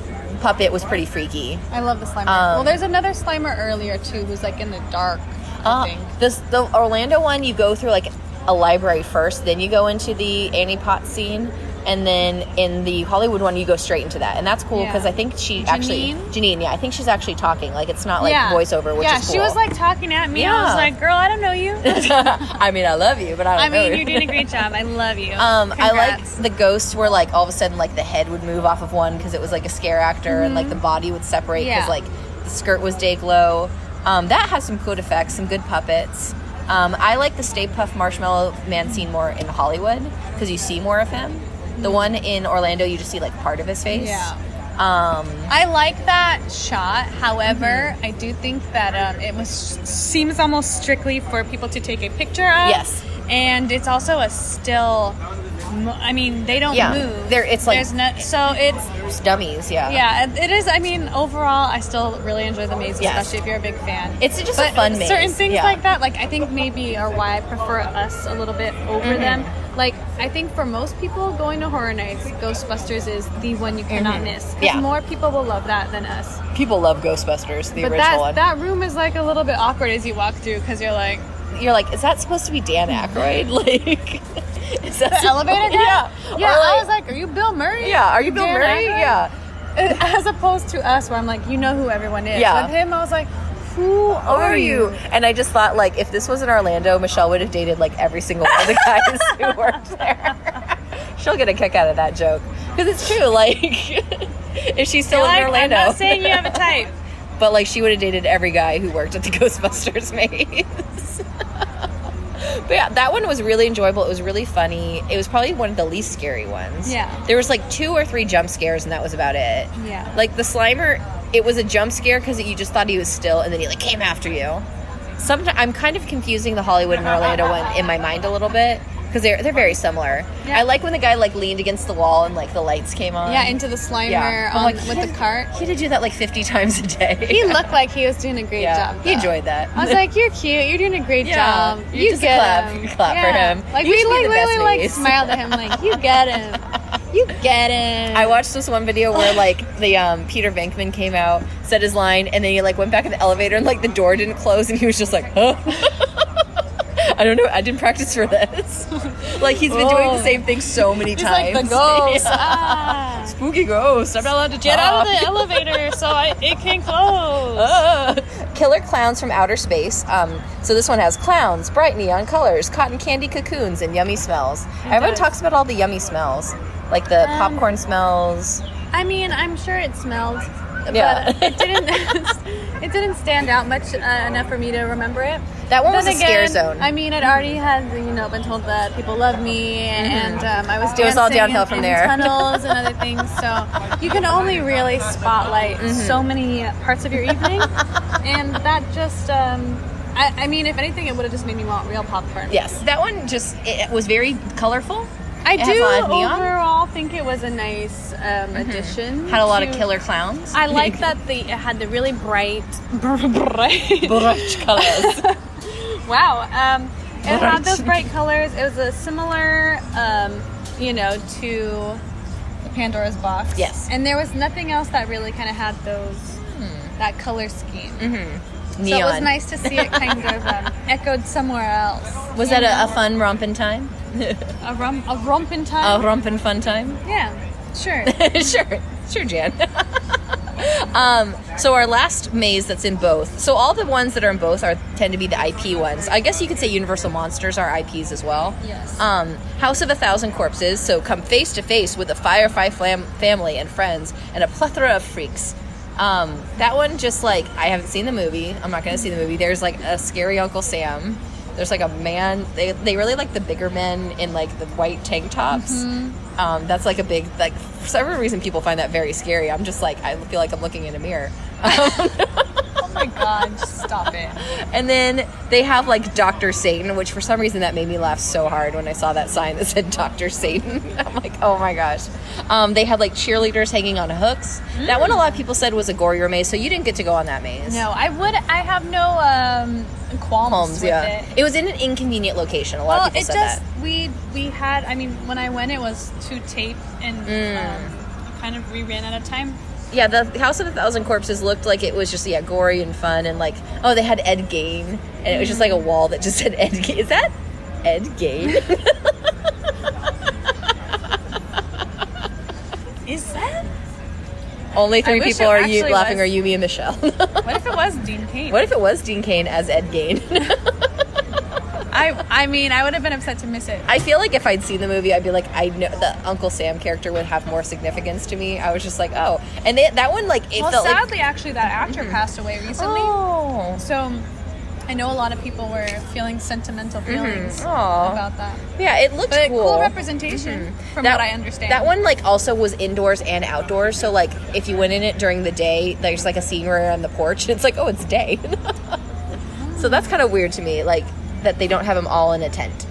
[SPEAKER 4] puppet was pretty freaky.
[SPEAKER 5] I love the Slimer.
[SPEAKER 4] Um,
[SPEAKER 5] well, there's another Slimer earlier too, who's like in the dark.
[SPEAKER 4] Uh,
[SPEAKER 5] I think.
[SPEAKER 4] this the Orlando one, you go through like a library first, then you go into the Annie Potts scene, and then in the Hollywood one, you go straight into that, and that's cool because
[SPEAKER 5] Yeah.
[SPEAKER 4] I think she actually Janine, yeah, I think she's actually talking. Like, it's not like
[SPEAKER 5] yeah.
[SPEAKER 4] voiceover, which
[SPEAKER 5] yeah,
[SPEAKER 4] is cool.
[SPEAKER 5] she was like talking at me. I
[SPEAKER 4] Yeah.
[SPEAKER 5] was like, "Girl, I don't know you.
[SPEAKER 4] <laughs> I mean, I love you, but I don't
[SPEAKER 5] I mean,
[SPEAKER 4] know
[SPEAKER 5] you're doing a great job. I love you.
[SPEAKER 4] <laughs> Um, I
[SPEAKER 5] Congrats.
[SPEAKER 4] like the ghosts were like all of a sudden like the head would move off of one because it was like a scare actor and like the body would separate because
[SPEAKER 5] Mm-hmm. Yeah.
[SPEAKER 4] like the skirt was day glow. Um, that has some good effects, some good puppets. Um, I like the Stay Puff Marshmallow Man scene more in Hollywood because you see more of him. The one in Orlando, you just see like part of his face.
[SPEAKER 5] Mm-hmm. Yeah.
[SPEAKER 4] Um,
[SPEAKER 5] I like that shot. However,
[SPEAKER 4] Mm-hmm.
[SPEAKER 5] I do think that um, it was seems almost strictly for people to take a picture of.
[SPEAKER 4] Yes.
[SPEAKER 5] and it's also a still. mo- I mean, they don't
[SPEAKER 4] Yeah.
[SPEAKER 5] move.
[SPEAKER 4] They're- it's like- Uh-huh.
[SPEAKER 5] There's no, so it's
[SPEAKER 4] just dummies, yeah.
[SPEAKER 5] yeah. it- It is. I mean, overall, I still really enjoy the maze,
[SPEAKER 4] Yes.
[SPEAKER 5] especially if you're a big fan.
[SPEAKER 4] It's just a fun maze.
[SPEAKER 5] Certain things
[SPEAKER 4] yeah.
[SPEAKER 5] like that, like I think maybe are why I prefer us a little bit over
[SPEAKER 4] Mm-hmm.
[SPEAKER 5] them. Like I think for most people going to horror nights, Ghostbusters is the one you cannot miss. 'Cause
[SPEAKER 4] Mm-hmm. Yeah.
[SPEAKER 5] more people will love that than us.
[SPEAKER 4] People love Ghostbusters, the
[SPEAKER 5] but
[SPEAKER 4] original
[SPEAKER 5] that
[SPEAKER 4] one.
[SPEAKER 5] that room is like a little bit awkward as you walk through because you're like
[SPEAKER 4] You're like, is that supposed to be Dan Aykroyd? <laughs> Like, is that
[SPEAKER 5] the elevator guy.
[SPEAKER 4] <laughs> Yeah.
[SPEAKER 5] yeah.
[SPEAKER 4] Or,
[SPEAKER 5] I
[SPEAKER 4] like-
[SPEAKER 5] was like, are you Bill Murray?
[SPEAKER 4] Yeah, are you Bill
[SPEAKER 5] Dan
[SPEAKER 4] Murray?
[SPEAKER 5] Aykroyd?"
[SPEAKER 4] Yeah.
[SPEAKER 5] <laughs> As opposed to us, where I'm like, you know who everyone is.
[SPEAKER 4] Yeah.
[SPEAKER 5] With him, I was like, who
[SPEAKER 4] Are you? And I just thought, like, if this was in Orlando, Michelle would have dated like every single one of the guys
[SPEAKER 5] <laughs>
[SPEAKER 4] who worked there. She'll get a kick out of that joke because it's true. Like, <laughs> if she's still
[SPEAKER 5] You're
[SPEAKER 4] in
[SPEAKER 5] like, I'm
[SPEAKER 4] Orlando,
[SPEAKER 5] not saying you have a <laughs> type.
[SPEAKER 4] but like she would have dated every guy who worked at the <laughs> Ghostbusters maze. <laughs> but yeah, that one was really enjoyable. It was really funny. It was probably one of the least scary ones.
[SPEAKER 5] Yeah.
[SPEAKER 4] There was like two or three jump scares and that was about it.
[SPEAKER 5] Yeah.
[SPEAKER 4] Like the Slimer, it was a jump scare because you just thought he was still and then he like came after you. Sometimes I'm kind of confusing the Hollywood and Orlando one in my mind a little bit because they're they're very similar.
[SPEAKER 5] Yeah.
[SPEAKER 4] I like when the guy like leaned against the wall and like the lights came on.
[SPEAKER 5] Yeah, into the Slimer
[SPEAKER 4] Yeah. I'm
[SPEAKER 5] on,
[SPEAKER 4] like,
[SPEAKER 5] with the
[SPEAKER 4] <laughs>
[SPEAKER 5] cart.
[SPEAKER 4] he had to do that like 50 times a day.
[SPEAKER 5] He looked like he was doing a great
[SPEAKER 4] Yeah,
[SPEAKER 5] job.
[SPEAKER 4] He
[SPEAKER 5] though.
[SPEAKER 4] enjoyed that.
[SPEAKER 5] I was like, "You're cute. You're doing a great
[SPEAKER 4] Yeah,
[SPEAKER 5] job.
[SPEAKER 4] you
[SPEAKER 5] You
[SPEAKER 4] just
[SPEAKER 5] get
[SPEAKER 4] clap-
[SPEAKER 5] him.
[SPEAKER 4] you <laughs> clap for him.
[SPEAKER 5] Like
[SPEAKER 4] You
[SPEAKER 5] we
[SPEAKER 4] should be
[SPEAKER 5] like
[SPEAKER 4] the best
[SPEAKER 5] literally like
[SPEAKER 4] niece.
[SPEAKER 5] smiled at him. Like you get him. You get him.
[SPEAKER 4] <laughs> I watched this one video where like the um, Peter Venkman came out, said his line, and then he like went back in the elevator and like the door didn't close, and he was just like, "Huh." <laughs> I don't know. I didn't practice for this. <laughs> like he's been doing the same thing so many
[SPEAKER 5] Oh.
[SPEAKER 4] times. <laughs>
[SPEAKER 5] like the ghost.
[SPEAKER 4] Yeah.
[SPEAKER 5] Ah,
[SPEAKER 4] Spooky ghost. I'm not allowed to
[SPEAKER 5] get out
[SPEAKER 4] talk.
[SPEAKER 5] of the elevator so I, it can close.
[SPEAKER 4] Oh. Killer Clowns from Outer Space. Um, so this one has clowns, bright neon colors, cotton candy cocoons, and yummy smells. Everyone
[SPEAKER 5] does.
[SPEAKER 4] talks about all the yummy smells, like the
[SPEAKER 5] Um,
[SPEAKER 4] popcorn smells.
[SPEAKER 5] I mean, I'm sure it smelled.
[SPEAKER 4] Yeah.
[SPEAKER 5] But it didn't. <laughs> it didn't stand out much uh, enough for me to remember it.
[SPEAKER 4] That one
[SPEAKER 5] Then
[SPEAKER 4] was a scare
[SPEAKER 5] again,
[SPEAKER 4] zone.
[SPEAKER 5] I mean, I'd already had you know been told that people love me, and um, I was dancing
[SPEAKER 4] Mm-hmm. It was all downhill
[SPEAKER 5] in-
[SPEAKER 4] from
[SPEAKER 5] in
[SPEAKER 4] there.
[SPEAKER 5] Tunnels and other things. So you can only really spotlight
[SPEAKER 4] Mm-hmm.
[SPEAKER 5] so many parts of your evening, and that just. Um, I, I mean, if anything, it would have just made me want real popcorn.
[SPEAKER 4] yes, that one just it was very colorful.
[SPEAKER 5] I
[SPEAKER 4] It has
[SPEAKER 5] do
[SPEAKER 4] a lot of neon. Mm-hmm.
[SPEAKER 5] overall think it was a nice um, addition.
[SPEAKER 4] Had a lot of
[SPEAKER 5] to-
[SPEAKER 4] killer
[SPEAKER 5] <laughs>
[SPEAKER 4] clowns.
[SPEAKER 5] I like that the it had the really <laughs> bright, bright
[SPEAKER 4] bright colors.
[SPEAKER 5] Wow. Um, It had those bright colors. It was a similar, um, you know, to the Pandora's box.
[SPEAKER 4] Yes.
[SPEAKER 5] And there was nothing else that really kind of had those that color scheme.
[SPEAKER 4] Neon.
[SPEAKER 5] So it was nice to see it kind of <laughs> um, echoed somewhere else.
[SPEAKER 4] <laughs> Was that a, a fun rompin' time?
[SPEAKER 5] A rum, a romping
[SPEAKER 4] A
[SPEAKER 5] time.
[SPEAKER 4] rompin' fun
[SPEAKER 5] Oh.
[SPEAKER 4] time? <laughs>
[SPEAKER 5] yeah. Sure. <laughs>
[SPEAKER 4] sure, sure, Jan. <laughs> um, so our last maze that's in both. So all the ones that are in both are tend to be the IP ones. I guess you could say Universal Monsters are IPs as well.
[SPEAKER 5] Yes.
[SPEAKER 4] Um, House of a Thousand Corpses. So come face to face with the Firefly flam- family and friends and a plethora of freaks. Um, that one just like I haven't seen the movie. I'm not gonna see the movie. There's like a scary Uncle Sam. There's like a man. They, they really like the bigger men in like the white tank tops. Um, that's like a big like for some reason people find that very scary. I'm just like I feel like I'm looking in a mirror.
[SPEAKER 5] oh my god, stop it.
[SPEAKER 4] And then they have like Dr. Satan, which for some reason that made me laugh so hard when I saw that sign that said Dr. Satan. <laughs> I'm like, oh my gosh. Um, they had like cheerleaders hanging on hooks. That one a lot of people said was a gorier maze, so you didn't get to go on that maze.
[SPEAKER 5] No, I would. I have no um, qualms,
[SPEAKER 4] Homes,
[SPEAKER 5] with
[SPEAKER 4] yeah.
[SPEAKER 5] it.
[SPEAKER 4] It. was in an inconvenient location. A lot
[SPEAKER 5] Well,
[SPEAKER 4] of people
[SPEAKER 5] it
[SPEAKER 4] said
[SPEAKER 5] just
[SPEAKER 4] that.
[SPEAKER 5] we we had. I mean, when I went, it was two tape, and
[SPEAKER 4] Mm.
[SPEAKER 5] um, kind of we ran out of time.
[SPEAKER 4] Yeah, the House of a Thousand Corpses looked like it was just yeah, gory and fun and like oh they had Ed Gain and it was just like a wall that just <laughs> said Ed Gain. Is that Ed Gain?
[SPEAKER 5] <laughs> Is that?
[SPEAKER 4] Only three
[SPEAKER 5] wish
[SPEAKER 4] people
[SPEAKER 5] it
[SPEAKER 4] are you
[SPEAKER 5] actually
[SPEAKER 4] laughing
[SPEAKER 5] was-
[SPEAKER 4] are Yumi and Michelle. <laughs>
[SPEAKER 5] What if it was Dean Payne?
[SPEAKER 4] What if it was Dean Kane as Ed Gain?
[SPEAKER 5] I I mean, I would have been upset to miss it.
[SPEAKER 4] <laughs> I feel like if I'd seen the movie, I'd be like, I know the Uncle Sam character would have more significance to me. I was just like, oh, and they, that one like it
[SPEAKER 5] well,
[SPEAKER 4] felt like Mm-hmm.
[SPEAKER 5] sadly, actually, that actor passed away recently.
[SPEAKER 4] oh,
[SPEAKER 5] So I know a lot of people were feeling sentimental feelings
[SPEAKER 4] Mm-hmm. Aw.
[SPEAKER 5] about that.
[SPEAKER 4] yeah, it looked
[SPEAKER 5] But
[SPEAKER 4] cool. Mm-hmm.
[SPEAKER 5] cool, representation from what I understand.
[SPEAKER 4] That one like also was indoors and outdoors. So like if you went in it during the day, there's like a scene where you're on the porch <laughs> and it's like, oh, it's day. so that's kind of weird to me, like that they don't have them all in a tent.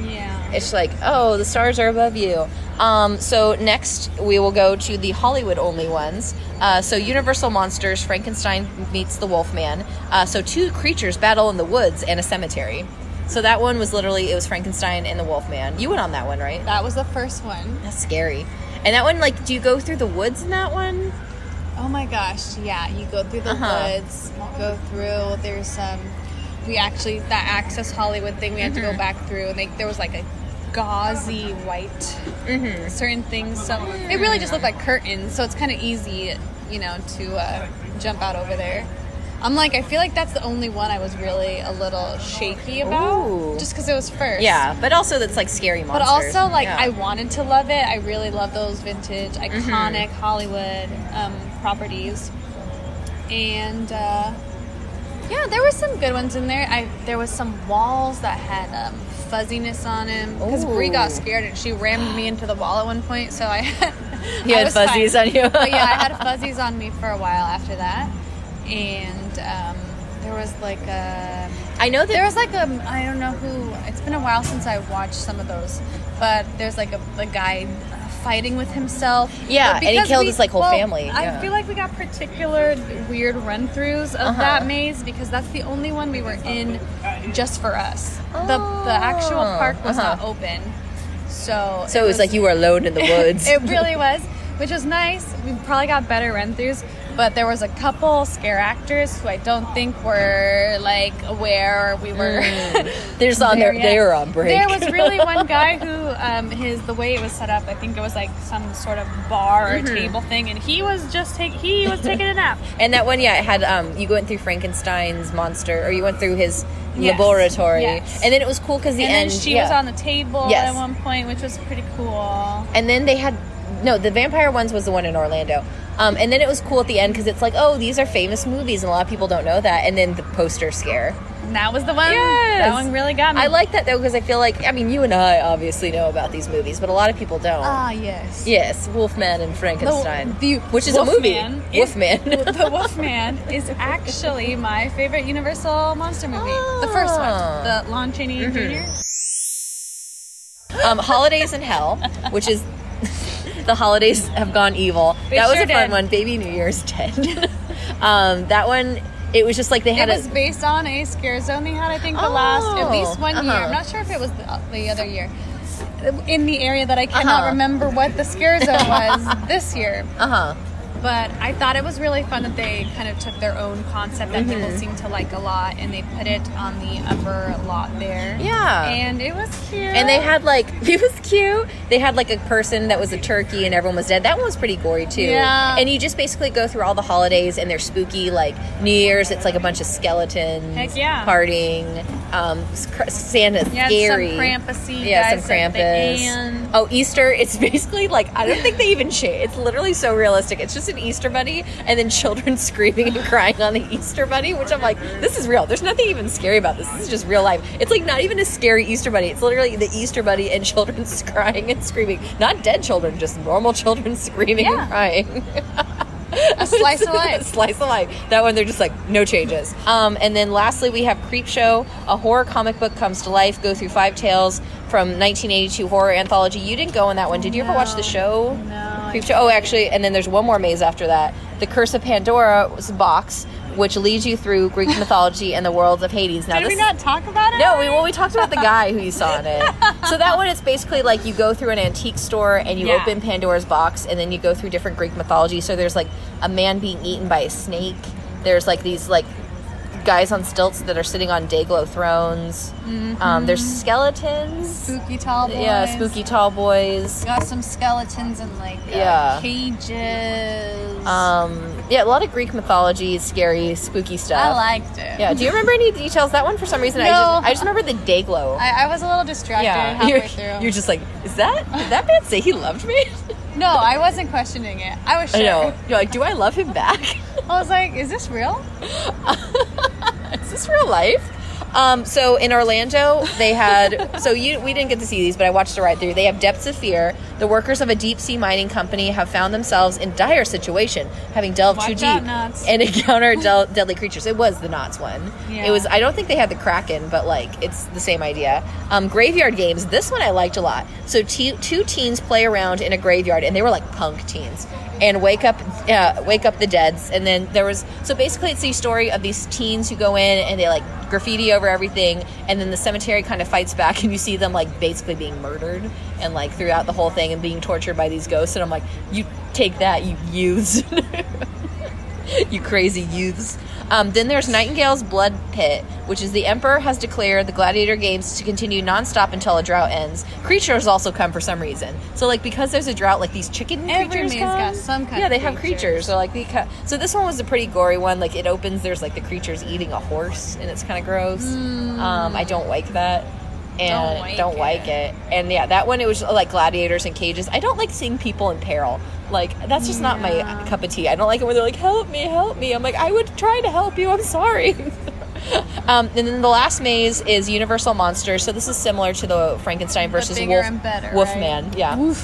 [SPEAKER 5] Yeah.
[SPEAKER 4] It's like, oh, the stars are above you. Um, so next we will go to the Hollywood only ones. Uh, so Universal Monsters, Frankenstein meets the Wolfman. Uh, so two creatures battle in the woods and a cemetery. So that one was literally it was Frankenstein and the Wolfman. You went on that one, right?
[SPEAKER 5] That was the first one.
[SPEAKER 4] That's scary. And that one, like, do you go through the woods in that one?
[SPEAKER 5] Oh my gosh, yeah. You go through the
[SPEAKER 4] Uh-huh.
[SPEAKER 5] woods, you go through, there's some. we actually, that Access Hollywood thing, we had to go
[SPEAKER 4] Mm-hmm.
[SPEAKER 5] back through, and they, there was like a gauzy white,
[SPEAKER 4] Mm-hmm.
[SPEAKER 5] certain things. So it really just looked like curtains, so it's kind of easy, you know, to uh, jump out over there. I'm like, I feel like that's the only one I was really a little shaky about,
[SPEAKER 4] Ooh.
[SPEAKER 5] just because it was first.
[SPEAKER 4] Yeah, but also that's like scary
[SPEAKER 5] But
[SPEAKER 4] monsters.
[SPEAKER 5] also, like,
[SPEAKER 4] Yeah. Mm-hmm.
[SPEAKER 5] I wanted to love it. I really love those vintage, iconic Hollywood um, properties. And uh, yeah, there were some good ones in there. I there was some walls that had um, fuzziness on them because Brie got
[SPEAKER 4] Ooh.
[SPEAKER 5] scared and she rammed me into the wall at one point. So I <laughs> had,
[SPEAKER 4] <laughs> You
[SPEAKER 5] I
[SPEAKER 4] had
[SPEAKER 5] was fine.
[SPEAKER 4] fuzzies on you?
[SPEAKER 5] But yeah, I had fuzzies on me for a while after that, and um, there was like a
[SPEAKER 4] I know that
[SPEAKER 5] there was like a I don't know who. It's been a while since I watched some of those, but there's like a, a guy fighting with himself.
[SPEAKER 4] Yeah,
[SPEAKER 5] But
[SPEAKER 4] and he
[SPEAKER 5] because
[SPEAKER 4] killed his, like, whole family, yeah.
[SPEAKER 5] I feel like we got particular weird run throughs of
[SPEAKER 4] Uh-huh.
[SPEAKER 5] that maze because that's the only one we were in just for us. The the actual
[SPEAKER 4] Oh,
[SPEAKER 5] park was not
[SPEAKER 4] uh-huh.
[SPEAKER 5] open, so
[SPEAKER 4] <laughs> so it was like you were alone in the
[SPEAKER 5] <laughs>
[SPEAKER 4] woods.
[SPEAKER 5] it really was, which was nice. We probably got better run throughs, but there was a couple scare actors who I don't think were like aware or we were. <laughs>
[SPEAKER 4] They're just on their,
[SPEAKER 5] there yet.
[SPEAKER 4] they were on Mm, break.
[SPEAKER 5] There was really one guy who um, his the way it was set up. I think it was like some sort of bar
[SPEAKER 4] Mm-hmm.
[SPEAKER 5] or table thing, and he was just take, he was taking a nap.
[SPEAKER 4] <laughs> And that one, yeah, it had um, you went through Frankenstein's monster, or you went through his
[SPEAKER 5] Yes.
[SPEAKER 4] laboratory,
[SPEAKER 5] Yes.
[SPEAKER 4] and then it was cool because <laughs> the
[SPEAKER 5] and
[SPEAKER 4] end.
[SPEAKER 5] then she
[SPEAKER 4] yeah.
[SPEAKER 5] was on the table
[SPEAKER 4] Yes.
[SPEAKER 5] at one point, which was pretty cool.
[SPEAKER 4] and then they had no, the vampire ones was the one in Orlando, um, and then it was cool at the end because it's like, oh, these are famous movies, and a lot of people don't know that, and then the poster scare.
[SPEAKER 5] And that was the one. That
[SPEAKER 4] Yes.
[SPEAKER 5] one really got me.
[SPEAKER 4] I like that though because I feel like I mean, you and I obviously know about these movies, but a lot of people don't.
[SPEAKER 5] Ah yes.
[SPEAKER 4] yes, Wolfman and Frankenstein,
[SPEAKER 5] The,
[SPEAKER 4] which is a movie.
[SPEAKER 5] Wolfman is-
[SPEAKER 4] Wolfman.
[SPEAKER 5] <laughs> the Wolfman is actually my favorite Universal monster movie. The first
[SPEAKER 4] Ah. Mm-hmm.
[SPEAKER 5] one, the Lon Chaney Jr.
[SPEAKER 4] um, Holidays in Hell, which is <laughs> the holidays have gone evil.
[SPEAKER 5] They
[SPEAKER 4] that was
[SPEAKER 5] sure
[SPEAKER 4] a fun
[SPEAKER 5] did.
[SPEAKER 4] <laughs> one. Baby New Year's dead. um, that one It was just like they had
[SPEAKER 5] It
[SPEAKER 4] a.
[SPEAKER 5] was based on a scare zone they had, I think, the last at least one year.
[SPEAKER 4] uh-huh.
[SPEAKER 5] I'm not sure if it was the, the other year. In the area that I cannot
[SPEAKER 4] Uh-huh.
[SPEAKER 5] remember what the scare
[SPEAKER 4] <laughs>
[SPEAKER 5] zone was this year,
[SPEAKER 4] uh huh.
[SPEAKER 5] but I thought it was really fun that they kind of took their own concept that people
[SPEAKER 4] Mm-hmm.
[SPEAKER 5] seem to like a lot and they put it on the upper lot there.
[SPEAKER 4] Yeah.
[SPEAKER 5] and it was cute.
[SPEAKER 4] And they had like <laughs> it was cute. They had like a person that was a turkey and everyone was dead. That one was pretty gory too.
[SPEAKER 5] Yeah.
[SPEAKER 4] And you just basically go through all the holidays and they're spooky. Like New Year's, it's like a bunch of skeletons.
[SPEAKER 5] Heck yeah.
[SPEAKER 4] Partying. Um, s- cr- Santa's
[SPEAKER 5] yeah,
[SPEAKER 4] scary.
[SPEAKER 5] some Krampusy
[SPEAKER 4] Yeah,
[SPEAKER 5] guys
[SPEAKER 4] some
[SPEAKER 5] at the
[SPEAKER 4] Krampus.
[SPEAKER 5] end.
[SPEAKER 4] Oh, Easter. It's <laughs> basically like I don't think they even shade. It's literally so realistic. It's just an Easter bunny and then children <laughs> screaming and crying on the Easter bunny, which I'm like, this is real. There's nothing even scary about this. This is just real life. It's like not even a scary Easter bunny. It's literally the Easter bunny and <laughs> children crying and screaming. Not dead children, just normal children <laughs> screaming
[SPEAKER 5] Yeah.
[SPEAKER 4] and crying.
[SPEAKER 5] a slice of life.
[SPEAKER 4] <laughs> slice of life. That one, they're just like no changes. Um, and then lastly, we have Creep Show, a horror comic book comes to life. Go through five tales from 1982 horror anthology. You didn't go on that one. Did you ever watch the show? No. Creep Show. Oh, actually, and then there's one more maze after that. The Curse of Pandora's box, which leads you through Greek mythology and the worlds of Hades. Now
[SPEAKER 5] <laughs> Did
[SPEAKER 4] this
[SPEAKER 5] we not talk about it?
[SPEAKER 4] no, we well we talked about the guy who you saw in it. So that one it's basically like you go through an antique store and you
[SPEAKER 5] Yeah.
[SPEAKER 4] open Pandora's box and then you go through different Greek mythology. So there's like a man being eaten by a snake. There's like these like guys on stilts that are sitting on Dayglow thrones.
[SPEAKER 5] Mm-hmm.
[SPEAKER 4] Um, there's skeletons.
[SPEAKER 5] spooky tall boys.
[SPEAKER 4] Yeah, spooky tall boys.
[SPEAKER 5] Got some skeletons and like uh,
[SPEAKER 4] Yeah.
[SPEAKER 5] cages.
[SPEAKER 4] Um, yeah, a lot of Greek mythology, scary, spooky stuff.
[SPEAKER 5] I liked it.
[SPEAKER 4] yeah, do you remember any details? That one for some reason I
[SPEAKER 5] No.
[SPEAKER 4] just I just remember the Dayglow.
[SPEAKER 5] I, I was a little distracted halfway
[SPEAKER 4] <laughs> you're,
[SPEAKER 5] through.
[SPEAKER 4] you're just like, is that did that man say he loved me?
[SPEAKER 5] no, I wasn't questioning it. I was sure.
[SPEAKER 4] I know. <laughs> You're like, do I love him back? <laughs>
[SPEAKER 5] I was like, is this real?
[SPEAKER 4] is this real life? Um, so in Orlando, they had so you we didn't get to see these, but I watched the ride through. They have depths of fear. The workers of a deep sea mining company have found themselves in dire situation, having delved too
[SPEAKER 5] Watch out,
[SPEAKER 4] deep
[SPEAKER 5] Knots.
[SPEAKER 4] <laughs> and encountered del- deadly creatures. It was the knots one.
[SPEAKER 5] Yeah.
[SPEAKER 4] It was. I don't think they had the kraken, but like it's the same idea. Um, graveyard games. This one I liked a lot. So te- two teens play around in a graveyard, and they were like punk teens, and wake up, uh, wake up the deads. And then there was so basically it's the story of these teens who go in and they like graffiti over everything, and then the cemetery kind of fights back, and you see them like basically being murdered and like throughout the whole thing and being tortured by these ghosts. And I'm like, you take that, you youths. you crazy youths. Um, then there's Nightingale's Blood Pit, which is the Emperor has declared the gladiator games to continue nonstop until a drought ends. Creatures also come for some reason. So like because there's a drought, like these chicken
[SPEAKER 5] Every
[SPEAKER 4] creatures
[SPEAKER 5] maze
[SPEAKER 4] come.
[SPEAKER 5] got some kind
[SPEAKER 4] yeah,
[SPEAKER 5] of
[SPEAKER 4] they have
[SPEAKER 5] creatures.
[SPEAKER 4] creatures. So like they ca- so this one was a pretty gory one. Like it opens, there's like the creatures eating a horse, and it's kind of gross. Um, I don't like that. And
[SPEAKER 5] Hmm. Don't like
[SPEAKER 4] don't like it. And yeah, that one it was like gladiators and cages. I don't like seeing people in peril. Like that's just not my cup of tea. I don't like it when they're like, "Help me, help me." I'm like, "I would try to help you. I'm sorry." <laughs> um, and then the last maze is Universal Monsters. So this is similar to the Frankenstein versus
[SPEAKER 5] bigger
[SPEAKER 4] Wolf
[SPEAKER 5] and better,
[SPEAKER 4] Wolfman. Yeah.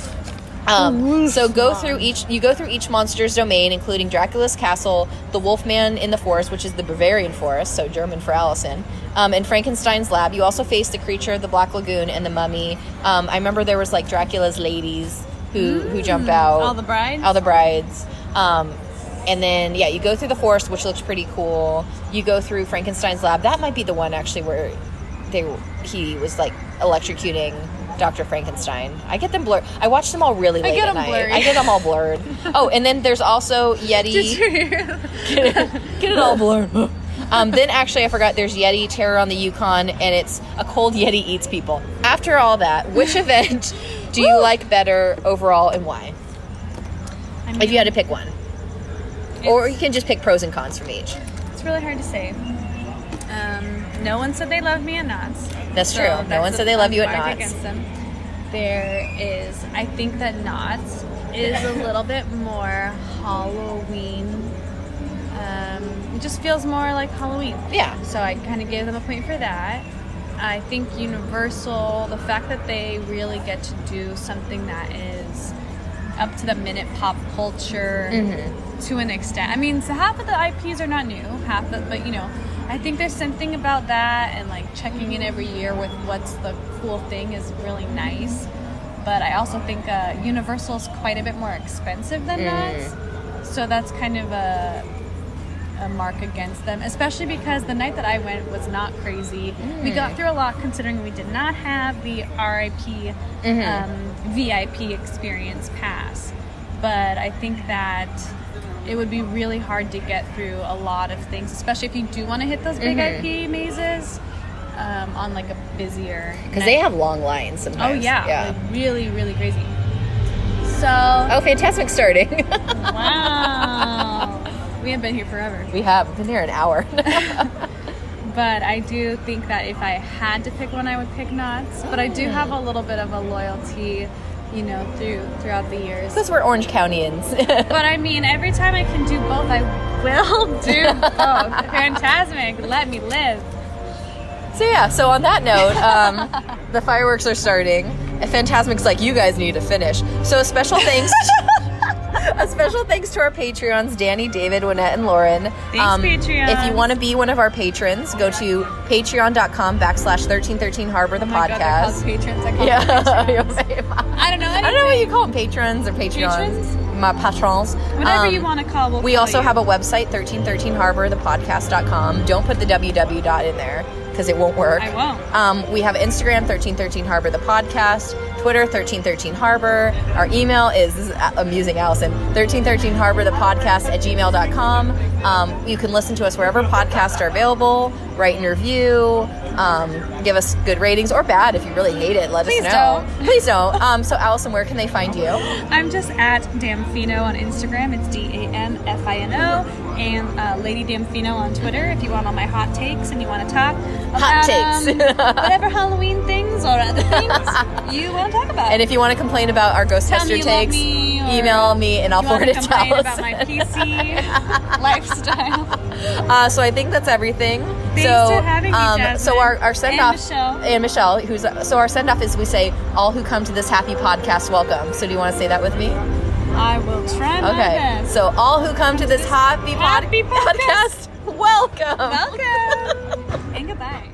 [SPEAKER 4] Um, so go through each. You go through each monster's domain, including Dracula's castle, the Wolfman in the forest, which is the Bavarian forest, so German for Allison, um, and Frankenstein's lab. You also face the creature, the Black Lagoon, and the mummy. Um, I remember there was like Dracula's ladies who who jump out.
[SPEAKER 5] Mm. all the brides?
[SPEAKER 4] All the brides. Um, and then yeah, you go through the forest, which looks pretty cool. You go through Frankenstein's lab. That might be the one actually where they he was like electrocuting Dr. Frankenstein. I get them blurred. I watch them all really late
[SPEAKER 5] get
[SPEAKER 4] at
[SPEAKER 5] them
[SPEAKER 4] night.
[SPEAKER 5] blurry.
[SPEAKER 4] I get them all blurred. oh, and then there's also Yeti. <laughs> Get it all blurred. <laughs> um, then actually, I forgot. There's Yeti Terror on the Yukon, and it's a cold Yeti eats people. After all that, which event do you like better overall, and why?
[SPEAKER 5] I
[SPEAKER 4] If you
[SPEAKER 5] mean,
[SPEAKER 4] had to pick one, or you can just pick pros and cons from each.
[SPEAKER 5] it's really hard to say. Um, no one said they loved me at Knots.
[SPEAKER 4] That's
[SPEAKER 5] So
[SPEAKER 4] true. no one
[SPEAKER 5] that's
[SPEAKER 4] said they love you
[SPEAKER 5] an
[SPEAKER 4] at
[SPEAKER 5] argument
[SPEAKER 4] knots.
[SPEAKER 5] against them. There is, I think that knots is a little bit more Halloween. Um, it just feels more like Halloween.
[SPEAKER 4] Yeah.
[SPEAKER 5] So I kind of gave them a point for that. I think Universal, the fact that they really get to do something that is up to the minute pop culture to an extent. I mean, so half of the IPs are not new, half of, but you know, I think there's something about that and like checking in every year with what's the cool thing is really nice. But I also think uh, Universal's quite a bit more expensive than that. So that's kind of a a mark against them, especially because the night that I went was not crazy. We
[SPEAKER 4] Mm.
[SPEAKER 5] got through a lot considering we did not have the RIP
[SPEAKER 4] Mm-hmm.
[SPEAKER 5] um, VIP experience pass. But I think that it would be really hard to get through a lot of things, especially if you do want to hit those big
[SPEAKER 4] Mm-hmm.
[SPEAKER 5] IP mazes um, on like a busier.
[SPEAKER 4] because they
[SPEAKER 5] night.
[SPEAKER 4] have long lines
[SPEAKER 5] Oh
[SPEAKER 4] sometimes.
[SPEAKER 5] yeah, like, really, really crazy.
[SPEAKER 4] <laughs>
[SPEAKER 5] So
[SPEAKER 4] Oh, fantastic starting. <laughs>
[SPEAKER 5] wow, we have been here forever.
[SPEAKER 4] we have been here an hour. <laughs>
[SPEAKER 5] But I do think that if I had to pick one, I would pick Knots. But I
[SPEAKER 4] Oh.
[SPEAKER 5] do have a little bit of a loyalty, you know, through throughout the years. <laughs>
[SPEAKER 4] Because we're Orange <laughs> Countyans.
[SPEAKER 5] But I mean, every time I can do both, I will
[SPEAKER 4] <laughs>
[SPEAKER 5] do both. Fantasmic, let me live.
[SPEAKER 4] so yeah, so on that note, <laughs> um, the fireworks are starting. And Fantasmic's like, you guys need to finish. So a special <laughs> thanks a special thanks to <laughs> our Patreons, Danny, David, Winette, and Lauren. Um,
[SPEAKER 5] Thanks, Patreons.
[SPEAKER 4] If you want to be one of our patrons, go to patreon.com backslash 1313 Harbor the
[SPEAKER 5] Oh my God, they're called
[SPEAKER 4] podcast.
[SPEAKER 5] patrons. I call
[SPEAKER 4] yeah. <laughs>
[SPEAKER 5] them patrons.
[SPEAKER 4] I
[SPEAKER 5] I don't know.
[SPEAKER 4] don't know what you call them, patrons or patrons.
[SPEAKER 5] Patrons?
[SPEAKER 4] My patrons.
[SPEAKER 5] Whatever
[SPEAKER 4] Um,
[SPEAKER 5] you want to call. We'll
[SPEAKER 4] We
[SPEAKER 5] call
[SPEAKER 4] also
[SPEAKER 5] you.
[SPEAKER 4] have a website, 1313harborthepodcast.com. Don't put the www dot in there because it won't work.
[SPEAKER 5] I won't.
[SPEAKER 4] Um, we have Instagram, 1313harbor the podcast, Twitter, 1313harbor. Our email is, this is a- amusing, Allison, 1313harbor the podcast at gmail.com. Um, you can listen to us wherever podcasts are available, write and review, um, give us good ratings or bad if you really hate it, let
[SPEAKER 5] Please
[SPEAKER 4] us know. <laughs> Please don't. Um, so, Allison, where can they find you?
[SPEAKER 5] I'm just at Damfino on Instagram. It's D A M F I N O, and uh, Lady Damfino on Twitter. If you want all my hot takes and you want to talk about
[SPEAKER 4] Hot
[SPEAKER 5] um,
[SPEAKER 4] takes. <laughs>
[SPEAKER 5] whatever Halloween things or other things you want to talk about.
[SPEAKER 4] And if you want to complain about our ghost
[SPEAKER 5] Tell
[SPEAKER 4] tester
[SPEAKER 5] me you love
[SPEAKER 4] takes,
[SPEAKER 5] me, or
[SPEAKER 4] email me and I'll
[SPEAKER 5] you want
[SPEAKER 4] forward
[SPEAKER 5] to
[SPEAKER 4] it to
[SPEAKER 5] complain about
[SPEAKER 4] Alice.
[SPEAKER 5] my
[SPEAKER 4] <laughs>
[SPEAKER 5] PC lifestyle,
[SPEAKER 4] Uh, so I think that's everything.
[SPEAKER 5] Thanks
[SPEAKER 4] so, um,
[SPEAKER 5] for having me,
[SPEAKER 4] so
[SPEAKER 5] Jasmine.
[SPEAKER 4] our, our
[SPEAKER 5] And
[SPEAKER 4] send off
[SPEAKER 5] Michelle.
[SPEAKER 4] and Michelle, who's so our send off is we say all who come to this happy podcast welcome. So do you want to say that with me?
[SPEAKER 5] I will try my
[SPEAKER 4] Okay.
[SPEAKER 5] best.
[SPEAKER 4] So all who come to this happy, <laughs> pod-
[SPEAKER 5] happy podcast.
[SPEAKER 4] podcast welcome.
[SPEAKER 5] welcome and goodbye.